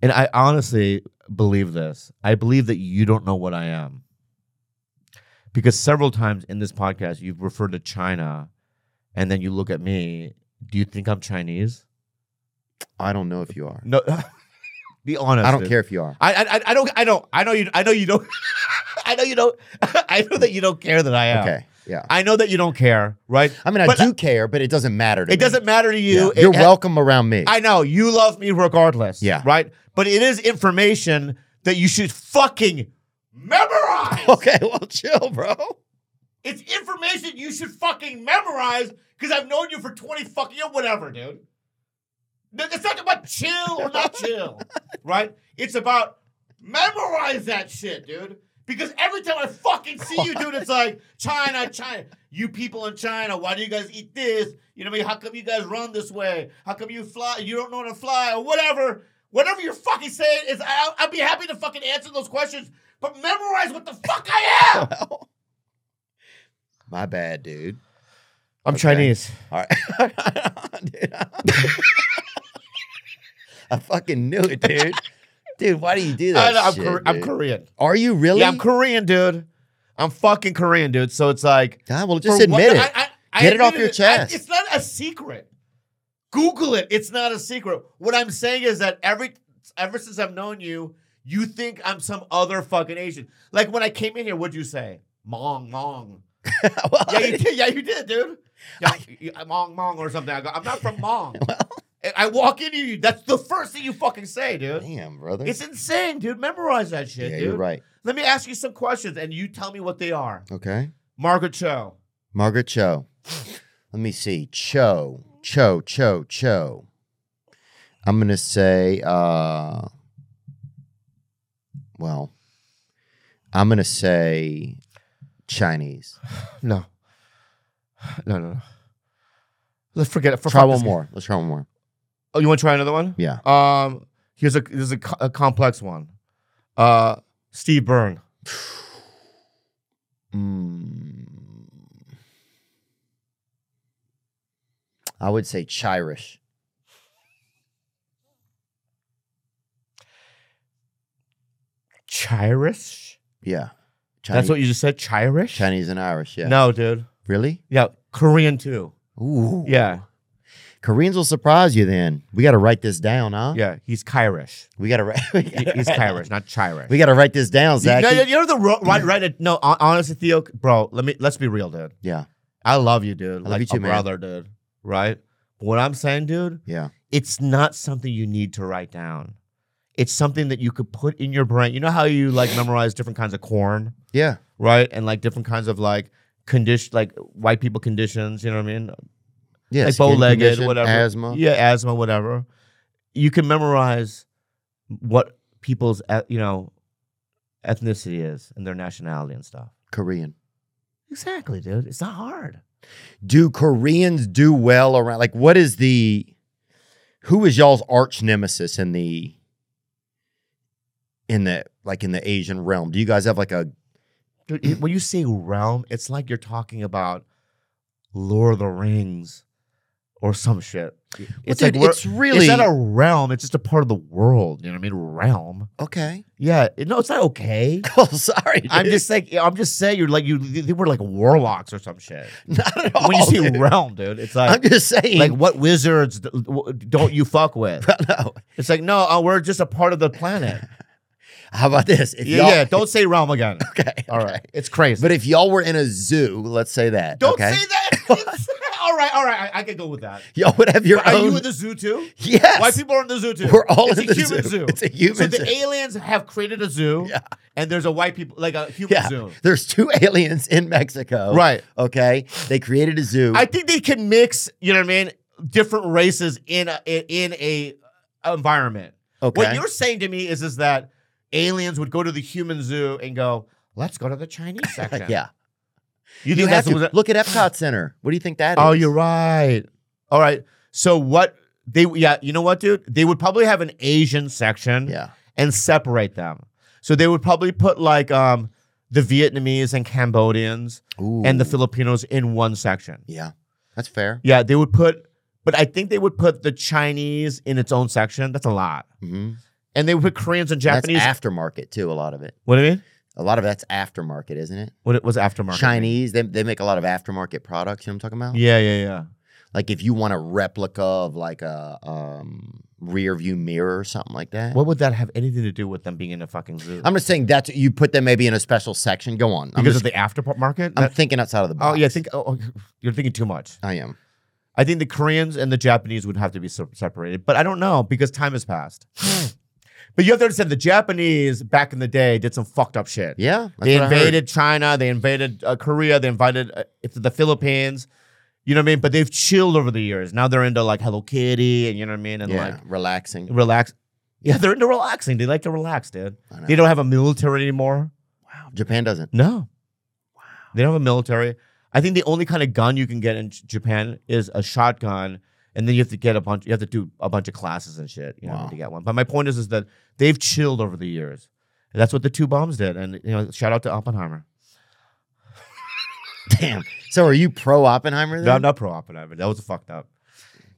Speaker 3: And I honestly believe this. I believe that you don't know what I am, because several times in this podcast you've referred to China, and then you look at me. Do you think I'm Chinese?
Speaker 1: I don't know if you are.
Speaker 3: No. be honest.
Speaker 1: I don't
Speaker 3: dude.
Speaker 1: care if you are.
Speaker 3: I, I I don't I know I know you I know you don't I know you don't I know that you don't care that I am.
Speaker 1: Okay. Yeah.
Speaker 3: I know that you don't care, right?
Speaker 1: I mean, I
Speaker 3: But
Speaker 1: do care, but it doesn't matter to me.
Speaker 3: It doesn't matter to
Speaker 1: Yeah.
Speaker 3: you. It-
Speaker 1: You're welcome around me.
Speaker 3: I know you love me regardless.
Speaker 1: Yeah.
Speaker 3: Right. But it is information that you should fucking memorize.
Speaker 1: okay, well chill, bro.
Speaker 3: It's information you should fucking memorize because I've known you for twenty fucking years, whatever, dude. Th- It's not about chill or not chill, right? It's about memorize that shit, dude. Because every time I fucking see you, dude, it's like China, China. You people in China, why do you guys eat this? You know what I mean? How come you guys run this way? How come you fly? You don't know how to fly or whatever. Whatever you're fucking saying is, I'll, I'll be happy to fucking answer those questions, but memorize what the fuck I am.
Speaker 1: Well, my bad, dude.
Speaker 3: I'm
Speaker 1: Chinese. All right. Dude, I fucking knew it, dude. Dude, why do you do
Speaker 3: I
Speaker 1: that?
Speaker 3: know, I'm,
Speaker 1: shit,
Speaker 3: Kor- I'm
Speaker 1: dude?
Speaker 3: Korean.
Speaker 1: Are you really?
Speaker 3: Yeah, I'm Korean, dude. I'm fucking Korean, dude. So it's like,
Speaker 1: God, well, just
Speaker 3: for what-
Speaker 1: admit it.
Speaker 3: I- I- I
Speaker 1: Get it off
Speaker 3: admitted
Speaker 1: your
Speaker 3: I-
Speaker 1: chest.
Speaker 3: it's not a secret. Google it. It's not a secret. What I'm saying is that every ever since I've known you, you think I'm some other fucking Asian. Like when I came in here, what'd you say? Mong, mong.
Speaker 1: Well,
Speaker 3: Yeah, you did. Yeah, you did, dude. Yeah, you- you- mong, mong, or something. I go, I'm not from Mong. And I walk into you. That's the first thing you fucking say, dude.
Speaker 1: Damn, brother.
Speaker 3: It's insane, dude. Memorize that
Speaker 1: yeah,
Speaker 3: shit, dude.
Speaker 1: you're right.
Speaker 3: Let me ask you some questions and you tell me what they are.
Speaker 1: Okay.
Speaker 3: Margaret Cho.
Speaker 1: Margaret Cho. Let me see. Cho. Cho, Cho, Cho. I'm going to say, uh, well, I'm going to say Chinese.
Speaker 3: No. No, no, no. Let's forget it. For
Speaker 1: Try
Speaker 3: fuck
Speaker 1: one
Speaker 3: this-
Speaker 1: more. Let's try one more.
Speaker 3: Oh, you want to try another one?
Speaker 1: Yeah.
Speaker 3: Um, here's a this is a, co- a complex one. Uh, Steve Byrne.
Speaker 1: I would say Chirish.
Speaker 3: Chirish.
Speaker 1: Yeah. Chinese,
Speaker 3: That's what you just said. Chirish.
Speaker 1: Chinese and Irish. Yeah.
Speaker 3: No, dude.
Speaker 1: Really?
Speaker 3: Yeah, Korean too.
Speaker 1: Ooh.
Speaker 3: Yeah,
Speaker 1: Koreans will surprise you then. We got to write this down, huh?
Speaker 3: yeah. He's Kyrish.
Speaker 1: We got to write.
Speaker 3: He- He's Kyrish, not Chirish.
Speaker 1: We got to write this down,
Speaker 3: You-
Speaker 1: Zach.
Speaker 3: no, you know the ro- right, right. No, hon- honestly, Theo, bro. Let me let's be real, dude.
Speaker 1: yeah.
Speaker 3: I love you, dude.
Speaker 1: love
Speaker 3: like
Speaker 1: you too,
Speaker 3: a
Speaker 1: man.
Speaker 3: brother, dude. Right. But what I'm saying, dude,
Speaker 1: Yeah.
Speaker 3: it's not something you need to write down. It's something that you could put in your brain. You know how you like memorize different kinds of corn,
Speaker 1: Yeah.
Speaker 3: right? And like different kinds of like condition, like white people conditions. You know what I mean?
Speaker 1: Yeah.
Speaker 3: like
Speaker 1: skin
Speaker 3: bow-legged,
Speaker 1: condition,
Speaker 3: whatever.
Speaker 1: Asthma.
Speaker 3: Yeah, asthma, whatever. You can memorize what people's eth- you know ethnicity is and their nationality and stuff.
Speaker 1: Korean.
Speaker 3: Exactly, dude. It's not hard.
Speaker 1: Do Koreans do well around? Like, what is the? Who is y'all's arch nemesis in the? In the like in the Asian realm, do you guys have like a?
Speaker 3: Dude, it- when you say realm, it's like you're talking about Lord of the Rings or some shit. It's
Speaker 1: dude,
Speaker 3: we're-
Speaker 1: it's really-
Speaker 3: it's not a realm. It's just a part of the world. You know what I mean? Realm.
Speaker 1: Okay.
Speaker 3: Yeah. it- no, it's not okay.
Speaker 1: Oh, sorry. Dude.
Speaker 3: I'm just like I'm just saying you're like you they were like warlocks or some shit.
Speaker 1: not at all.
Speaker 3: when you see
Speaker 1: Oh, dude.
Speaker 3: realm, dude, it's
Speaker 1: I'm
Speaker 3: like
Speaker 1: just saying.
Speaker 3: like what wizards d- w- don't you fuck with?
Speaker 1: no.
Speaker 3: It's like no, uh, we're just a part of the planet.
Speaker 1: How about this? If
Speaker 3: Yeah,
Speaker 1: y'all-
Speaker 3: yeah, don't say realm again.
Speaker 1: Okay.
Speaker 3: All right, it's crazy.
Speaker 1: But if y'all were in a zoo, let's say that.
Speaker 3: don't
Speaker 1: okay?
Speaker 3: say that. all right, all right, I, I can go with that.
Speaker 1: Y'all would have your
Speaker 3: Are
Speaker 1: own.
Speaker 3: you in the zoo too?
Speaker 1: yes.
Speaker 3: White people are in the zoo too.
Speaker 1: We're all
Speaker 3: it's
Speaker 1: in
Speaker 3: a
Speaker 1: the
Speaker 3: human
Speaker 1: zoo.
Speaker 3: zoo.
Speaker 1: It's a human
Speaker 3: so
Speaker 1: zoo.
Speaker 3: the aliens have created a zoo,
Speaker 1: Yeah.
Speaker 3: and there's a white people like a human
Speaker 1: Yeah. Oh.
Speaker 3: zoo.
Speaker 1: There's two aliens in Mexico.
Speaker 3: Right.
Speaker 1: Okay. They created a zoo.
Speaker 3: I think they can mix, you know what I mean, different races in a, in a environment.
Speaker 1: okay.
Speaker 3: What you're saying to me is is that aliens would go to the human zoo and go, "Let's go to the Chinese section."
Speaker 1: yeah.
Speaker 3: you
Speaker 1: You
Speaker 3: think
Speaker 1: have
Speaker 3: that's
Speaker 1: to.
Speaker 3: what-
Speaker 1: Look at Epcot Center. What do you think that is?
Speaker 3: Oh, you're right. All right. So what they yeah, you know what, dude? They would probably have an Asian section
Speaker 1: Yeah.
Speaker 3: and separate them. So they would probably put like um the Vietnamese and Cambodians
Speaker 1: Ooh.
Speaker 3: and the Filipinos in one section.
Speaker 1: Yeah. That's fair.
Speaker 3: Yeah, they would put, but I think they would put the Chinese in its own section. That's a lot.
Speaker 1: Mhm.
Speaker 3: And they would put Koreans and Japanese.
Speaker 1: That's aftermarket too. A lot of it.
Speaker 3: what do you mean?
Speaker 1: A lot of that's aftermarket, isn't it?
Speaker 3: What it was aftermarket.
Speaker 1: Chinese. They, they make a lot of aftermarket products. You know what I'm talking about?
Speaker 3: Yeah, yeah, yeah.
Speaker 1: Like if you want a replica of like a um, rear view mirror or something like that.
Speaker 3: What would that have anything to do with them being in a fucking zoo?
Speaker 1: I'm just saying that's you put them maybe in a special section. Go on. I'm,
Speaker 3: because
Speaker 1: just,
Speaker 3: of the aftermarket.
Speaker 1: I'm
Speaker 3: That-
Speaker 1: thinking outside of the
Speaker 3: oh
Speaker 1: box.
Speaker 3: yeah, I think oh, oh, you're thinking too much.
Speaker 1: I am.
Speaker 3: I think the Koreans and the Japanese would have to be se- separated, but I don't know because time has passed. but you have to understand the Japanese back in the day did some fucked up shit.
Speaker 1: Yeah. that's
Speaker 3: they
Speaker 1: what I heard.
Speaker 3: invaded China. They invaded uh, Korea. They invaded uh, it's the Philippines. You know what I mean? But they've chilled over the years. Now they're into like Hello Kitty and you know what I mean? And
Speaker 1: Yeah,
Speaker 3: like
Speaker 1: relaxing.
Speaker 3: relax. Yeah, they're into relaxing. They like to relax, dude.
Speaker 1: I know.
Speaker 3: They don't have a military anymore.
Speaker 1: Japan doesn't.
Speaker 3: No. Wow. They don't have a military. I think the only kind of gun you can get in J- Japan is a shotgun, and then you have to get a bunch. You have to do a bunch of classes and shit. You know,
Speaker 1: Wow.
Speaker 3: to get one. But my point is, is that they've chilled over the years. And that's what the two bombs did. And you know, shout out to Oppenheimer.
Speaker 1: Damn. So are you pro Oppenheimer? Then?
Speaker 3: No, I'm not pro Oppenheimer. That was fucked up.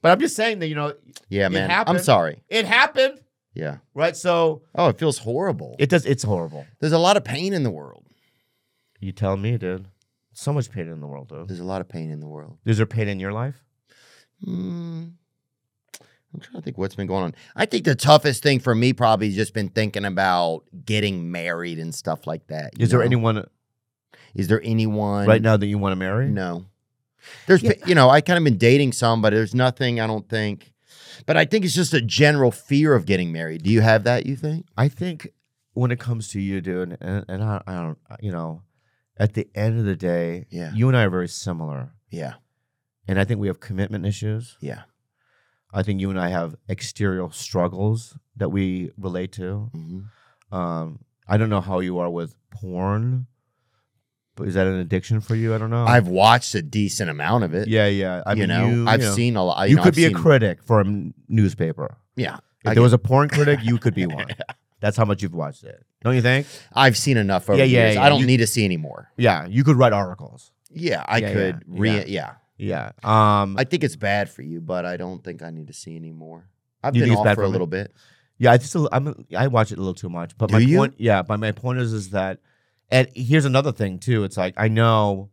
Speaker 3: But I'm just saying that you know
Speaker 1: Yeah,
Speaker 3: It
Speaker 1: man. I'm
Speaker 3: happened.
Speaker 1: sorry.
Speaker 3: it happened,
Speaker 1: Yeah.
Speaker 3: right? So
Speaker 1: Oh, it feels horrible.
Speaker 3: it does. It's horrible.
Speaker 1: There's a lot of pain in the world.
Speaker 3: You tell me, dude. So much pain in the world, dude.
Speaker 1: There's a lot of pain in the world.
Speaker 3: Is there pain in your life?
Speaker 1: Mm. I'm trying to think what's been going on. I think the toughest thing for me probably has just been thinking about getting married and stuff like that. you
Speaker 3: Is there
Speaker 1: know?
Speaker 3: anyone
Speaker 1: Is there anyone
Speaker 3: right now that you want to marry?
Speaker 1: No. There's,
Speaker 3: Yeah.
Speaker 1: been- you know, I kind of been dating some, but there's nothing I don't think. But I think it's just a general fear of getting married. Do you have that? You think?
Speaker 3: I think when it comes to you, dude, and, and I, I don't, you know, at the end of the day,
Speaker 1: Yeah.
Speaker 3: you and I are very similar,
Speaker 1: Yeah,
Speaker 3: and I think we have commitment issues.
Speaker 1: yeah,
Speaker 3: I think you and I have exterior struggles that we relate to.
Speaker 1: hmm
Speaker 3: Um, I don't know how you are with porn, But is that an addiction for you? I don't know.
Speaker 1: I've watched a decent amount of it.
Speaker 3: yeah, yeah. I
Speaker 1: you
Speaker 3: mean,
Speaker 1: know,
Speaker 3: you,
Speaker 1: I've
Speaker 3: you know,
Speaker 1: seen a lot.
Speaker 3: You, could
Speaker 1: I've
Speaker 3: be a
Speaker 1: seen-
Speaker 3: critic for a m- newspaper.
Speaker 1: Yeah,
Speaker 3: If
Speaker 1: I
Speaker 3: there was a porn critic, you could be one. That's how much you've watched it. Don't you think?
Speaker 1: I've seen enough over
Speaker 3: Yeah,
Speaker 1: the
Speaker 3: yeah,
Speaker 1: years.
Speaker 3: yeah.
Speaker 1: I don't
Speaker 3: You-
Speaker 1: need to see any more.
Speaker 3: Yeah, you could write articles.
Speaker 1: Yeah, I
Speaker 3: Yeah,
Speaker 1: could
Speaker 3: yeah,
Speaker 1: re. Yeah.
Speaker 3: yeah. Yeah. Um.
Speaker 1: I think it's bad for you, but I don't think I need to see any more. I've
Speaker 3: You
Speaker 1: been
Speaker 3: think it's
Speaker 1: off
Speaker 3: bad
Speaker 1: for a
Speaker 3: for me?
Speaker 1: little bit.
Speaker 3: yeah. I just. a li- I'm. I watch it a little too much. But
Speaker 1: Do
Speaker 3: my
Speaker 1: you?
Speaker 3: point. Yeah. But my point is, is that, and here's another thing too. It's like I know.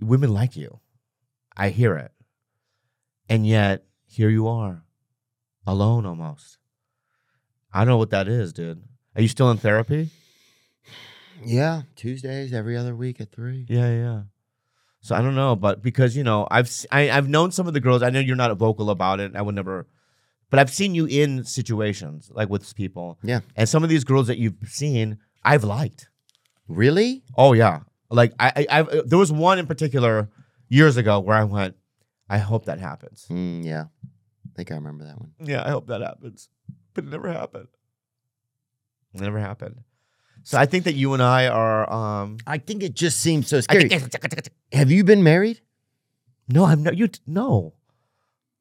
Speaker 3: Women like you, I hear it, and yet here you are, alone almost. I don't know what that is, dude. Are you still in therapy?
Speaker 1: Yeah, Tuesdays every other week at three.
Speaker 3: Yeah, yeah. So I don't know, but because you know, I've s- I, have i have known some of the girls. I know you're not vocal about it. I would never, but I've seen you in situations like with people.
Speaker 1: Yeah.
Speaker 3: and some of these girls that you've seen, I've liked.
Speaker 1: Really?
Speaker 3: Oh yeah, like I, I I've, there was one in particular years ago where I went, I hope that happens.
Speaker 1: Mm, yeah, I think I remember that one.
Speaker 3: Yeah, I hope that happens, but it never happened. It never happened. So I think that you and I are. um
Speaker 1: I think it just seems so
Speaker 3: I
Speaker 1: scary.
Speaker 3: think
Speaker 1: Have you been married?
Speaker 3: No, I'm not. You t- no.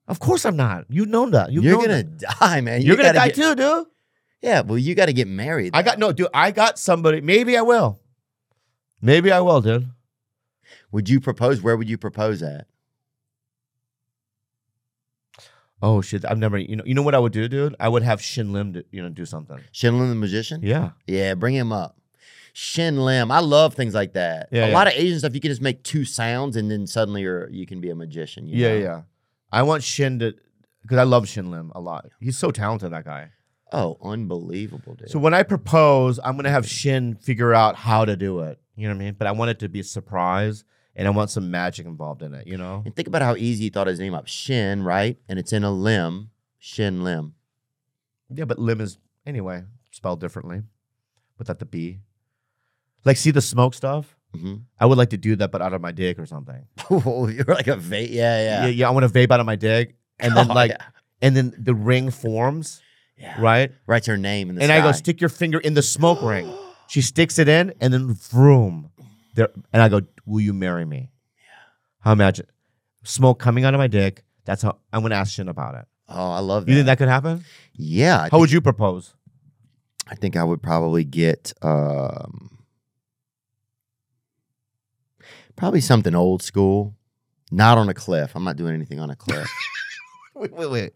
Speaker 3: Of course I'm not. You know that. You
Speaker 1: are
Speaker 3: know
Speaker 1: gonna
Speaker 3: that.
Speaker 1: die, man. You
Speaker 3: You're gonna
Speaker 1: gotta
Speaker 3: die
Speaker 1: get-
Speaker 3: too, dude.
Speaker 1: Yeah, well, you got to get married.
Speaker 3: I got no, dude. I got somebody. Maybe I will. Maybe I will, dude.
Speaker 1: Would you propose? Where would you propose at?
Speaker 3: Oh shit! I've never. You know. You know what I would do, dude? I would have Shin Lim, do, you know, do something.
Speaker 1: Shinlim the magician?
Speaker 3: Yeah.
Speaker 1: Yeah, bring him up. Shin Lim. I love things like that.
Speaker 3: Yeah,
Speaker 1: a
Speaker 3: yeah.
Speaker 1: lot of Asian stuff, you can just make two sounds and then suddenly you're, you can be a magician. you
Speaker 3: Yeah,
Speaker 1: know?
Speaker 3: yeah. I want Shin to, because I love Shin Lim a lot. He's so talented, that guy.
Speaker 1: Oh, unbelievable, dude.
Speaker 3: So when I propose, I'm gonna have Shin figure out how to do it. You know what I mean? But I want it to be a surprise, and I want some magic involved in it. You know?
Speaker 1: and think about how easy he thought his name up. Shin, right? And it's in a limb. Shin Lim.
Speaker 3: Yeah, but lim is anyway spelled differently, without the b. Like, see the smoke stuff.
Speaker 1: hmm
Speaker 3: I would like to do that, but out of my dick or something.
Speaker 1: Mm-hmm. you're like a va Yeah,
Speaker 3: Yeah, yeah.
Speaker 1: yeah.
Speaker 3: I want to vape out of my dick, and then
Speaker 1: Oh,
Speaker 3: like,
Speaker 1: yeah.
Speaker 3: and then the ring forms,
Speaker 1: yeah.
Speaker 3: right?
Speaker 1: Writes her name in the
Speaker 3: and I go
Speaker 1: sky.
Speaker 3: stick your finger in the smoke ring. She sticks it in, and then vroom. There, and I go, "Will you marry me?" Yeah. How imagine smoke coming out of my dick. That's how I'm gonna ask Shin about it.
Speaker 1: Oh, I love that.
Speaker 3: You think that could happen?
Speaker 1: yeah. I
Speaker 3: how would you propose?
Speaker 1: I think I would probably get um, probably something old school, not on a cliff. I'm not doing anything on a cliff.
Speaker 5: Wait, wait, wait.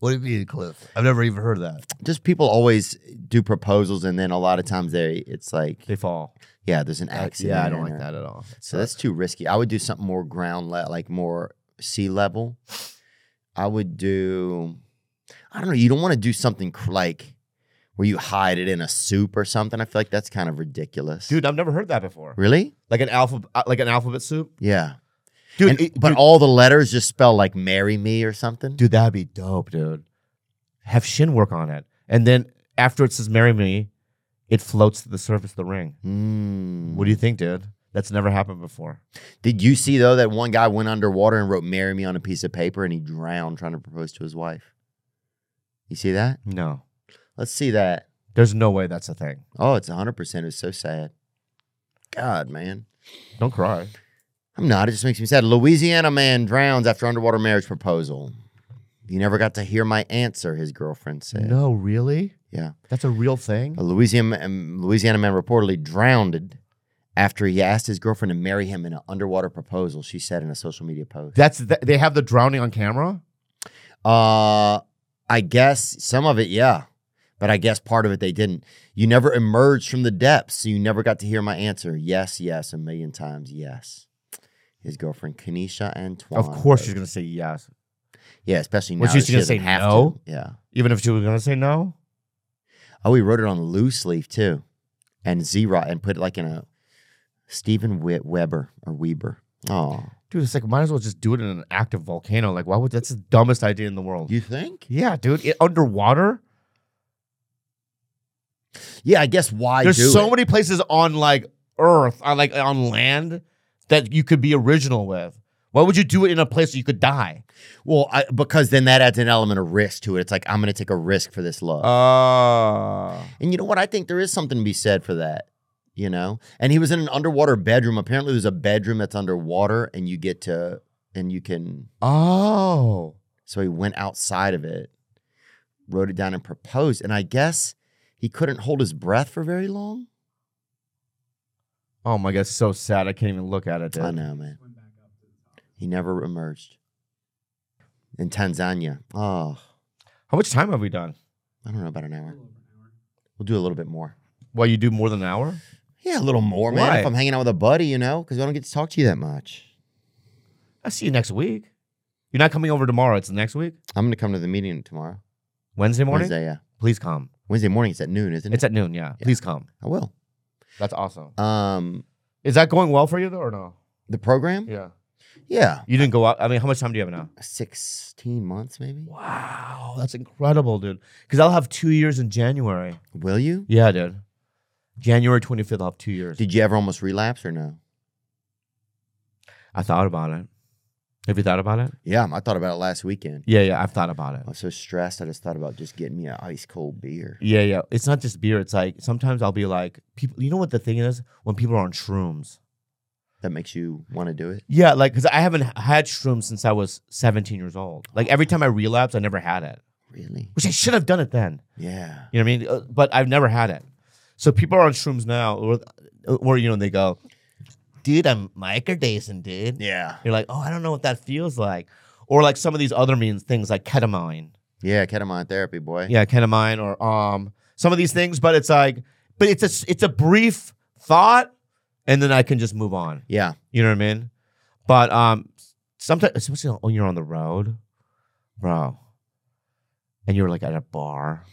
Speaker 5: What do you mean, Cliff? I've never even heard of that.
Speaker 1: Just people always do proposals, and then a lot of times they it's like,
Speaker 3: They fall.
Speaker 1: yeah, there's an
Speaker 3: Uh,
Speaker 1: accident.
Speaker 3: yeah, I don't like
Speaker 1: or-
Speaker 3: that at all.
Speaker 1: So that's too risky. I would do something more ground le- like more sea level. I would do, I don't know. You don't want to do something cr- like where you hide it in a soup or something. I feel like that's kind of ridiculous,
Speaker 3: dude. I've never heard that before.
Speaker 1: Really?
Speaker 3: Like an alpha, uh, like an alphabet soup,
Speaker 1: Yeah.
Speaker 3: dude.
Speaker 1: And-
Speaker 3: it-
Speaker 1: but
Speaker 3: dude,
Speaker 1: all the letters just spell like "marry me" or something.
Speaker 3: dude, that'd be dope, dude. Have Shin work on it, and then after it says "marry me," it floats to the surface of the ring.
Speaker 1: Mm.
Speaker 3: What do you think, dude? That's never happened before.
Speaker 1: Did you see though that one guy went underwater and wrote "marry me" on a piece of paper, and he drowned trying to propose to his wife? You see that?
Speaker 3: No,
Speaker 1: Let's see that.
Speaker 3: there's no way that's a thing.
Speaker 1: Oh, it's hundred percent. It's so sad. God, man,
Speaker 3: Don't cry.
Speaker 1: I'm not. It just makes me sad. Louisiana man drowns after underwater marriage proposal. You never got to hear my answer. His girlfriend said.
Speaker 3: No, really?
Speaker 1: Yeah.
Speaker 3: That's a real thing.
Speaker 1: A Louisiana, um, Louisiana man reportedly drowned after he asked his girlfriend to marry him in an underwater proposal, she said in a social media post.
Speaker 3: That's th- they have the drowning on camera.
Speaker 1: Uh, I guess some of it, yeah. But I guess part of it they didn't. You never emerged from the depths, so you never got to hear my answer. Yes, yes, a million times, yes. His girlfriend, Kenesha Antoine.
Speaker 3: Of course,
Speaker 1: wrote-
Speaker 3: she's gonna say yes,
Speaker 1: Yeah, especially now.
Speaker 3: Was she
Speaker 1: that
Speaker 3: just gonna
Speaker 1: doesn't
Speaker 3: say
Speaker 1: have to.
Speaker 3: no?
Speaker 1: Yeah.
Speaker 3: even if she was gonna say no.
Speaker 1: Oh, he wrote it on loose leaf too, and zero, and put it like in a Stephen Wit Weber or Weber. Oh,
Speaker 3: Dude, it's like might as well just do it in an active volcano. Like, why would that's the dumbest idea in the world?
Speaker 1: you think?
Speaker 3: Yeah, dude, it, underwater.
Speaker 1: Yeah, I guess why? do
Speaker 3: There's so
Speaker 1: it?
Speaker 3: many places on like Earth, on like on land, that you could be original with. Why would you do it in a place you could die?
Speaker 1: Well, I, because then that adds an element of risk to it. It's like I'm going to take a risk for this love,
Speaker 3: Uh,
Speaker 1: and you know what? I think there is something to be said for that. you know? And he was in an underwater bedroom. Apparently there's a bedroom that's underwater and you get to and you can
Speaker 3: Oh.
Speaker 1: so he went outside of it, wrote it down and proposed. And I guess he couldn't hold his breath for very long.
Speaker 3: Oh my god, so sad. I can't even look at it. dude.
Speaker 1: I know, man. He never emerged. In Tanzania. Oh,
Speaker 3: How much time have we done?
Speaker 1: I don't know, about an hour. We'll do a little bit more.
Speaker 3: Well, you do more than an hour?
Speaker 1: Yeah, a little more, man.
Speaker 3: Why?
Speaker 1: If I'm hanging out with a buddy, you know, because I don't get to talk to you that much.
Speaker 3: I'll see you next week. You're not coming over tomorrow. It's the next week?
Speaker 1: I'm going to come to the meeting tomorrow.
Speaker 3: Wednesday morning?
Speaker 1: Wednesday, yeah.
Speaker 3: Please come.
Speaker 1: Wednesday morning, it's at noon, isn't it?
Speaker 3: It's at noon, yeah.
Speaker 1: Yeah.
Speaker 3: Please come.
Speaker 1: I will.
Speaker 3: That's awesome.
Speaker 1: Um,
Speaker 3: Is that going well for you though or no?
Speaker 1: the program?
Speaker 3: Yeah.
Speaker 1: Yeah.
Speaker 3: You didn't go out. I mean, how much time do you have now?
Speaker 1: 16 months, maybe.
Speaker 3: Wow, that's incredible, dude. Because I'll have two years in January.
Speaker 1: Will you?
Speaker 3: Yeah, dude. January 25th, I'll have two years.
Speaker 1: Did you ever almost relapse or no?
Speaker 3: I thought about it. Have you thought about it?
Speaker 1: Yeah, I thought about it last weekend.
Speaker 3: Yeah, yeah, I've thought about it.
Speaker 1: I was so stressed, I just thought about just getting me an ice cold beer.
Speaker 3: Yeah, yeah. It's not just beer. It's like sometimes I'll be like, people. You know what the thing is when people are on shrooms.
Speaker 1: That makes you want to do it.
Speaker 3: Yeah, like because I haven't had shrooms since I was 17 years old. Like every time I relapsed, I never had it,
Speaker 1: Really?
Speaker 3: which I should have done it then.
Speaker 1: Yeah.
Speaker 3: You know what I mean? Uh, But I've never had it. So people are on shrooms now, or, or you know, they go, "Dude, I'm microdosing, dude."
Speaker 1: Yeah.
Speaker 3: You're like, "Oh, I don't know what that feels like," or like some of these other means things like ketamine.
Speaker 1: Yeah, ketamine therapy, boy.
Speaker 3: yeah, ketamine or um some of these things, but it's like, but it's a it's a brief thought, and then I can just move on.
Speaker 1: Yeah.
Speaker 3: You know what I mean? But um, sometimes especially when you're on the road, bro, and you're like at a bar,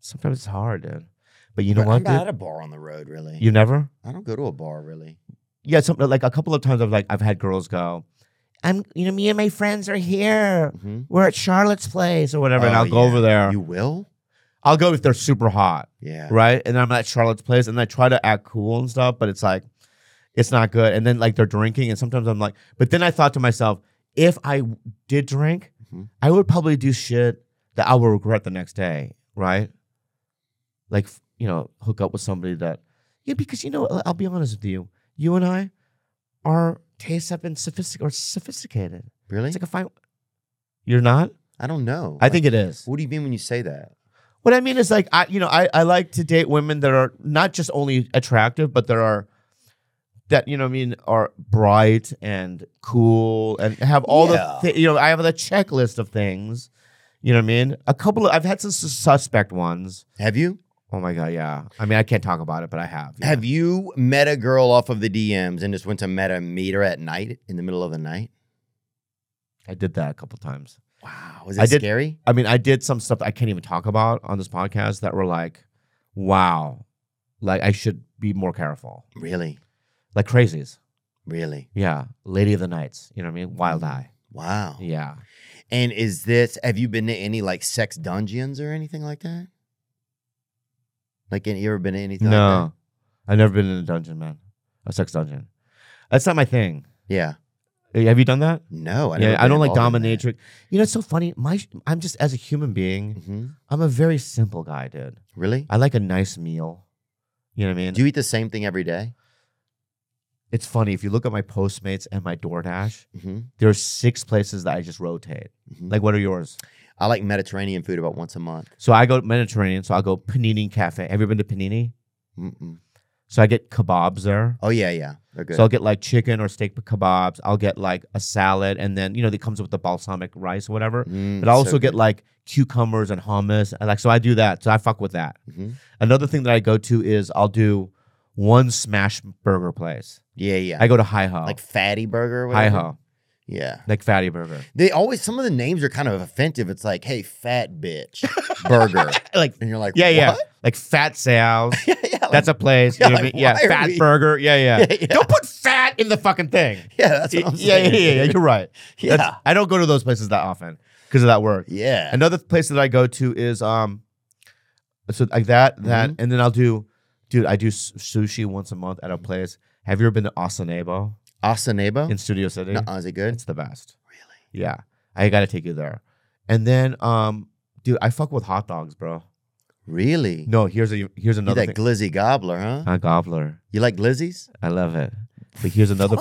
Speaker 3: sometimes it's hard, dude. But you know
Speaker 1: But
Speaker 3: what?
Speaker 1: I'm not
Speaker 3: dude?
Speaker 1: at a bar on the road, really.
Speaker 3: You never?
Speaker 1: I don't go to a bar, really.
Speaker 3: Yeah, some, like a couple of times I've like I've had girls go, I'm you know me and my friends are here.
Speaker 1: Mm-hmm.
Speaker 3: We're at Charlotte's place or whatever, and I'll go over there.
Speaker 1: Oh, You will?
Speaker 3: I'll go if they're super hot.
Speaker 1: Yeah.
Speaker 3: right? And I'm at Charlotte's place, and I try to act cool and stuff, but it's like, it's not good. And then like they're drinking, and sometimes I'm like, but then I thought to myself, if I w- did drink,
Speaker 1: Mhm.
Speaker 3: I would probably do shit that I will regret the next day, right? Like f- you know, hook up with somebody that, yeah, because you know, I- I'll be honest with you, you and I, our tastes have been sophisticated. Or sophisticated.
Speaker 1: Really?
Speaker 3: It's like a fine. You're not.
Speaker 1: I don't know.
Speaker 3: I think it is.
Speaker 1: What do you mean when you say that?
Speaker 3: What I mean is like I you know I, I like to date women that are not just only attractive but that are that you know what I mean are bright and cool and have all
Speaker 1: Yeah.
Speaker 3: the thi- you know I have the checklist of things you know what I mean a couple of I've had some sus- suspect ones
Speaker 1: Have you?
Speaker 3: oh my god yeah I mean I can't talk about it but I have yeah.
Speaker 1: Have you met a girl off of the DMs and just went to met a meter at night in the middle of the night?
Speaker 3: I did that a couple times
Speaker 1: Wow. Was it
Speaker 3: I did-
Speaker 1: scary?
Speaker 3: I mean I did some stuff that I can't even talk about on this podcast that were like wow like I should be more careful
Speaker 1: Really?
Speaker 3: like crazies
Speaker 1: Really?
Speaker 3: Yeah, Lady of the Nights. You know what I mean?
Speaker 1: Mm.
Speaker 3: Wild Eye.
Speaker 1: Wow.
Speaker 3: Yeah.
Speaker 1: And is this, have you been to any like sex dungeons or anything like that? Like, any, you ever been to anything like
Speaker 3: No, I've never been in a dungeon, man. A sex dungeon. That's not my thing.
Speaker 1: that? Yeah.
Speaker 3: Eh, Have you done that?
Speaker 1: No. I
Speaker 3: yeah, I don't like dominatrix. You know, it's so funny. My, sh- I'm just as a human being,
Speaker 1: hmm
Speaker 3: I'm a very simple guy, dude.
Speaker 1: Really?
Speaker 3: I like a nice meal. You know what I mean?
Speaker 1: Do you eat the same thing every day?
Speaker 3: it's funny if you look at my Postmates and my DoorDash.
Speaker 1: Mm-hmm.
Speaker 3: There are six places that I just rotate.
Speaker 1: Mhm.
Speaker 3: Like, what are yours?
Speaker 1: I like Mediterranean food about once a month.
Speaker 3: So I go Mediterranean. So I'll go Panini Cafe. Have you been to Panini?
Speaker 1: Mm-mm.
Speaker 3: So I get kebabs there.
Speaker 1: Oh yeah, yeah, they're good.
Speaker 3: So I'll get like chicken or steak kebabs. I'll get like a salad, and then you know it comes with the balsamic rice, or whatever.
Speaker 1: Mm,
Speaker 3: But I also
Speaker 1: so
Speaker 3: get
Speaker 1: good.
Speaker 3: like cucumbers and hummus. I like so I do that. So I fuck with that.
Speaker 1: Mhm.
Speaker 3: Another thing that I go to is I'll do one smash burger place.
Speaker 1: yeah, yeah,
Speaker 3: I go to Hi Ho,
Speaker 1: like fatty burger. Or
Speaker 3: Hi
Speaker 1: whatever.
Speaker 3: Ho,
Speaker 1: Yeah,
Speaker 3: like fatty burger,
Speaker 1: they always some of the names are kind of offensive. It's like, hey, fat bitch burger,
Speaker 3: like
Speaker 1: and you're like,
Speaker 3: yeah, yeah,
Speaker 1: what?
Speaker 3: like Fat Sal's.
Speaker 1: yeah, yeah. like-
Speaker 3: That's a place.
Speaker 1: Yeah,
Speaker 3: You know what I
Speaker 1: like,
Speaker 3: mean? yeah
Speaker 1: why are
Speaker 3: fat
Speaker 1: we-
Speaker 3: burger. Yeah, yeah.
Speaker 1: Yeah, yeah.
Speaker 3: Don't put fat in the fucking thing.
Speaker 1: yeah, that's what I'm
Speaker 3: yeah, yeah,
Speaker 1: saying.
Speaker 3: yeah, yeah. You're right.
Speaker 1: Yeah.
Speaker 3: That's- I don't go to those places that often because of that work.
Speaker 1: yeah.
Speaker 3: Another place that I go to is um, so like that
Speaker 1: Mm-hmm.
Speaker 3: that, and then I'll do, dude. I do s- sushi once a month at a place. Have you ever been to Asanebo
Speaker 1: Asanebo.
Speaker 3: in Studio City?
Speaker 1: Nuh-uh, is it good?
Speaker 3: It's the best. Really? Yeah, I gotta take you there. And then um, dude, I fuck with hot dogs, bro.
Speaker 1: Really?
Speaker 3: No, here's a here's
Speaker 1: you
Speaker 3: another
Speaker 1: that
Speaker 3: thing.
Speaker 1: glizzy gobbler, huh?
Speaker 3: Huh, gobbler.
Speaker 1: You like glizzies?
Speaker 3: I love it. But here's another.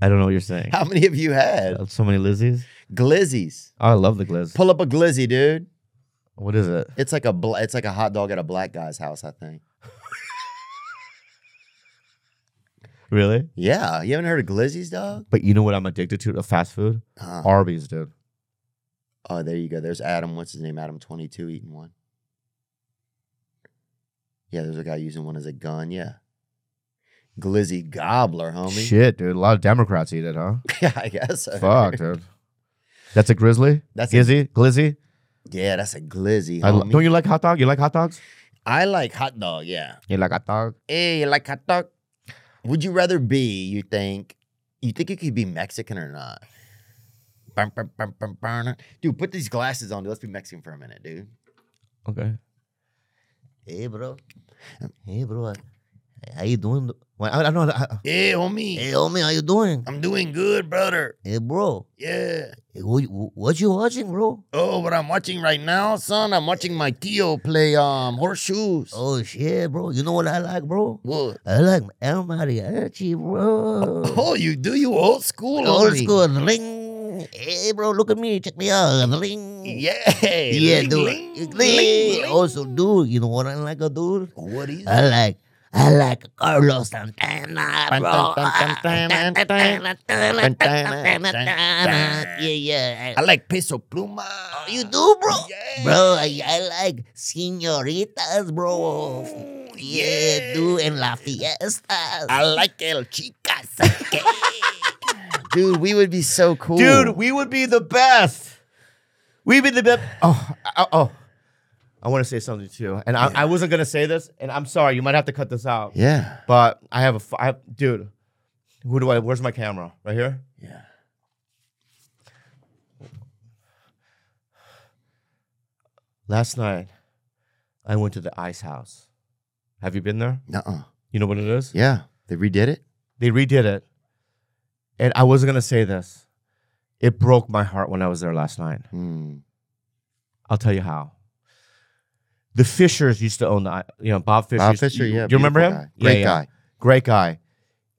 Speaker 3: I don't know what you're saying. Uh,
Speaker 1: How many have you had?
Speaker 3: So many Lizzies. Oh,
Speaker 1: Glizzies.
Speaker 3: I love the glizz.
Speaker 1: Pull up a glizzy, dude.
Speaker 3: What is it?
Speaker 1: It's like a bla- it's like a hot dog at a black guy's house, I think.
Speaker 3: Really?
Speaker 1: Yeah, you haven't heard of glizzies, dog?
Speaker 3: But you know what I'm addicted to? A fast food?
Speaker 1: Uh,
Speaker 3: Arby's, dude.
Speaker 1: oh, there you go. There's Adam. What's his name? Adam twenty two eating one. Yeah, there's a guy using one as a gun. Yeah, glizzy gobbler, homie.
Speaker 3: Shit, dude. A lot of Democrats eat it, huh?
Speaker 1: Yeah, I guess. so.
Speaker 3: Fuck, dude. That's a grizzly.
Speaker 1: That's a-
Speaker 3: Gizzy, glizzy.
Speaker 1: Yeah, that's a glizzy.
Speaker 3: I lo-
Speaker 1: Homie. I,
Speaker 3: don't you like hot dog? You like hot dogs?
Speaker 1: like hot dog. Yeah.
Speaker 3: You like hot dog?
Speaker 1: Hey, you like hot dog? Would you rather be? You think? You think you could be Mexican or not? Bum, bum, bum, bum, bum. Dude, put these glasses on. Dude. Let's be Mexican for a minute, dude.
Speaker 3: Okay.
Speaker 5: Hey, bro. Hey, bro. How you doing? Well, I, I know. I,
Speaker 1: Yeah, homie.
Speaker 5: hey, homie, how you doing?
Speaker 1: I'm doing good, brother.
Speaker 5: Hey, bro.
Speaker 1: Yeah.
Speaker 5: Hey, what, you- what you watching, bro?
Speaker 1: Oh, what I'm watching right now, son, I'm watching my Tio play um horseshoes.
Speaker 5: Oh shit, bro. You know what I like, bro?
Speaker 1: What?
Speaker 5: I like El Mariachi, bro.
Speaker 1: Oh, you do you old school?
Speaker 5: Old
Speaker 1: homie.
Speaker 5: school ring. Hey, bro, look at me. Check me out. Ring.
Speaker 1: Yeah.
Speaker 5: Yeah,
Speaker 1: Ling,
Speaker 5: dude.
Speaker 1: ling,
Speaker 5: Ling.
Speaker 1: ling, ling.
Speaker 5: Also, dude, you know what I like, uh, dude?
Speaker 1: What is
Speaker 5: I like. I like Carlos Santana, bro. Yeah, yeah.
Speaker 1: I like peso pluma.
Speaker 5: You do, bro?
Speaker 1: Yeah.
Speaker 5: Bro, I, I like senoritas, bro. Yeah, dude, and la fiestas.
Speaker 1: I like el chicas. Dude, we would be so cool.
Speaker 3: Dude, we would be the best. We'd be the best. Oh, oh, oh. I want to say something too, and I, I wasn't gonna say this, and I'm sorry. You might have to cut this out.
Speaker 1: yeah.
Speaker 3: But I have a f- I have, dude. Who do I? Where's my camera? Right here.
Speaker 1: Yeah.
Speaker 3: Last night, I went to the Ice House. Have you been there?
Speaker 1: Nuh-uh.
Speaker 3: You know what it is?
Speaker 1: Uh-uh. Yeah. They redid it?
Speaker 3: They redid it. And I wasn't going to say this. It broke my heart when I was there last night.
Speaker 1: Hmm.
Speaker 3: I'll tell you how. The Fishers used to own the, you know, Bob Fisher.
Speaker 1: Bob
Speaker 3: used to-
Speaker 1: Fisher,
Speaker 3: you,
Speaker 1: yeah.
Speaker 3: Do you remember him?
Speaker 1: beautiful Guy. Great
Speaker 3: Yeah, yeah.
Speaker 1: guy.
Speaker 3: Great guy.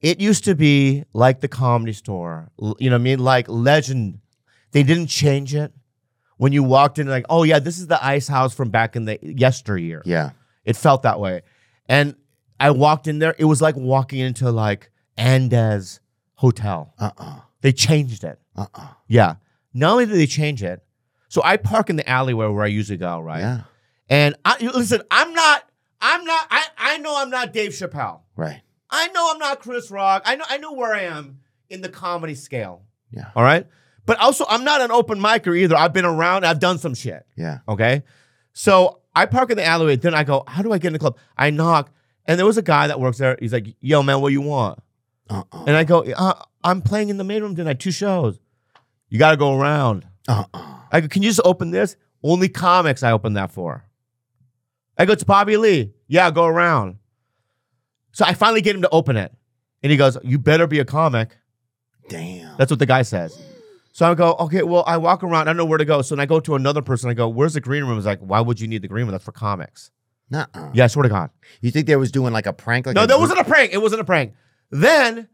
Speaker 3: It used to be like the comedy store. l- You know what I mean? Like legend. They didn't change it. When you walked in, like, oh yeah, this is the ice house from back in the yesteryear.
Speaker 1: Yeah.
Speaker 3: It felt that way. And I walked in there. It was like walking into like Andes Hotel.
Speaker 1: Uh-uh.
Speaker 3: They changed it.
Speaker 1: Uh-uh.
Speaker 3: Yeah. Not only did they change it, so I park in the alleyway where I usually go, right?
Speaker 1: Yeah.
Speaker 3: And I you- listen, I'm not, I'm not, I, I know I'm not Dave Chappelle.
Speaker 1: Right.
Speaker 3: I know I'm not Chris Rock. I know I know where I am in the comedy scale.
Speaker 1: Yeah.
Speaker 3: All right. But also I'm not an open micer either. I've been around, I've done some shit.
Speaker 1: Yeah.
Speaker 3: Okay. So I park in the alleyway. Then I go, how do I get in the club? I knock. And there was a guy that works there. He's like, yo, man, what you want?
Speaker 1: Uh-uh.
Speaker 3: And I go, uh, I'm playing in the main room tonight, two shows. You got to go around.
Speaker 1: Uh-uh.
Speaker 3: I go, can you just open this? Only comics I open that for. I go, it's Bobby Lee. Yeah, go around. So I finally get him to open it. And he goes, you better be a comic.
Speaker 1: Damn.
Speaker 3: That's what the guy says. So I go, okay, well, I walk around. I don't know where to go. So then I go to another person. I go, where's the green room? He's like, why would you need the green room? That's for comics.
Speaker 1: Nuh-uh.
Speaker 3: Yeah, I swear to God.
Speaker 1: You think they was doing like a prank? Like
Speaker 3: no,
Speaker 1: a
Speaker 3: that
Speaker 1: group-
Speaker 3: wasn't a prank. It wasn't a prank. Then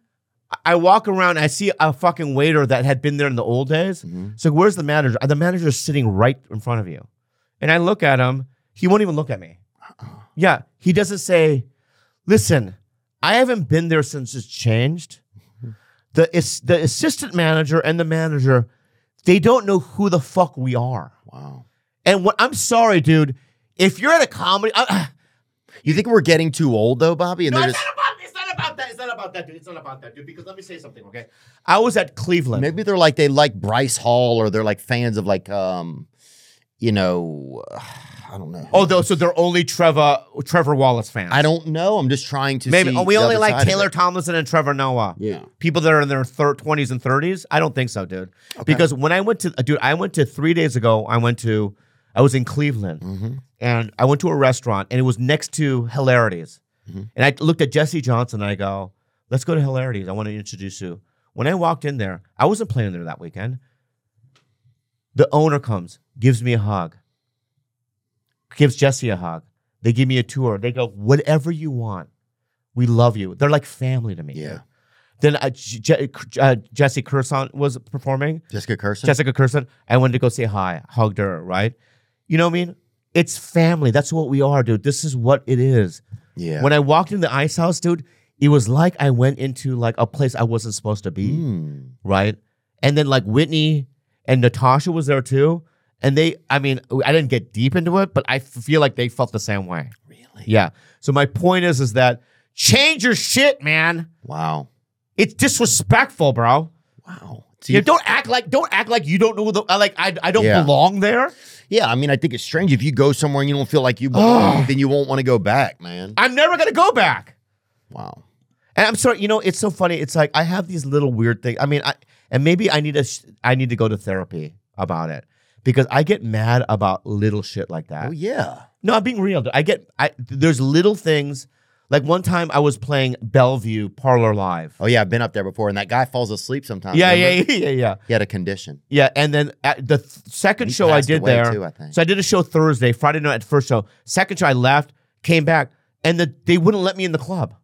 Speaker 3: I- I walk around. I see a fucking waiter that had been there in the old days.
Speaker 1: Mhm.
Speaker 3: So where's the manager? The manager's sitting right in front of you. And I look at him. He won't even look at me. Yeah. He doesn't say, listen, I haven't been there since it's changed. The, it's, the assistant manager and the manager, they don't know who the fuck we are.
Speaker 1: Wow.
Speaker 3: And what I'm sorry, dude, if you're at a comedy, uh, I,
Speaker 1: You think we're getting too old though, Bobby? And
Speaker 3: no,
Speaker 1: they're
Speaker 3: it's
Speaker 1: just,
Speaker 3: not about it's not about that. It's not about that, dude. It's not about that, dude. Because let me say something, okay? I was at Cleveland.
Speaker 1: maybe they're like they like Bryce Hall or they're like fans of like um, you know, I don't know.
Speaker 3: Although, so they're only Trevor Trevor Wallace fans.
Speaker 1: I don't know. I'm just trying to
Speaker 3: Maybe
Speaker 1: see
Speaker 3: oh, we
Speaker 1: the
Speaker 3: only
Speaker 1: other side
Speaker 3: like
Speaker 1: of
Speaker 3: Taylor
Speaker 1: it.
Speaker 3: Tomlinson and Trevor Noah.
Speaker 1: Yeah.
Speaker 3: People that are in their thir- 20s and 30s. I don't think so, dude. Because when I went to, dude, I went to three days ago. I went to, I was in Cleveland, and I went to a restaurant, and it was next to Hilarities, and I looked at Jesse Johnson, and I go, "Let's go to Hilarities. I want to introduce you." When I walked in there, I wasn't playing there that weekend. The owner comes, gives me a hug. gives Jesse a hug. They give me a tour. They go, whatever you want. We love you. They're like family to me.
Speaker 1: Yeah.
Speaker 3: Then uh, Je- uh, Jesse Curzon was performing.
Speaker 1: Jessica Curson.
Speaker 3: Jessica Kirsten. I wanted to go say hi, hugged her, right? You know what I mean? It's family. That's what we are, dude. This is what it is.
Speaker 1: yeah.
Speaker 3: When I walked in the ice house, dude, it was like I went into like a place I wasn't supposed to be,
Speaker 1: Mm.
Speaker 3: right? And then like Whitney and Natasha was there too. And they, I mean, I didn't get deep into it, but I f- feel like they felt the same way.
Speaker 1: Really?
Speaker 3: Yeah. So my point is, is that change your shit, man.
Speaker 1: Wow.
Speaker 3: It's disrespectful, bro.
Speaker 1: Wow. So
Speaker 3: You
Speaker 1: you-
Speaker 3: don't act like don't act like you don't know the uh, like I I don't
Speaker 1: Yeah.
Speaker 3: belong there.
Speaker 1: yeah, I mean, I think it's strange if you go somewhere and you don't feel like you belong, then you won't want to go back, man.
Speaker 3: I'm never gonna go back.
Speaker 1: Wow.
Speaker 3: And I'm sorry, you know, it's so funny. It's like I have these little weird things. I mean, I and maybe I need to sh- I need to go to therapy about it because I get mad about little shit like that.
Speaker 1: Oh yeah.
Speaker 3: No, I'm being real. dude. I get I there's little things. Like one time I was playing Bellevue Parlor Live.
Speaker 1: Oh yeah, I've been up there before, and that guy falls asleep sometimes.
Speaker 3: yeah, yeah,
Speaker 1: remember?
Speaker 3: yeah, yeah, yeah.
Speaker 1: He had a condition.
Speaker 3: Yeah, and then at the th- second
Speaker 1: He
Speaker 3: show I
Speaker 1: passed
Speaker 3: did
Speaker 1: away,
Speaker 3: there,
Speaker 1: too, I think.
Speaker 3: so I did a show Thursday, Friday night at the first show. Second show I left, came back, and the, they wouldn't let me in the club.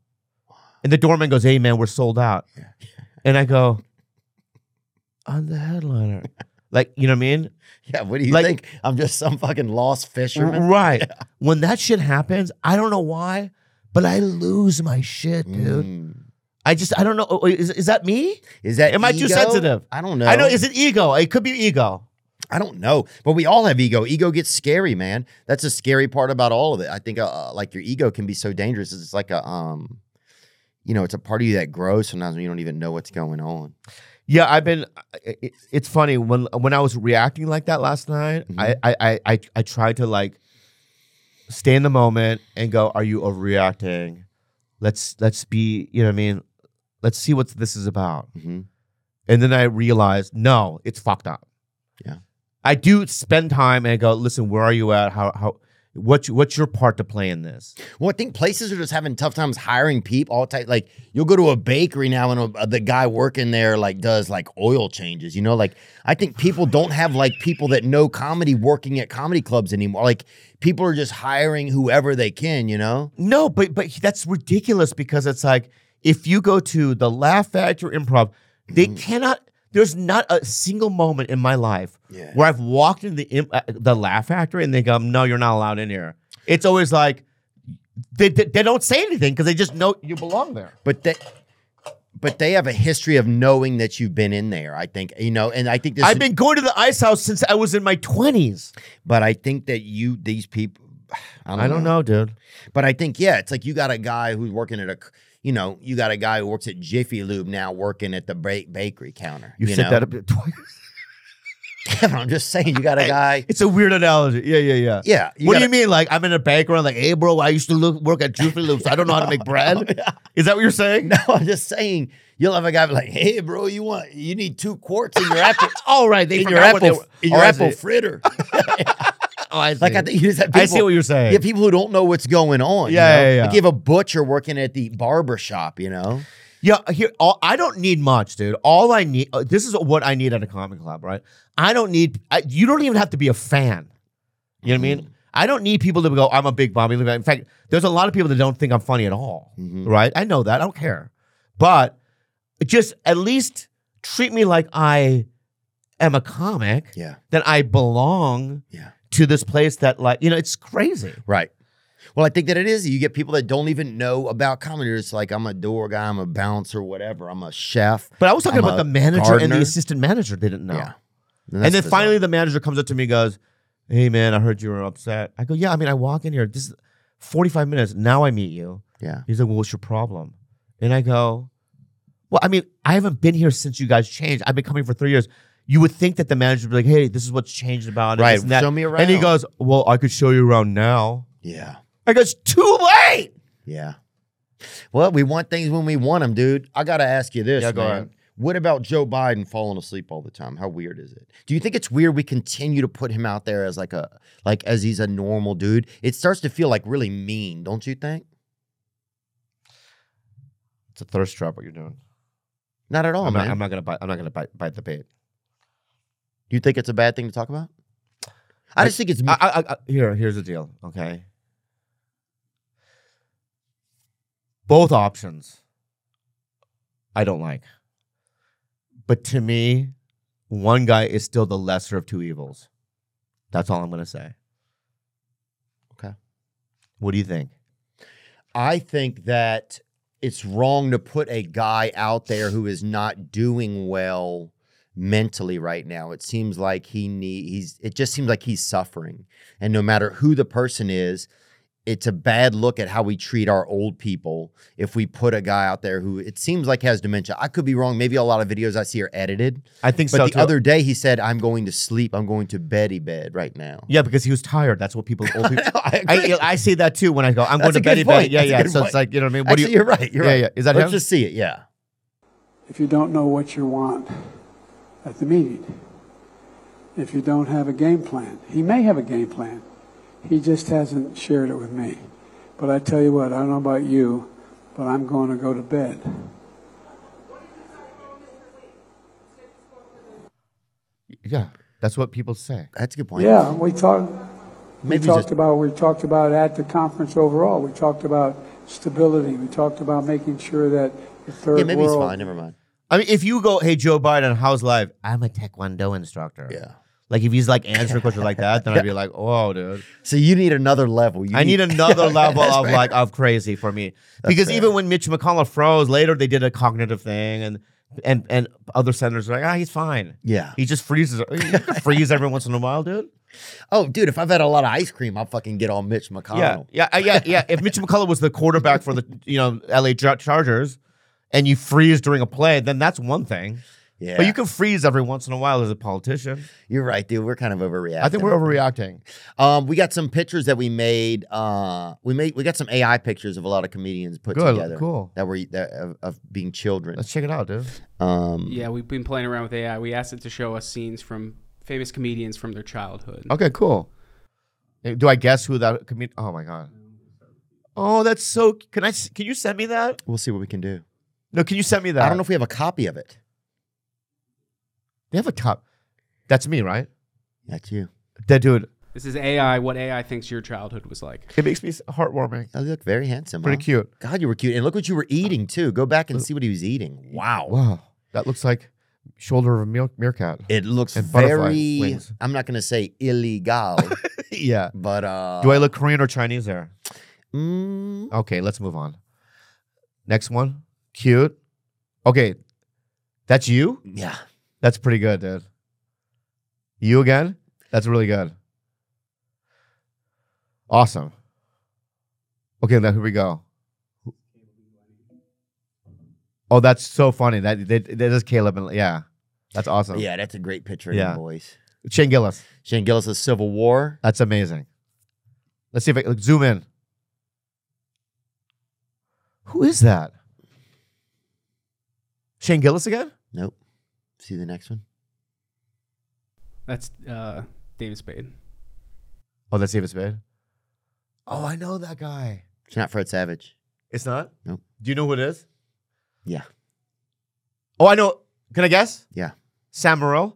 Speaker 3: And the doorman goes, "Hey man, we're sold out." And I go, "I'm the headliner." like you know what I mean?
Speaker 1: Yeah. What do you
Speaker 3: Like-
Speaker 1: think? I'm just some fucking lost fisherman.
Speaker 3: Right. When that shit happens, I don't know why, but I lose my shit, dude.
Speaker 1: Mm.
Speaker 3: I just I don't know. Oh, Is, is that me?
Speaker 1: Is that
Speaker 3: Am I too
Speaker 1: ego?
Speaker 3: sensitive?
Speaker 1: I don't know.
Speaker 3: I know. Is it ego? It could be ego.
Speaker 1: I don't know, but we all have ego. Ego gets scary, man. That's the scary part about all of it. I think uh, like your ego can be so dangerous. It's like a um, you know, it's a part of you that grows sometimes when you don't even know what's going on.
Speaker 3: Yeah, I've been. i- i it's funny when when I was reacting like that last night. I, I I I I tried to like stay in the moment and go, "Are you overreacting? Let's let's be. You know what I mean? Let's see what this is about."
Speaker 1: hmm
Speaker 3: And then I realized, no, it's fucked up.
Speaker 1: Yeah.
Speaker 3: I do spend time and go, "Listen, where are you at? How how what's what's your part to play in this?"
Speaker 1: Well, I think places are just having tough times hiring people. All type like you'll go to a bakery now, and uh, the guy working there like does like oil changes. You know, like I think people don't have like people that know comedy working at comedy clubs anymore. Like people are just hiring whoever they can. You know,
Speaker 3: No, but but that's ridiculous because it's like if you go to the Laugh Factory Improv, they
Speaker 1: Mm-hmm.
Speaker 3: cannot. There's not a single moment in my life
Speaker 1: Yeah.
Speaker 3: where I've walked in the imp, uh, the Laugh Factory and they go, "No, you're not allowed in here." It's always like they they, they don't say anything because they just know you belong there.
Speaker 1: but that. But they have a history of knowing that you've been in there. I think you know, and I think this.
Speaker 3: I've been going to the Ice House since I was in my twenties.
Speaker 1: but I think that you these people. I don't,
Speaker 3: I don't
Speaker 1: know.
Speaker 3: know, dude.
Speaker 1: But I think yeah, it's like you got a guy who's working at a, c- you know, you got a guy who works at Jiffy Lube now working at the ba- bakery counter.
Speaker 3: You,
Speaker 1: you
Speaker 3: said
Speaker 1: know?
Speaker 3: that a bit twice.
Speaker 1: I'm just saying, you got a guy.
Speaker 3: It's a weird analogy. Yeah, yeah, yeah.
Speaker 1: Yeah.
Speaker 3: what
Speaker 1: got
Speaker 3: do you mean? Like I'm in a background, like, hey, bro, I used to look, work at Juicy Loops. I don't know how to make bread. Is that what you're saying?
Speaker 1: a- No, I'm just saying you'll have a guy be like, "Hey, bro, you want you need two quarts in your apple
Speaker 3: All right, they
Speaker 1: in your
Speaker 3: forgot what
Speaker 1: apple
Speaker 3: they were-
Speaker 1: in your
Speaker 3: Oh, I
Speaker 1: apple
Speaker 3: see.
Speaker 1: fritter."
Speaker 3: Oh, I see.
Speaker 1: like I think you just have people,
Speaker 3: I see what you're saying.
Speaker 1: Yeah, people who don't know what's going on. you
Speaker 3: Yeah,
Speaker 1: know?
Speaker 3: yeah, yeah.
Speaker 1: Like you have a butcher working at the barber shop. You know,
Speaker 3: Yeah, here all, I don't need much, dude. All I need uh, this is what I need at a comic club, right? I don't need I, you don't even have to be a fan. You know what I
Speaker 1: Mm-hmm.
Speaker 3: mean? I don't need people to go, I'm a big Bobby Lee. fan." In fact, there's a lot of people that don't think I'm funny at all, right?
Speaker 1: Mm-hmm.
Speaker 3: I know that. I don't care. But just at least treat me like I am a comic.
Speaker 1: Yeah.
Speaker 3: That I belong
Speaker 1: Yeah.
Speaker 3: to this place that like, you know, it's crazy.
Speaker 1: Right. Well, I think that it is. You get people that don't even know about comedy. It's like I'm a door guy, I'm a bouncer, whatever. I'm a chef.
Speaker 3: But I was talking
Speaker 1: I'm
Speaker 3: about
Speaker 1: a
Speaker 3: the manager and
Speaker 1: gardener.
Speaker 3: the assistant manager didn't know.
Speaker 1: Yeah.
Speaker 3: and then
Speaker 1: That's
Speaker 3: finally, the manager comes up to me and goes, Hey, man, I heard you were upset. I go, Yeah, I mean, I walk in here. This is 45 minutes. Now I meet you.
Speaker 1: bizarre.
Speaker 3: He's like, Well, what's your problem? And I go, Well, I mean, I haven't been here since you guys changed. I've been coming for three years. You would think that the manager would be like, Hey, this is what's changed about it.
Speaker 1: Right,
Speaker 3: this and that."
Speaker 1: show me
Speaker 3: And he
Speaker 1: around.
Speaker 3: goes, Well, I could show you around now.
Speaker 1: yeah. Yeah.
Speaker 3: I go, It's too late.
Speaker 1: Yeah. Well, we want things when we want them, dude. I got to ask you this,
Speaker 3: Yeah, go
Speaker 1: man.
Speaker 3: ahead.
Speaker 1: What about Joe Biden falling asleep all the time? How weird is it? Do you think it's weird we continue to put him out there as like a like as he's a normal dude? It starts to feel like really mean, don't you think?
Speaker 3: It's a thirst trap, what you're doing.
Speaker 1: Not at all,
Speaker 3: I'm,
Speaker 1: man.
Speaker 3: not, I'm not gonna bite. I'm not gonna bite, bite the bait.
Speaker 1: Do you think it's a bad thing to talk about? I just think it's
Speaker 3: I, I, I, here, here's the deal. Okay. Both options, I don't like. But to me, one guy is still the lesser of two evils. That's all I'm gonna say. Okay. What do you think?
Speaker 1: I think that it's wrong to put a guy out there who is not doing well mentally right now. It seems like he need he's it just seems like he's suffering. And no matter who the person is, it's a bad look at how we treat our old people if we put a guy out there who it seems like has dementia. I could be wrong. Maybe a lot of videos I see are edited.
Speaker 3: I think
Speaker 1: But
Speaker 3: so.
Speaker 1: the
Speaker 3: too.
Speaker 1: other day he said, I'm going to sleep. I'm going to beddy bed right now.
Speaker 3: yeah, because he was tired. That's what people. Old people
Speaker 1: I
Speaker 3: I, I see that too when I go. I'm
Speaker 1: That's
Speaker 3: going to
Speaker 1: a good
Speaker 3: bed. in
Speaker 1: point.
Speaker 3: bed. Yeah,
Speaker 1: That's a
Speaker 3: yeah.
Speaker 1: good
Speaker 3: So
Speaker 1: point.
Speaker 3: it's like you know what I mean. What
Speaker 1: Actually,
Speaker 3: do you?
Speaker 1: you're right. You're
Speaker 3: Yeah,
Speaker 1: right.
Speaker 3: yeah. Is that
Speaker 1: Let's
Speaker 3: him?
Speaker 1: just see it. Yeah.
Speaker 8: If you don't know what you want at the meeting, if you don't have a game plan, he may have a game plan. He just hasn't shared it with me. But I tell you what, I don't know about you, but I'm going to go to bed.
Speaker 3: Yeah, that's what people say.
Speaker 1: That's a good point.
Speaker 8: Yeah, we talked. We
Speaker 1: Maybe
Speaker 8: talked
Speaker 1: just-
Speaker 8: about we talked about at the conference overall. We talked about stability. We talked about making sure that the third
Speaker 1: Yeah, maybe he's
Speaker 8: world
Speaker 1: fine. Never mind.
Speaker 3: I mean, if you go, hey Joe Biden, how's life? I'm a Taekwondo instructor.
Speaker 1: Yeah.
Speaker 3: Like if he's like answering questions like that, then I'd be like, oh, dude.
Speaker 1: So you need another level. You
Speaker 3: I need another level
Speaker 1: That's
Speaker 3: of
Speaker 1: fair.
Speaker 3: like of crazy for me because
Speaker 1: fair.
Speaker 3: even when Mitch McConnell froze later, they did a cognitive thing, and and and other senators were like, ah, he's fine.
Speaker 1: Yeah.
Speaker 3: He just freezes. You can freeze every once in a while, dude.
Speaker 1: Oh, dude, if I've had a lot of ice cream, I'll fucking get on Mitch McConnell.
Speaker 3: Yeah, yeah, yeah, yeah. If Mitch McCullough was the quarterback for the you know LA Char- Chargers, and you freeze during a play, then that's one thing.
Speaker 1: Yeah.
Speaker 3: But you can freeze every once in a while as a politician.
Speaker 1: You're right, dude. We're kind of overreacting.
Speaker 3: I think we're overreacting.
Speaker 1: Um, we got some pictures that we made. Uh, we made we got some AI pictures of a lot of comedians put
Speaker 3: Good,
Speaker 1: together.
Speaker 3: cool.
Speaker 1: That were that, of, of being children.
Speaker 3: Let's check it out, dude.
Speaker 1: Um,
Speaker 4: Yeah, we've been playing around with AI. We asked it to show us scenes from famous comedians from their childhood.
Speaker 3: Okay, cool. Uh, Do I guess who that could be? Oh my god. Oh, that's so. Can I? s- Can you send me that?
Speaker 1: we'll see what we can do.
Speaker 3: No, can you send me that?
Speaker 1: I don't know if we have a copy of it.
Speaker 3: they have a cop. That's me, right?
Speaker 1: That's you.
Speaker 3: That dude.
Speaker 4: This is AI. What AI thinks your childhood was like?
Speaker 3: It makes me s- heartwarming.
Speaker 1: Oh, you look very handsome.
Speaker 3: Pretty
Speaker 1: huh?
Speaker 3: cute.
Speaker 1: God, you were cute, and look what you were eating too. Go back and see what he was eating. Wow.
Speaker 3: Wow, that looks like shoulder of a meer- meerkat.
Speaker 1: It looks
Speaker 3: And butterfly
Speaker 1: very.
Speaker 3: wings.
Speaker 1: I'm not gonna say illegal,
Speaker 3: yeah.
Speaker 1: but uh,
Speaker 3: Do I look Korean or Chinese there?
Speaker 1: mm,
Speaker 3: Okay, let's move on. Next one. Cute. Okay. That's you?
Speaker 1: yeah.
Speaker 3: That's pretty good, dude. You again? That's really good. Awesome. Okay, now here we go. Oh, that's so funny. That that, that is Caleb and yeah. That's awesome.
Speaker 1: Yeah, that's a great picture of
Speaker 3: Yeah.
Speaker 1: you boys.
Speaker 3: Shane Gillis.
Speaker 1: Shane Gillis' Civil War.
Speaker 3: That's amazing. Let's see if I like, zoom in. Who is that? Shane Gillis again?
Speaker 1: Nope. See the next one?
Speaker 4: That's uh, David Spade.
Speaker 3: Oh, that's David Spade. Oh, I know that guy.
Speaker 1: It's not Fred Savage.
Speaker 3: It's not.
Speaker 1: Nope.
Speaker 3: Do you know who it is?
Speaker 1: Yeah.
Speaker 3: Oh, I know. Can I guess?
Speaker 1: Yeah.
Speaker 3: Sam Morril,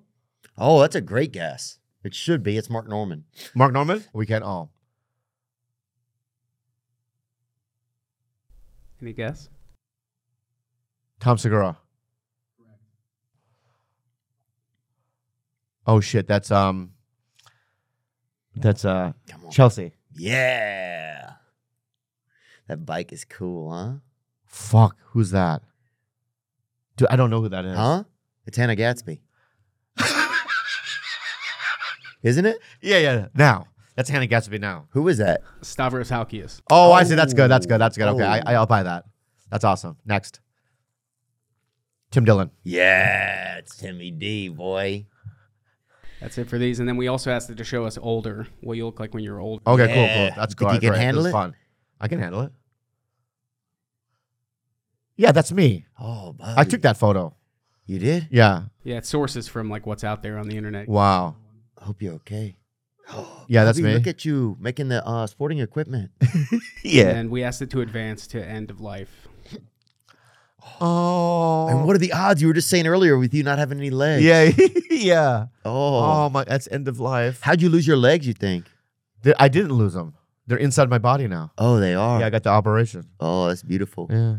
Speaker 1: Oh, that's a great guess. It should be. It's Mark Norman.
Speaker 3: Mark Norman. We um, can all.
Speaker 4: Any guess?
Speaker 3: Tom Segura. Oh shit, that's um, that's uh,
Speaker 1: Come on.
Speaker 3: Chelsea.
Speaker 1: Yeah. That bike is cool, huh?
Speaker 3: Fuck, who's that? Dude, I don't know who that is.
Speaker 1: Huh? It's Hannah Gatsby. Isn't it?
Speaker 3: Yeah, yeah. Now that's Hannah Gatsby. Now.
Speaker 1: Who is that?
Speaker 4: Stavros Halkias.
Speaker 3: Oh, I see. That's good. That's good. That's good. Okay,
Speaker 1: Oh.
Speaker 3: I, I'll buy that. That's awesome. Next, Tim Dillon.
Speaker 1: Yeah, it's Timmy D, boy.
Speaker 4: That's it for these. And then we also asked it to show us older, what you look like when you're old.
Speaker 3: Okay,
Speaker 1: Yeah.
Speaker 3: cool, cool. That's
Speaker 1: Think
Speaker 3: good.
Speaker 1: you can
Speaker 3: Great. This
Speaker 1: handle
Speaker 3: is
Speaker 1: it?
Speaker 3: Fun. I can handle it. Yeah, that's me.
Speaker 1: Oh, buddy.
Speaker 3: I took that photo.
Speaker 1: You did?
Speaker 3: Yeah.
Speaker 4: Yeah, it's sources from like what's out there on the internet.
Speaker 3: Wow.
Speaker 1: Hope you're okay.
Speaker 3: Yeah, that's
Speaker 1: Bobby,
Speaker 3: me.
Speaker 1: Look at you making the uh, sporting equipment.
Speaker 3: yeah.
Speaker 4: And we asked it to advance to end of life.
Speaker 3: Oh.
Speaker 1: And what are the odds? You were just saying earlier with you not having any legs.
Speaker 3: Yeah, yeah.
Speaker 1: Oh.
Speaker 3: Oh my, that's end of life.
Speaker 1: How'd you lose your legs? You think?
Speaker 3: They- I didn't lose them. They're inside my body now.
Speaker 1: Oh, they are.
Speaker 3: Yeah, I got the operation.
Speaker 1: oh, that's beautiful.
Speaker 3: Yeah.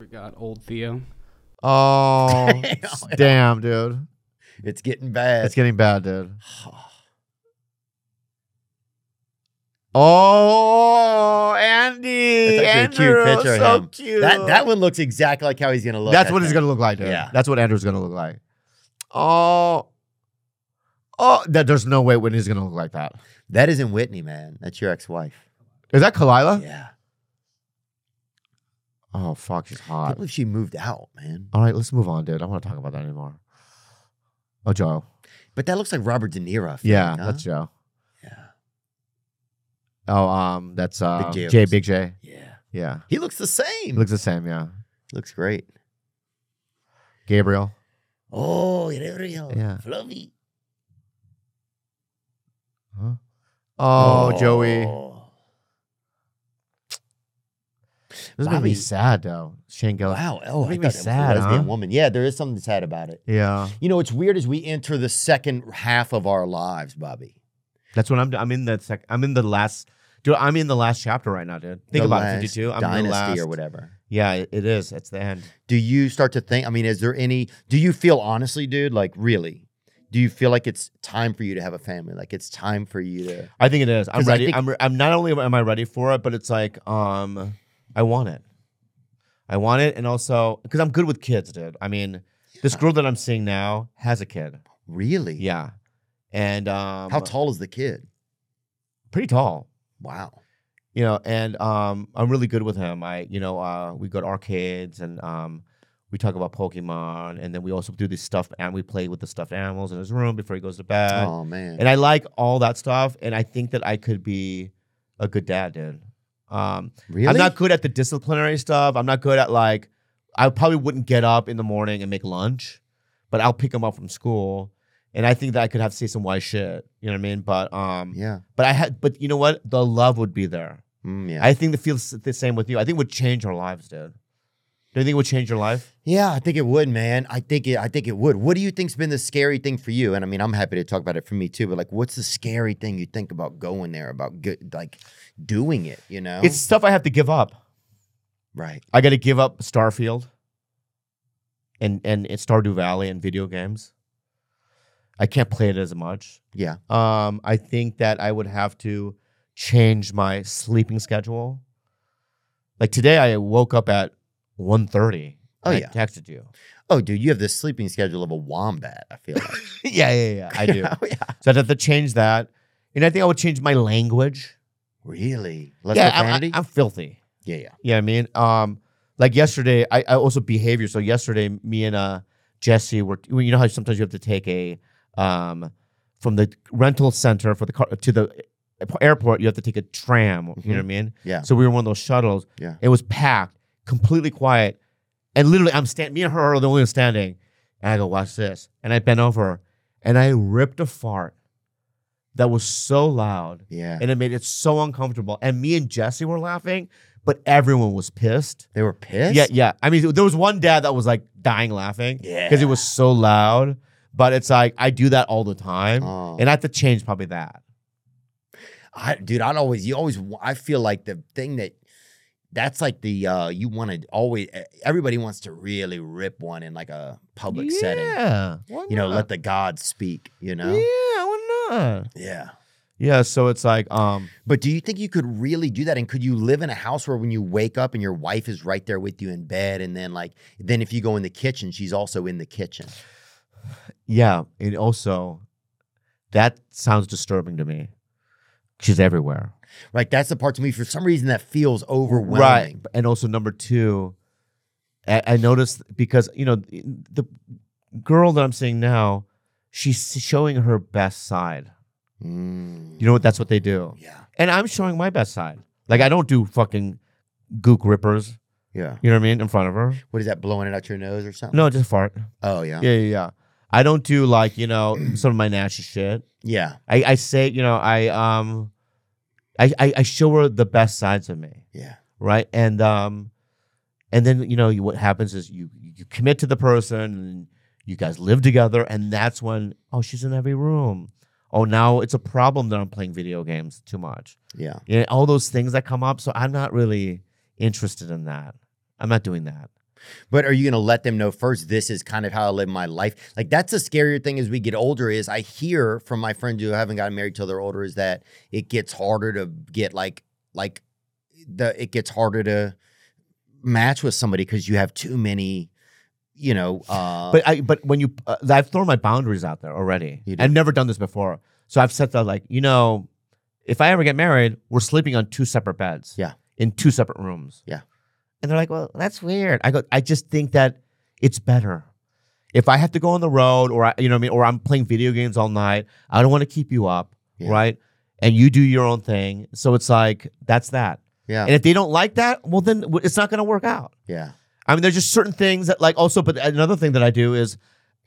Speaker 4: We got old Theo.
Speaker 3: Oh, damn, dude.
Speaker 1: It's getting bad.
Speaker 3: It's getting bad, dude. Oh, Andy.
Speaker 1: That's actually
Speaker 3: Andrew,
Speaker 1: a cute picture
Speaker 3: so
Speaker 1: of him.
Speaker 3: cute.
Speaker 1: That that one looks exactly like how he's gonna look.
Speaker 3: That's
Speaker 1: I
Speaker 3: what it's
Speaker 1: think.
Speaker 3: gonna look like, dude.
Speaker 1: Yeah.
Speaker 3: That's what Andrew's gonna look like. Oh, oh, that there's no way Whitney's gonna look like that.
Speaker 1: That isn't Whitney, man. That's your ex-wife.
Speaker 3: Is that Kalila?
Speaker 1: Yeah.
Speaker 3: Oh fuck, she's
Speaker 1: I
Speaker 3: hot.
Speaker 1: can't believe she moved out, man.
Speaker 3: All right, let's move on, dude. I don't want to talk about that anymore. Oh, Joe.
Speaker 1: But that looks like Robert De Niro. I feel
Speaker 3: Yeah,
Speaker 1: like, huh?
Speaker 3: that's Joe.
Speaker 1: Yeah.
Speaker 3: Oh, um, that's uh,
Speaker 1: Big J
Speaker 3: Jay,
Speaker 1: was-
Speaker 3: Big J.
Speaker 1: Yeah.
Speaker 3: Yeah,
Speaker 1: He looks the same.
Speaker 3: looks the same. Yeah,
Speaker 1: looks great.
Speaker 3: Gabriel.
Speaker 1: Oh, Gabriel.
Speaker 3: Yeah.
Speaker 1: Fluffy.
Speaker 3: Huh? Oh, Joey. This made me
Speaker 1: Bobby.
Speaker 3: sad though. Shane Gillis.
Speaker 1: Wow. Oh, I
Speaker 3: Make
Speaker 1: thought that
Speaker 3: me sad,
Speaker 1: was a lesbian
Speaker 3: huh?
Speaker 1: woman. Yeah, there is something sad about it.
Speaker 3: Yeah,
Speaker 1: You know, it's weird as we enter the second half of our lives, Bobby.
Speaker 3: that's what I'm. I'm in the sec. I'm in the last. Dude, I'm in the last chapter right now, dude. Think
Speaker 1: The
Speaker 3: about
Speaker 1: last
Speaker 3: it, 52. I'm in
Speaker 1: dynasty
Speaker 3: the last.
Speaker 1: or whatever.
Speaker 3: Yeah, it it is. It's the end.
Speaker 1: Do you start to think? I mean, is there any? Do you feel honestly, dude? Like really? Do you feel like it's time for you to have a family? Like it's time for you to?
Speaker 3: I think it is. I'm
Speaker 1: 'Cause I
Speaker 3: ready.
Speaker 1: think-
Speaker 3: I'm. Re- I'm not only am I ready for it, but it's like um, I want it. I want it, and also because I'm good with kids, dude. I mean, this girl that I'm seeing now has a kid.
Speaker 1: Really?
Speaker 3: Yeah, and um,
Speaker 1: How tall is the kid?
Speaker 3: Pretty tall.
Speaker 1: Wow.
Speaker 3: you know and um i'm really good with him i you know uh we go to arcades and um we talk about pokemon and then we also do this stuff and we play with the stuffed animals in his room before he goes to bed
Speaker 1: oh man.
Speaker 3: Uh, and i like all that stuff and i think that i could be a good dad dude um
Speaker 1: really?
Speaker 3: i'm not good at the disciplinary stuff i'm not good at like i probably wouldn't get up in the morning and make lunch but i'll pick him up from school and i think that i could have say some wise shit you know what i mean but um
Speaker 1: Yeah.
Speaker 3: but i had but you know what the love would be there
Speaker 1: Mm, yeah.
Speaker 3: I think that feels the same with you. I think it would change our lives, dude. Do you think it would change your life?
Speaker 1: yeah, I think it would, man. I think it. I think it would. What do you think's been the scary thing for you? And I mean, I'm happy to talk about it for me too. But like, what's the scary thing you think about going there? About good, like doing it? You know?
Speaker 3: It's stuff I have to give up.
Speaker 1: right.
Speaker 3: I got to give up Starfield and and and Stardew Valley and video games. I can't play it as much.
Speaker 1: Yeah.
Speaker 3: Um, I think that I would have to change my sleeping schedule. Like today, I woke up at 1.30.
Speaker 1: Oh,
Speaker 3: I
Speaker 1: yeah.
Speaker 3: texted you.
Speaker 1: Oh, dude, you have this sleeping schedule of a wombat. I feel like.
Speaker 3: yeah, yeah, yeah. I do.
Speaker 1: Oh, yeah.
Speaker 3: so I'd have to change that, and I think I would change my language.
Speaker 1: Really? Less
Speaker 3: yeah, I'm-
Speaker 1: profanity?
Speaker 3: I, am filthy.
Speaker 1: yeah, yeah.
Speaker 3: Yeah, I mean, um, like yesterday, I, I also behavior. So yesterday, me and uh Jesse were. well, You know how sometimes you have to take a um from the rental center for the car to the airport. You have to take a tram. You know what I mean?
Speaker 1: Mm-hmm. Yeah.
Speaker 3: So we were one of those shuttles.
Speaker 1: Yeah.
Speaker 3: It was packed, completely quiet, and literally, I'm standing. Me and her are the only ones standing. And I go, watch this. And I bent over, and I ripped a fart that was so loud
Speaker 1: Yeah.
Speaker 3: and it made it so uncomfortable. And me and Jesse were laughing, but everyone was pissed.
Speaker 1: they were pissed?
Speaker 3: Yeah, yeah. I mean, there was one dad that was like dying laughing because it was so loud. But it's like I do that all the time,
Speaker 1: Oh.
Speaker 3: and I have to change probably that.
Speaker 1: I, dude, I'd always, you always, wa- I feel like the thing that, that's like the, uh, you want to always, e, everybody wants to really rip one in like a public setting.
Speaker 3: Yeah, why
Speaker 1: You know,
Speaker 3: not?
Speaker 1: let the gods speak, you know?
Speaker 3: yeah, why not?
Speaker 1: Yeah.
Speaker 3: Yeah, so it's like um,
Speaker 1: But do you think you could really do that? And could you live in a house where when you wake up and your wife is right there with you in bed? And then, like, then if you go in the kitchen, she's also in the kitchen.
Speaker 3: yeah, and also that sounds disturbing to me. She's everywhere.
Speaker 1: Like, that's the part to me, for some reason, that feels overwhelming.
Speaker 3: Right. And also number two, I, I noticed because you know the girl that I'm seeing now, she's showing her best side.
Speaker 1: Mm,
Speaker 3: You know what? That's what they do.
Speaker 1: yeah.
Speaker 3: And I'm showing my best side. Like I don't do fucking gook rippers.
Speaker 1: Yeah.
Speaker 3: You know what I mean? In front of her.
Speaker 1: What is that blowing it out your nose or something?
Speaker 3: No, just fart.
Speaker 1: Oh yeah.
Speaker 3: Yeah, yeah, yeah. I don't do like you know some of my nasty shit.
Speaker 1: Yeah.
Speaker 3: I, I say you know I um, I, I I show her the best sides of me.
Speaker 1: Yeah.
Speaker 3: right? And um, and then you know you, what happens is you you commit to the person and you guys live together and that's when oh she's in every room oh now it's a problem that i'm playing video games too much
Speaker 1: Yeah.
Speaker 3: yeah all those things that come up so i'm not really interested in that i'm not doing that
Speaker 1: But are you going to let them know first? This is kind of how I live my life. Like that's the scarier thing as we get older. Is I hear from my friends who haven't gotten married till they're older is that it gets harder to get like like the it gets harder to match with somebody because you have too many, you know. Uh,
Speaker 3: but i but when you uh, i've thrown my boundaries out there already
Speaker 1: You did.
Speaker 3: i've never done this before so i've said that like you know if i ever get married we're sleeping on two separate beds
Speaker 1: Yeah.
Speaker 3: in two separate rooms
Speaker 1: Yeah.
Speaker 3: and they're like well that's weird i go i just think that it's better if i have to go on the road or I, you know what i mean or i'm playing video games all night i don't want to keep you up
Speaker 1: Yeah.
Speaker 3: right and you do your own thing so it's like that's that
Speaker 1: yeah,
Speaker 3: and if they don't like that well then w- it's not going to work out
Speaker 1: yeah,
Speaker 3: I mean, there's just certain things that like also, but another thing that I do is,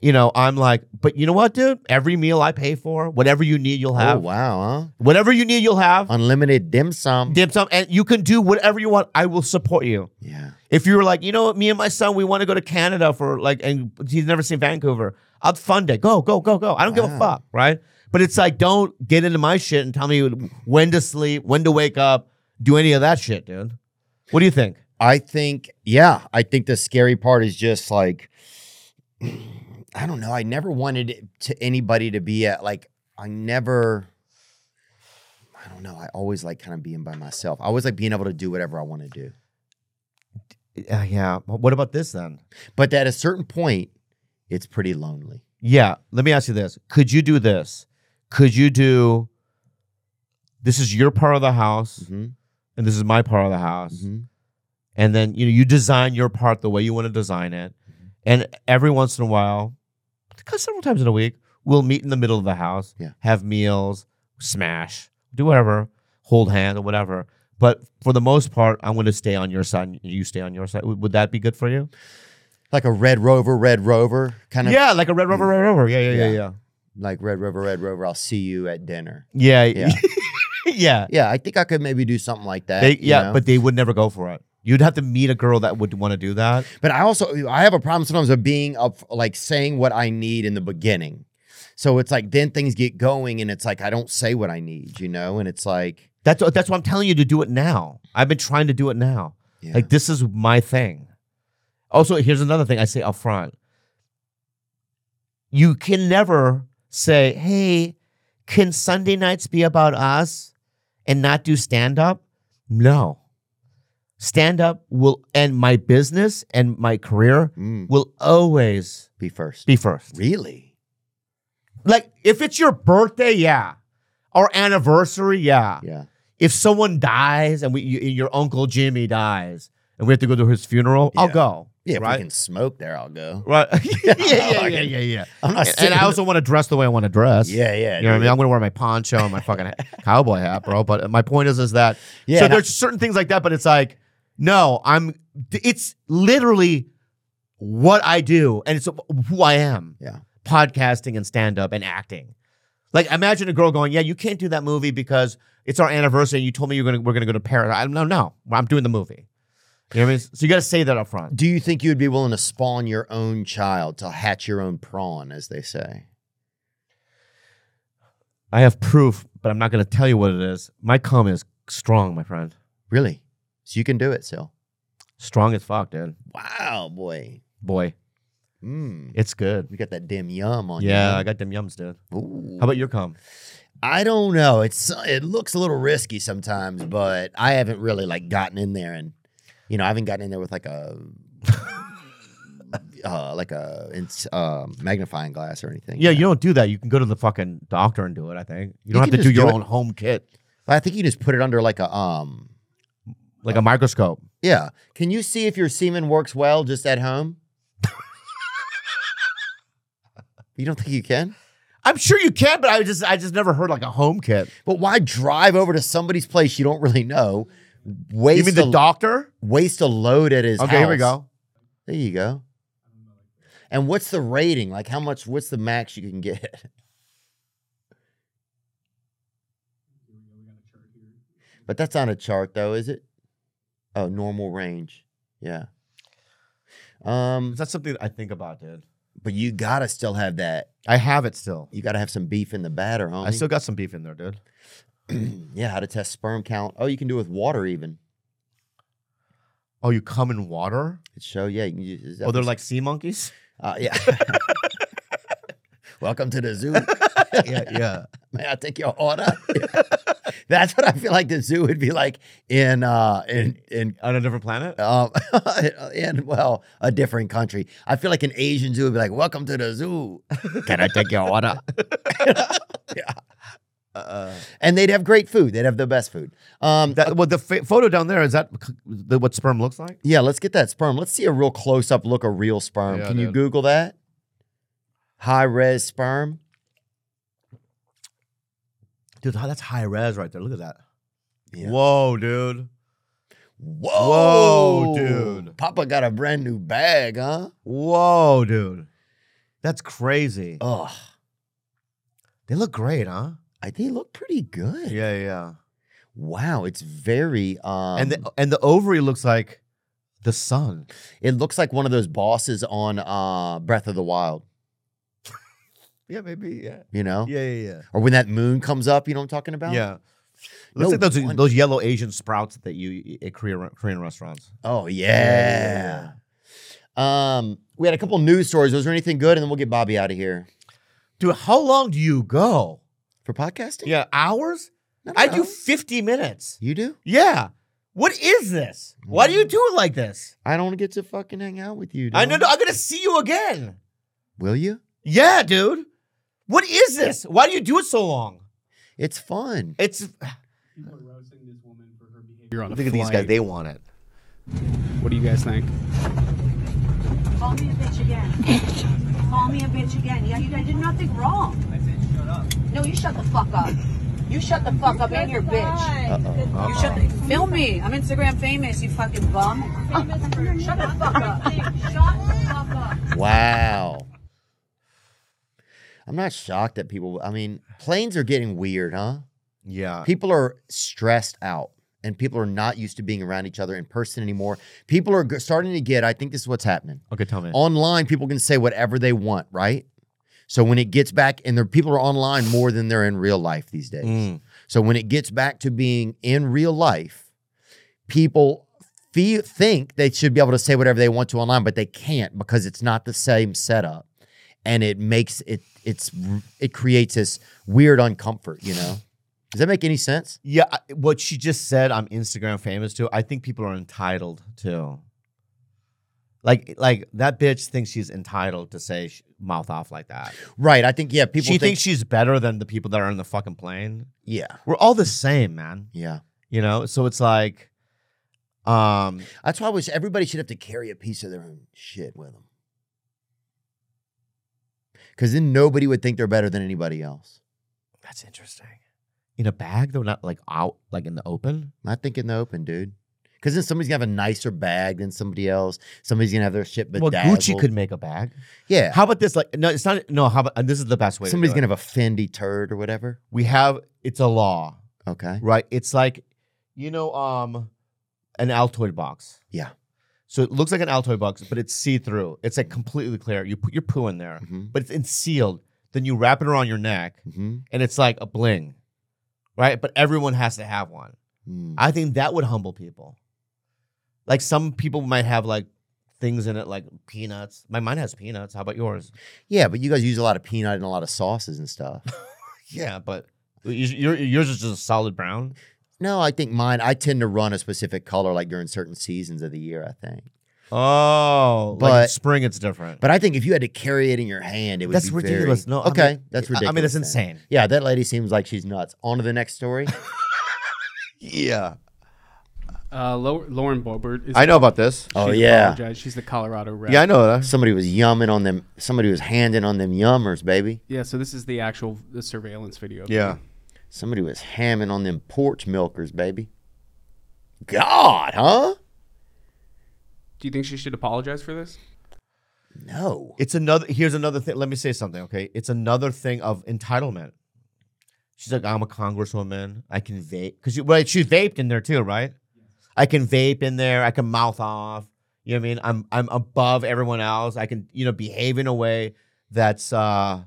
Speaker 3: you know, I'm like, but you know what, dude? Every meal I pay for, whatever you need, you'll
Speaker 1: oh
Speaker 3: have.
Speaker 1: wow,
Speaker 3: Whatever you need, you'll have.
Speaker 1: huh? unlimited dim sum.
Speaker 3: Dim sum, and you can do whatever you want. I will support you.
Speaker 1: yeah,
Speaker 3: If you were like, you know what, me and my son, we want to go to Canada for like, and he's never seen Vancouver. I'll fund it. Go, go, go, go. I don't give a
Speaker 1: Wow.
Speaker 3: fuck, right? But it's like, don't get into my shit and tell me when to sleep, when to wake up, do any of that shit, dude. What do you think?
Speaker 1: I think, yeah, I think the scary part is just like, I don't know. I never wanted it to anybody to be at like, I never, I don't know. I always like kind of being by myself. I always like being able to do whatever I want to do.
Speaker 3: Uh, yeah. What about this then?
Speaker 1: But at a certain point, it's pretty lonely.
Speaker 3: Yeah. Let me ask you this. Could you do this? Could you do this is your part of the house
Speaker 1: Mm-hmm.
Speaker 3: and this is my part of the house.
Speaker 1: Mm-hmm.
Speaker 3: And then you know you design your part the way you want to design it.
Speaker 1: Mm-hmm.
Speaker 3: And every once in a while, because several times in a week, we'll meet in the middle of the house,
Speaker 1: Yeah.
Speaker 3: have meals, smash, do whatever, hold hand or whatever. But for the most part, I'm going to stay on your side. and You stay on your side. Would would that be good for you?
Speaker 1: Like a Red Rover, Red Rover, kind of
Speaker 3: Yeah, like a red rubber, red rubber. Yeah, yeah, yeah,
Speaker 1: Yeah.
Speaker 3: yeah.
Speaker 1: like Red Rover, Red Rover. I'll see you at dinner.
Speaker 3: Yeah, yeah.
Speaker 1: Yeah.
Speaker 3: yeah.
Speaker 1: Yeah, I think I could maybe do something like that.
Speaker 3: They,
Speaker 1: you
Speaker 3: yeah,
Speaker 1: know?
Speaker 3: but they would never go for it. You'd have to meet a girl that would want to do that.
Speaker 1: But I also I have a problem sometimes of being up like saying what I need in the beginning. So it's like then things get going and it's like I don't say what I need, you know, and it's like
Speaker 3: That's that's why I'm telling you to do it now. I've been trying to do it now.
Speaker 1: yeah.
Speaker 3: Like this is my thing. Also, here's another thing I say up front. You can never say, "Hey, can Sunday nights be about us and not do stand up?" No. Stand up will and my business and my career
Speaker 1: Mm,
Speaker 3: will always
Speaker 1: be first.
Speaker 3: be first.
Speaker 1: really?
Speaker 3: Like if it's your birthday, yeah, or anniversary, yeah.
Speaker 1: Yeah.
Speaker 3: If someone dies and we you, your uncle Jimmy dies and we have to go to his funeral, I'll
Speaker 1: Yeah.
Speaker 3: go.
Speaker 1: Yeah, if
Speaker 3: right,
Speaker 1: we can smoke there, I'll go.
Speaker 3: right. yeah, yeah,
Speaker 1: Like
Speaker 3: yeah,
Speaker 1: it.
Speaker 3: yeah, yeah.
Speaker 1: I'm not
Speaker 3: And, and I also want to dress the way I want to dress.
Speaker 1: Uh, Yeah, yeah.
Speaker 3: You know what I mean?
Speaker 1: dude.
Speaker 3: I'm gonna wear my poncho and my fucking cowboy hat, bro. But my point is, is that
Speaker 1: Yeah,
Speaker 3: so
Speaker 1: and I-
Speaker 3: there's certain things like that, but it's like, no, I'm. It's literally what I do, and it's who I am.
Speaker 1: Yeah.
Speaker 3: podcasting and stand up and acting. Like, imagine a girl going, "Yeah, you can't do that movie because it's our anniversary, and you told me you're gonna we're gonna go to Paris." I no, no, I'm doing the movie. You know what I mean? So you got to say that up front.
Speaker 1: Do you think you would be willing to spawn your own child to hatch your own prawn, as they say?
Speaker 3: I have proof, but I'm not gonna tell you what it is. My cum is strong, my friend.
Speaker 1: Really? So you can do it, Sil.
Speaker 3: Strong as fuck, dude.
Speaker 1: Wow, boy.
Speaker 3: Boy,
Speaker 1: Mm.
Speaker 3: it's good.
Speaker 1: You got that dim yum on
Speaker 3: Yeah, I
Speaker 1: you.
Speaker 3: got them yums, dude.
Speaker 1: Yeah. Ooh.
Speaker 3: How about your cum?
Speaker 1: I don't know. It's it looks a little risky sometimes, but I haven't really like gotten in there and you know I haven't gotten in there with like a uh, like a ins- uh, magnifying glass or anything.
Speaker 3: Yeah, you don't do that. You can go to the fucking doctor and do it. I think you don't
Speaker 1: can
Speaker 3: have to do
Speaker 1: just
Speaker 3: your
Speaker 1: do it.
Speaker 3: own home kit,
Speaker 1: I think you just put it under like a um.
Speaker 3: like a microscope.
Speaker 1: Yeah, can you see if your semen works well just at home? you don't think you can?
Speaker 3: I'm sure you can, but I just I just never heard like a home kit.
Speaker 1: But why drive over to somebody's place you don't really know? Waste
Speaker 3: You mean the
Speaker 1: a,
Speaker 3: doctor?
Speaker 1: waste a load at his
Speaker 3: Okay, here we
Speaker 1: house?
Speaker 3: go.
Speaker 1: There you go. And what's the rating? Like how much what's the max you can get? But that's not a chart though, is it? Oh, normal range. Yeah. Um,
Speaker 3: It's not something I think about, dude.
Speaker 1: but you gotta still have that.
Speaker 3: I have it still.
Speaker 1: You gotta have some beef in the batter, homie.
Speaker 3: I still got some beef in there, dude.
Speaker 1: yeah, how to test sperm count. Oh, you can do it with water even.
Speaker 3: Oh, you come in water?
Speaker 1: It show, yeah. You can use, is that
Speaker 3: Oh, they're
Speaker 1: what's-
Speaker 3: like sea monkeys?
Speaker 1: uh, yeah. Welcome to the zoo.
Speaker 3: yeah, yeah.
Speaker 1: May I take your order? That's what I feel like the zoo would be like in uh in in
Speaker 3: On a different planet?
Speaker 1: um in well a different country. I feel like an Asian zoo would be like, "Welcome to the zoo. Can I take your order?"
Speaker 3: Uh,
Speaker 1: and they'd have great food. They'd have the best food. Um,
Speaker 3: that, well, the fa- photo down there is that c- the, what sperm looks like?
Speaker 1: Yeah, let's get that sperm. Let's see a real close up look of real sperm.
Speaker 3: Yeah,
Speaker 1: Can you
Speaker 3: dude.
Speaker 1: Google that? High res sperm.
Speaker 3: Dude, how- that's high res right there. Look at that.
Speaker 1: Yeah.
Speaker 3: Whoa, dude.
Speaker 1: Whoa,
Speaker 3: dude.
Speaker 1: Papa got a brand new bag, huh?
Speaker 3: Whoa, dude. That's crazy.
Speaker 1: Ugh.
Speaker 3: Oh. They look great, huh?
Speaker 1: I, they look pretty good.
Speaker 3: Yeah, yeah.
Speaker 1: Wow, it's very. Um,
Speaker 3: and the and the ovary looks like the sun.
Speaker 1: it looks like one of those bosses on uh, Breath of the Wild.
Speaker 3: Yeah, maybe. Yeah.
Speaker 1: You know,
Speaker 3: Yeah, yeah,
Speaker 1: or when that moon comes up. You know what I'm talking
Speaker 3: yeah.
Speaker 1: about?
Speaker 3: Yeah. Looks
Speaker 1: No
Speaker 3: like those
Speaker 1: wonder-
Speaker 3: those yellow Asian sprouts that you eat at Korean Korean restaurants.
Speaker 1: Oh
Speaker 3: yeah,
Speaker 1: yeah. Um, we had a couple news stories. Was there anything good? And then we'll get Bobby out of here
Speaker 3: Dude, how long do you go?
Speaker 1: for podcasting.
Speaker 3: Yeah, hours?
Speaker 1: Not
Speaker 3: I do
Speaker 1: enough.
Speaker 3: 50 minutes.
Speaker 1: You do?
Speaker 3: Yeah. What is this? Why do you do it like this?
Speaker 1: I don't get to fucking hang out with you. Dude.
Speaker 3: I know I'm going to see you again.
Speaker 1: Will you?
Speaker 3: Yeah, dude. What is this? Why do you do it so long?
Speaker 1: It's fun.
Speaker 3: It's
Speaker 4: People are roasting this woman for her behavior on the
Speaker 3: look at these guys,
Speaker 4: flight.
Speaker 3: they want it.
Speaker 4: What do you guys think?
Speaker 9: Call me a bitch again. Call me a bitch again. Yeah, you, I did nothing wrong. I said shut up. No, you shut the fuck up. You shut the fuck up and you're a bitch. You shut the, film me. I'm Instagram famous, you fucking bum. shut the fuck up. shut the fuck up.
Speaker 1: Wow. I'm not shocked that people. I mean, planes are getting weird, huh?
Speaker 3: Yeah.
Speaker 1: People are stressed out, and people are not used to being around each other in person anymore. People are g- starting to get. I think this is what's happening.
Speaker 3: Okay, tell me.
Speaker 1: Online, people can say whatever they want, right? So when it gets back, and there, people are online more than they're in real life these days.
Speaker 3: Mm.
Speaker 1: So when it gets back to being in real life, people feel, think they should be able to say whatever they want to online, but they can't because it's not the same setup, and it makes it it's it creates this weird uncomfort. You know, does that make any sense?
Speaker 3: Yeah, I- what she just said, I'm Instagram famous too. I think people are entitled to. Like, like that bitch thinks she's entitled to say sh- mouth off like that.
Speaker 1: Right. I think yeah. People
Speaker 3: she
Speaker 1: think,
Speaker 3: thinks she's better than the people that are in the fucking plane.
Speaker 1: yeah
Speaker 3: We're all the same, man.
Speaker 1: yeah.
Speaker 3: You know, so it's like, um,
Speaker 1: That's why I wish everybody should have to carry a piece of their own shit with them. Because then nobody would think they're better than anybody else.
Speaker 3: that's interesting. In a bag though, not like out, like in the open.
Speaker 1: Not think in the open, dude. Because then somebody's gonna have a nicer bag than somebody else. Somebody's gonna have their shit
Speaker 3: well,
Speaker 1: bedazzled.
Speaker 3: Gucci could make a bag.
Speaker 1: yeah.
Speaker 3: How about this? Like, no, it's not. No, how about? And this is the best way.
Speaker 1: somebody's
Speaker 3: to do
Speaker 1: gonna
Speaker 3: it.
Speaker 1: have a Fendi turd or whatever.
Speaker 3: We have. It's a law.
Speaker 1: Okay.
Speaker 3: right? It's like, you know, um, an Altoid box.
Speaker 1: Yeah.
Speaker 3: So it looks like an Altoid box, but it's see through. It's like completely clear. You put your poo in there,
Speaker 1: Mm-hmm.
Speaker 3: but it's, it's sealed. Then you wrap it around your neck,
Speaker 1: Mm-hmm.
Speaker 3: and it's like a bling, right? But everyone has to have one.
Speaker 1: Mm.
Speaker 3: I think that would humble people. Like some people might have like things in it, like peanuts. My mine has peanuts. How about yours?
Speaker 1: Yeah, but you guys use a lot of peanut and a lot of sauces and stuff.
Speaker 3: Yeah, but yours your- yours is just a solid brown.
Speaker 1: no, I think mine. I tend to run a specific color like during certain seasons of the year. I think.
Speaker 3: Oh, like in
Speaker 1: But-
Speaker 3: spring, it's different.
Speaker 1: But I think if you had to carry it in your hand, it would
Speaker 3: That's
Speaker 1: be very-
Speaker 3: ridiculous. No, I
Speaker 1: okay,
Speaker 3: mean-
Speaker 1: that's
Speaker 3: I- I
Speaker 1: ridiculous.
Speaker 3: mean, that's
Speaker 1: then.
Speaker 3: insane.
Speaker 1: Yeah, that lady seems like she's nuts. On to the next story.
Speaker 3: Yeah.
Speaker 4: Uh, Lo- Lauren Boebert is.
Speaker 3: I know about this.
Speaker 1: Oh,
Speaker 4: she's
Speaker 1: yeah.
Speaker 4: apologized. She's the Colorado rep.
Speaker 3: Oh, Yeah, I know that.
Speaker 1: somebody was yumming on them. Somebody was handing on them yummers, baby.
Speaker 4: Yeah, so this is the actual the surveillance video.
Speaker 3: Yeah.
Speaker 1: Somebody was hamming on them porch milkers, baby. God, huh?
Speaker 4: Do you think she should apologize for this?
Speaker 1: No.
Speaker 3: It's another here's another thing. Let me say something, okay? It's another thing of entitlement. She's like, I'm a congresswoman. I can vape. Because right, she vaped in there too, right? I can vape in there. I can mouth off. You know what I mean? I'm I'm above everyone else. I can, you know, behave in a way that's uh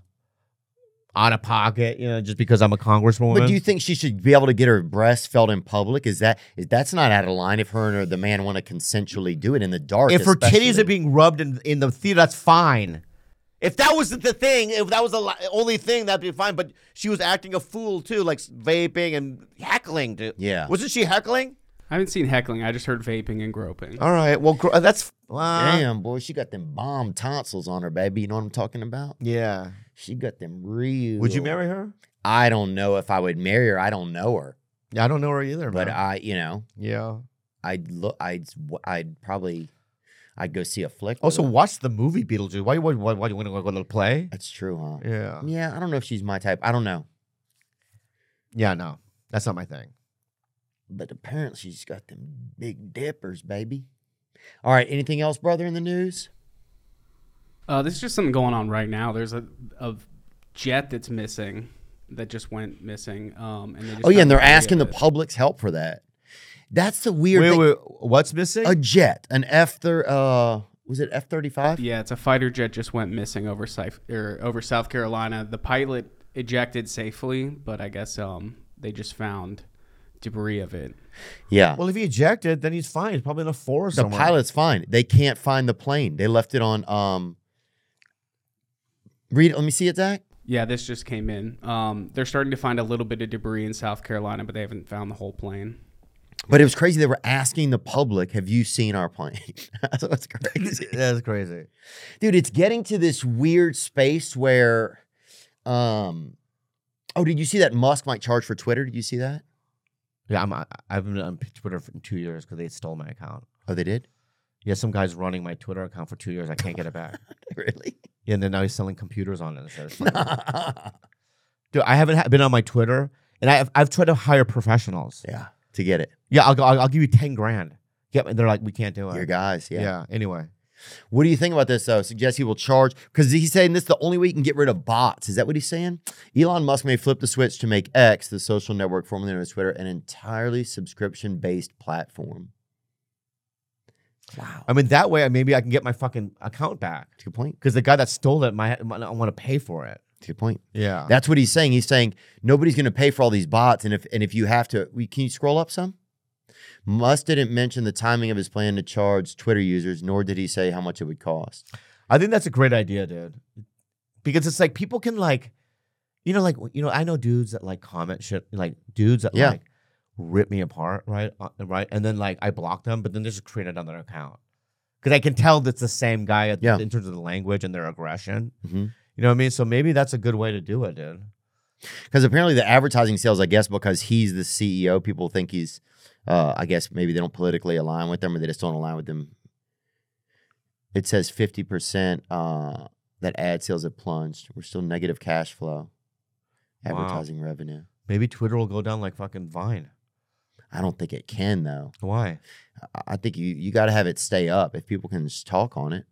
Speaker 3: out of pocket, you know, just because I'm a congresswoman.
Speaker 1: But do you think she should be able to get her breast felt in public? Is that is that's not out of line if her and her, the man want to consensually do it in the dark?
Speaker 3: if her titties
Speaker 1: especially.
Speaker 3: are being rubbed in, in the theater, that's fine. If that was the thing, if that was the li- only thing, that'd be fine. But she was acting a fool too, like vaping and heckling. Dude.
Speaker 1: Yeah.
Speaker 3: wasn't she heckling?
Speaker 4: I haven't seen heckling. I just heard vaping and groping.
Speaker 3: All right. Well, gr- uh, that's uh,
Speaker 1: Damn, boy, she got them bomb tonsils on her, baby. You know what I'm talking about?
Speaker 3: Yeah.
Speaker 1: She got them real.
Speaker 3: Would you marry her?
Speaker 1: I don't know if I would marry her. I don't know her,
Speaker 3: Yeah, I don't know her either.
Speaker 1: but
Speaker 3: man.
Speaker 1: I, you know,
Speaker 3: yeah.
Speaker 1: I'd look, I'd, I'd probably, I'd go see a flick. with
Speaker 3: Also,
Speaker 1: her.
Speaker 3: watch the movie Beetlejuice. Why? Why? Why? why do you want to go to the play?
Speaker 1: that's true, huh?
Speaker 3: Yeah.
Speaker 1: Yeah, I don't know if she's my type. I don't know,
Speaker 3: Yeah. No, that's not my thing.
Speaker 1: but apparently she's got them big dippers, baby. All right, anything else, brother, in the news?
Speaker 4: Uh, this is just something going on right now. There's a, a jet that's missing that just went missing. Um, and they just
Speaker 1: Oh yeah,
Speaker 4: found
Speaker 1: and they're
Speaker 4: the body of
Speaker 1: asking the
Speaker 4: it.
Speaker 1: public's help for that. That's the weird
Speaker 3: Wait,
Speaker 1: thing.
Speaker 3: wait, what's missing?
Speaker 1: A jet, an F thir uh was it F thirty five?
Speaker 4: Yeah, it's a fighter jet just went missing over Sif- or over South Carolina. The pilot ejected safely, but I guess um, they just found debris of it.
Speaker 1: Yeah.
Speaker 3: well, if he ejected, then he's fine. He's probably in a forest
Speaker 1: the
Speaker 3: somewhere.
Speaker 1: pilot's fine. They can't find the plane. They left it on um Read it. Let me see it, Zach.
Speaker 4: Yeah, this just came in. Um, they're starting to find a little bit of debris in South Carolina, but they haven't found the whole plane.
Speaker 1: But it was crazy. They were asking the public, "Have you seen our plane?" That's what's crazy,
Speaker 3: That's crazy.
Speaker 1: dude. It's getting to this weird space where, um, oh, did you see that Musk might charge for Twitter? Did you see that?
Speaker 3: Yeah, I'm, I, I've been on Twitter for two years because they stole my account.
Speaker 1: Oh, they did.
Speaker 3: Yeah, some guy's running my Twitter account for two years. I can't get it back.
Speaker 1: really?
Speaker 3: yeah, and then now he's selling computers on it. Instead of selling- Dude, I haven't ha- been on my Twitter, and I've, I've tried to hire professionals. Yeah,
Speaker 1: yeah. To get it,
Speaker 3: I'll, go, I'll, I'll give you 10 grand. Yeah, but they're like, we can't do it.
Speaker 1: your guys.
Speaker 3: yeah. anyway.
Speaker 1: What do you think about this though? Suggest he will charge because he's saying this is the only way you can get rid of bots. Is that what he's saying? Elon Musk may flip the switch to make X, the social network formerly known as Twitter, an entirely subscription-based platform. Wow,
Speaker 3: I mean, that way, I- maybe I can get my fucking account back
Speaker 1: that's a good point.
Speaker 3: because the guy that stole it, my, my I want to pay for it.
Speaker 1: That's a good point.
Speaker 3: Yeah.
Speaker 1: That's what he's saying. He's saying nobody's going to pay for all these bots, and if and if you have to, we can you scroll up some. Musk didn't mention the timing of his plan to charge Twitter users, nor did he say how much it would cost.
Speaker 3: I think that's a great idea, dude. Because it's like people can like, you know, like you know, I know dudes that like comment shit, like dudes that
Speaker 1: Yeah.
Speaker 3: like rip me apart, right, Uh, right, and then like I block them, but then they just create another account because I can tell that's the same guy at,
Speaker 1: Yeah.
Speaker 3: in terms of the language and their aggression.
Speaker 1: Mhm.
Speaker 3: You know what I mean? So maybe that's a good way to do it, dude.
Speaker 1: because apparently the advertising sales, I guess, because he's the CEO, people think he's. Uh, I guess maybe they don't politically align with them, or they just don't align with them. It says fifty percent uh, that ad sales have plunged. We're still negative cash flow,
Speaker 3: Wow.
Speaker 1: advertising revenue.
Speaker 3: Maybe Twitter will go down like fucking Vine.
Speaker 1: I don't think it can though.
Speaker 3: Why?
Speaker 1: I- I think you you got to have it stay up if people can just talk on it.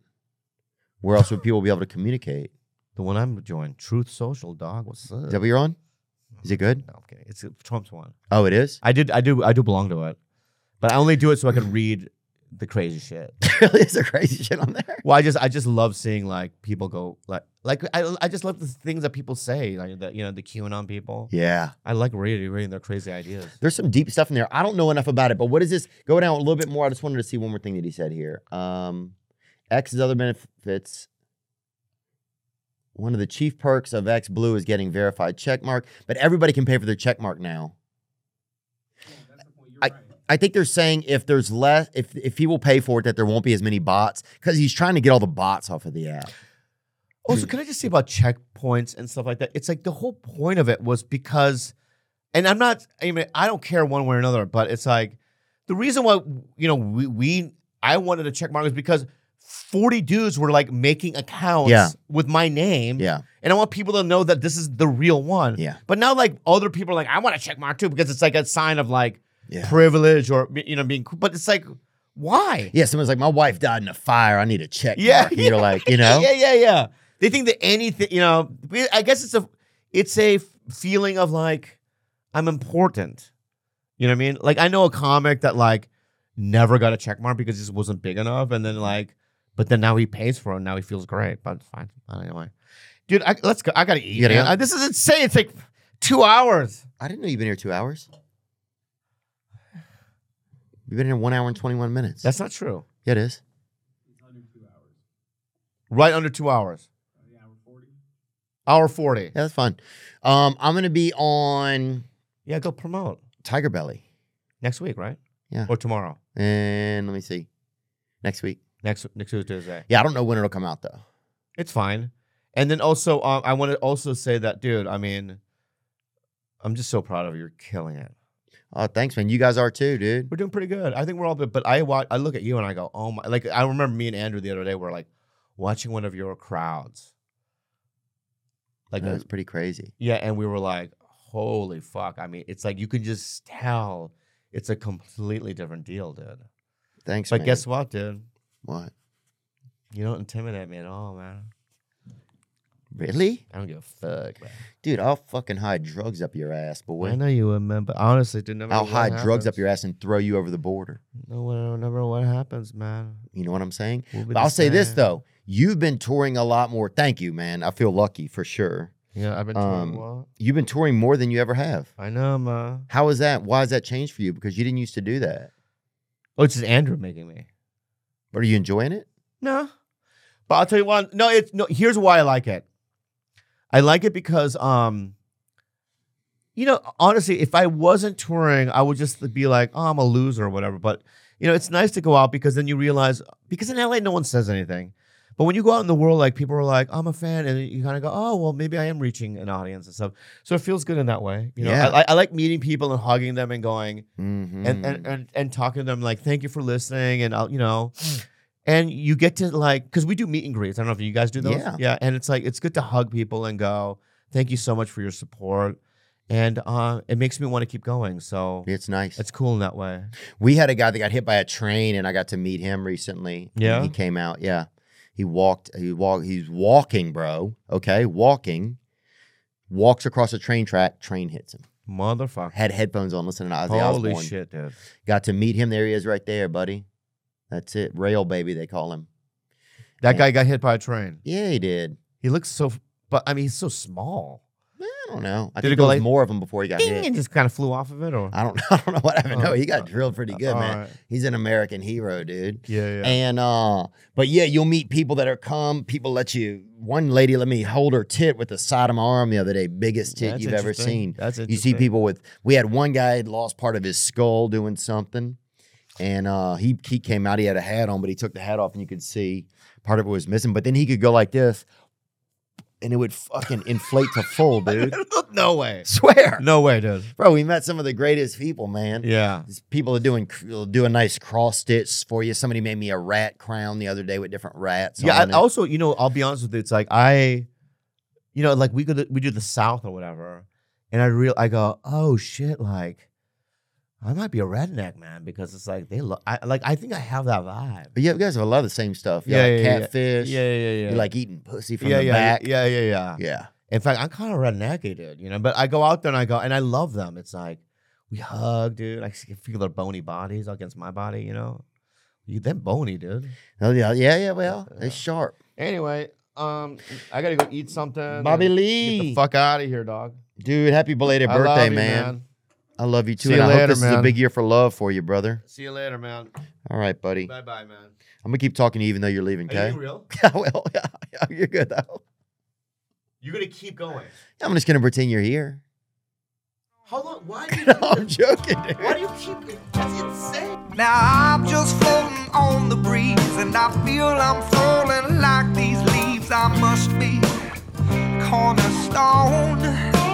Speaker 1: Where else would people be able to communicate?
Speaker 3: The one I'm joined, Truth Social, dog. What's up?
Speaker 1: Is that what you're on? Is it good?
Speaker 3: no, I'm kidding. It's uh, Trump's one.
Speaker 1: Oh, it is.
Speaker 3: I did. I do. I do belong to it, but I only do it so I can read the crazy shit.
Speaker 1: really, is there crazy shit on there?
Speaker 3: Well, I just I just love seeing like people go like like I, I just love the things that people say like the, you know the QAnon people.
Speaker 1: Yeah.
Speaker 3: I like reading reading their crazy ideas.
Speaker 1: There's some deep stuff in there. I don't know enough about it, but what is this? Go down a little bit more. I just wanted to see one more thing that he said here. Um, X's other benefits. One of the chief perks of X Blue is getting verified checkmark, but everybody can pay for their checkmark now. I, I think they're saying if there's less, if if he will pay for it, that there won't be as many bots because he's trying to get all the bots off of the app. Hmm.
Speaker 3: Also, can I just say about checkpoints and stuff like that? It's like the whole point of it was because, and I'm not, I mean, I don't care one way or another, but it's like the reason why, you know, we, we I wanted a check mark is because 40 dudes were like making accounts
Speaker 1: Yeah.
Speaker 3: with my name.
Speaker 1: Yeah.
Speaker 3: And I want people to know that this is the real one.
Speaker 1: Yeah.
Speaker 3: But now, like, other people are like, I want a check mark too, because it's like a sign of like
Speaker 1: Yeah.
Speaker 3: privilege or, you know, being cool. But it's like, why?
Speaker 1: Yeah, someone's like, my wife died in a fire. I need a check.
Speaker 3: Yeah,
Speaker 1: mark." And you're like, you know,
Speaker 3: Yeah, yeah, yeah. They think that anything, you know, we- I guess it's a it's a f- feeling of like I'm important. You know what I mean? Like I know a comic that like never got a check mark because this wasn't big enough. And then like, but then now he pays for it. And now he feels great. But it's fine. But anyway, dude, I, let's go. I gotta eat.
Speaker 1: You gotta
Speaker 3: man.
Speaker 1: go?
Speaker 3: I- this is insane. It's like two hours.
Speaker 1: I didn't know you've been here two hours. You've been here one hour and 21 minutes.
Speaker 3: That's not true.
Speaker 1: yeah, it is.
Speaker 3: Right under two hours. Hour forty.
Speaker 1: Yeah, that's fun. Um, I'm going to be on
Speaker 3: Yeah, go promote
Speaker 1: Tiger Belly.
Speaker 3: next week, right?
Speaker 1: Yeah.
Speaker 3: Or tomorrow.
Speaker 1: And let me see. Next week.
Speaker 3: Next next Tuesday.
Speaker 1: Yeah, I don't know when it'll come out, though.
Speaker 3: It's fine. And then also, um, I want to also say that, dude. I mean, I'm just so proud of you. You're killing it.
Speaker 1: Oh, thanks, man. You guys are too, dude.
Speaker 3: We're doing pretty good. I think we're all good. But I watch, I look at you and I go, oh my! Like I remember me and Andrew the other day were like watching one of your crowds. Like
Speaker 1: That's pretty crazy.
Speaker 3: yeah, and we were like, holy fuck! I mean, it's like you can just tell it's a completely different deal, dude.
Speaker 1: Thanks,
Speaker 3: But
Speaker 1: man.
Speaker 3: guess what, dude?
Speaker 1: what?
Speaker 3: You don't intimidate me at all, man.
Speaker 1: Really?
Speaker 3: I don't give a fuck, man.
Speaker 1: Dude, I'll fucking hide drugs up your ass, boy.
Speaker 3: I know you would, man, but honestly, dude, never.
Speaker 1: I'll hide drugs up your ass and throw you over the border.
Speaker 3: No, no, never. What happens, man?
Speaker 1: You know what I'm saying?
Speaker 3: We'll be
Speaker 1: But
Speaker 3: the
Speaker 1: I'll say this
Speaker 3: same.
Speaker 1: though. You've been touring a lot more. Thank you, man. I feel lucky for sure.
Speaker 3: Yeah, I've been
Speaker 1: Um,
Speaker 3: doing what?
Speaker 1: You've been touring more than you ever have.
Speaker 3: I know, man.
Speaker 1: How is that? Why has that changed for you? Because you didn't used to do that.
Speaker 3: Oh, it's just Andrew making me.
Speaker 1: But are you enjoying it?
Speaker 3: No. But I'll tell you one. No, it's no. Here's why I like it. I like it because, um, you know, honestly, if I wasn't touring, I would just be like, oh, I'm a loser or whatever. But you know, it's nice to go out because then you realize because in LA no one says anything. But when you go out in the world, like people are like, I'm a fan, and you kind of go, oh, well, maybe I am reaching an audience and stuff. So it feels good in that way. You know,
Speaker 1: Yeah.
Speaker 3: I, I, I like meeting people and hugging them and going,
Speaker 1: Mm-hmm.
Speaker 3: and, and and and talking to them like thank you for listening and I'll you know and you get to like because we do meet and greets I don't know if you guys do those
Speaker 1: Yeah.
Speaker 3: and it's like it's good to hug people and go thank you so much for your support and uh it makes me want to keep going so
Speaker 1: it's nice.
Speaker 3: it's cool in that way
Speaker 1: we had a guy that got hit by a train, and I got to meet him recently. when
Speaker 3: Yeah?
Speaker 1: he came out. Yeah, he walked. He walk. He's walking, bro. Okay, walking. Walks across a train track. Train hits him.
Speaker 3: motherfucker
Speaker 1: Had headphones on, listening to Ozzy
Speaker 3: holy
Speaker 1: Osbourne.
Speaker 3: shit dude
Speaker 1: Got to meet him. There he is, right there, buddy. That's it. Rail baby, they call him.
Speaker 3: that guy got hit by a train
Speaker 1: Yeah, he did.
Speaker 3: he looks so but I mean he's so small
Speaker 1: I don't know. I
Speaker 3: Did
Speaker 1: think
Speaker 3: it go
Speaker 1: there was
Speaker 3: like-
Speaker 1: more of them before he got
Speaker 3: Ding,
Speaker 1: hit.
Speaker 3: and just kind of flew off of it or
Speaker 1: I don't. I don't know what happened.
Speaker 3: Oh,
Speaker 1: No, he got drilled pretty good,
Speaker 3: all
Speaker 1: man.
Speaker 3: right.
Speaker 1: He's an American hero, dude.
Speaker 3: yeah yeah
Speaker 1: And uh, but yeah, you'll meet people that are come. People let you. One lady let me hold her tit with the side of my arm the other day. Biggest tit
Speaker 3: That's
Speaker 1: you've ever
Speaker 3: interesting.
Speaker 1: seen.
Speaker 3: That's
Speaker 1: You see
Speaker 3: interesting.
Speaker 1: people with. We had one guy had lost part of his skull doing something, and uh, he he came out. He had a hat on, but he took the hat off, and you could see part of it was missing. But then he could go like this, and it would fucking inflate to full, dude.
Speaker 3: no way
Speaker 1: Swear,
Speaker 3: no way dude
Speaker 1: bro. We met some of the greatest people, man.
Speaker 3: yeah
Speaker 1: These people are doing doing nice cross stitch for you. Somebody made me a rat crown the other day with different rats. on
Speaker 3: Yeah, I,
Speaker 1: it.
Speaker 3: also, you know, I'll be honest with you. It's like I, you know, like we go, to, we do the South or whatever, and I real, I go, oh shit, like I might be a redneck man because it's like they look, I like I think I have that vibe.
Speaker 1: But yeah, you guys have a lot of the same stuff. You
Speaker 3: Yeah,
Speaker 1: like
Speaker 3: yeah, yeah.
Speaker 1: catfish.
Speaker 3: Yeah, yeah, yeah.
Speaker 1: You like eating pussy from
Speaker 3: yeah,
Speaker 1: the
Speaker 3: yeah,
Speaker 1: back.
Speaker 3: yeah, yeah, yeah, yeah.
Speaker 1: Yeah.
Speaker 3: In fact, I'm kind of rednecky, dude. You know, but I go out there and I go, and I love them. It's like we hug, dude. I can feel their bony bodies against my body. You know, you them bony, dude.
Speaker 1: Oh, yeah, yeah, yeah. Well,
Speaker 3: Yeah.
Speaker 1: it's sharp.
Speaker 3: Anyway, um, I gotta go eat something.
Speaker 1: Bobby
Speaker 3: and
Speaker 1: Lee.
Speaker 3: get the fuck out of here, dog.
Speaker 1: Dude, happy belated
Speaker 3: I
Speaker 1: birthday,
Speaker 3: love you,
Speaker 1: man. I love you too.
Speaker 3: See
Speaker 1: and
Speaker 3: you
Speaker 1: I hope
Speaker 3: later,
Speaker 1: this is a
Speaker 3: man.
Speaker 1: big year for love for you, brother.
Speaker 3: See you later, man.
Speaker 1: All right, buddy.
Speaker 3: Bye bye, man.
Speaker 1: I'm going to keep talking to you even though you're leaving,
Speaker 3: Are
Speaker 1: okay?
Speaker 3: you being real?
Speaker 1: yeah, well, yeah, yeah, you're good, though.
Speaker 3: You're gonna keep going.
Speaker 1: I'm just going to pretend you're here.
Speaker 3: How long? Why? Do you,
Speaker 1: I'm joking, dude.
Speaker 3: why do you keep? That's insane.
Speaker 2: Now I'm just floating on the breeze, and I feel I'm falling like these leaves. I must be cornerstone. Oh,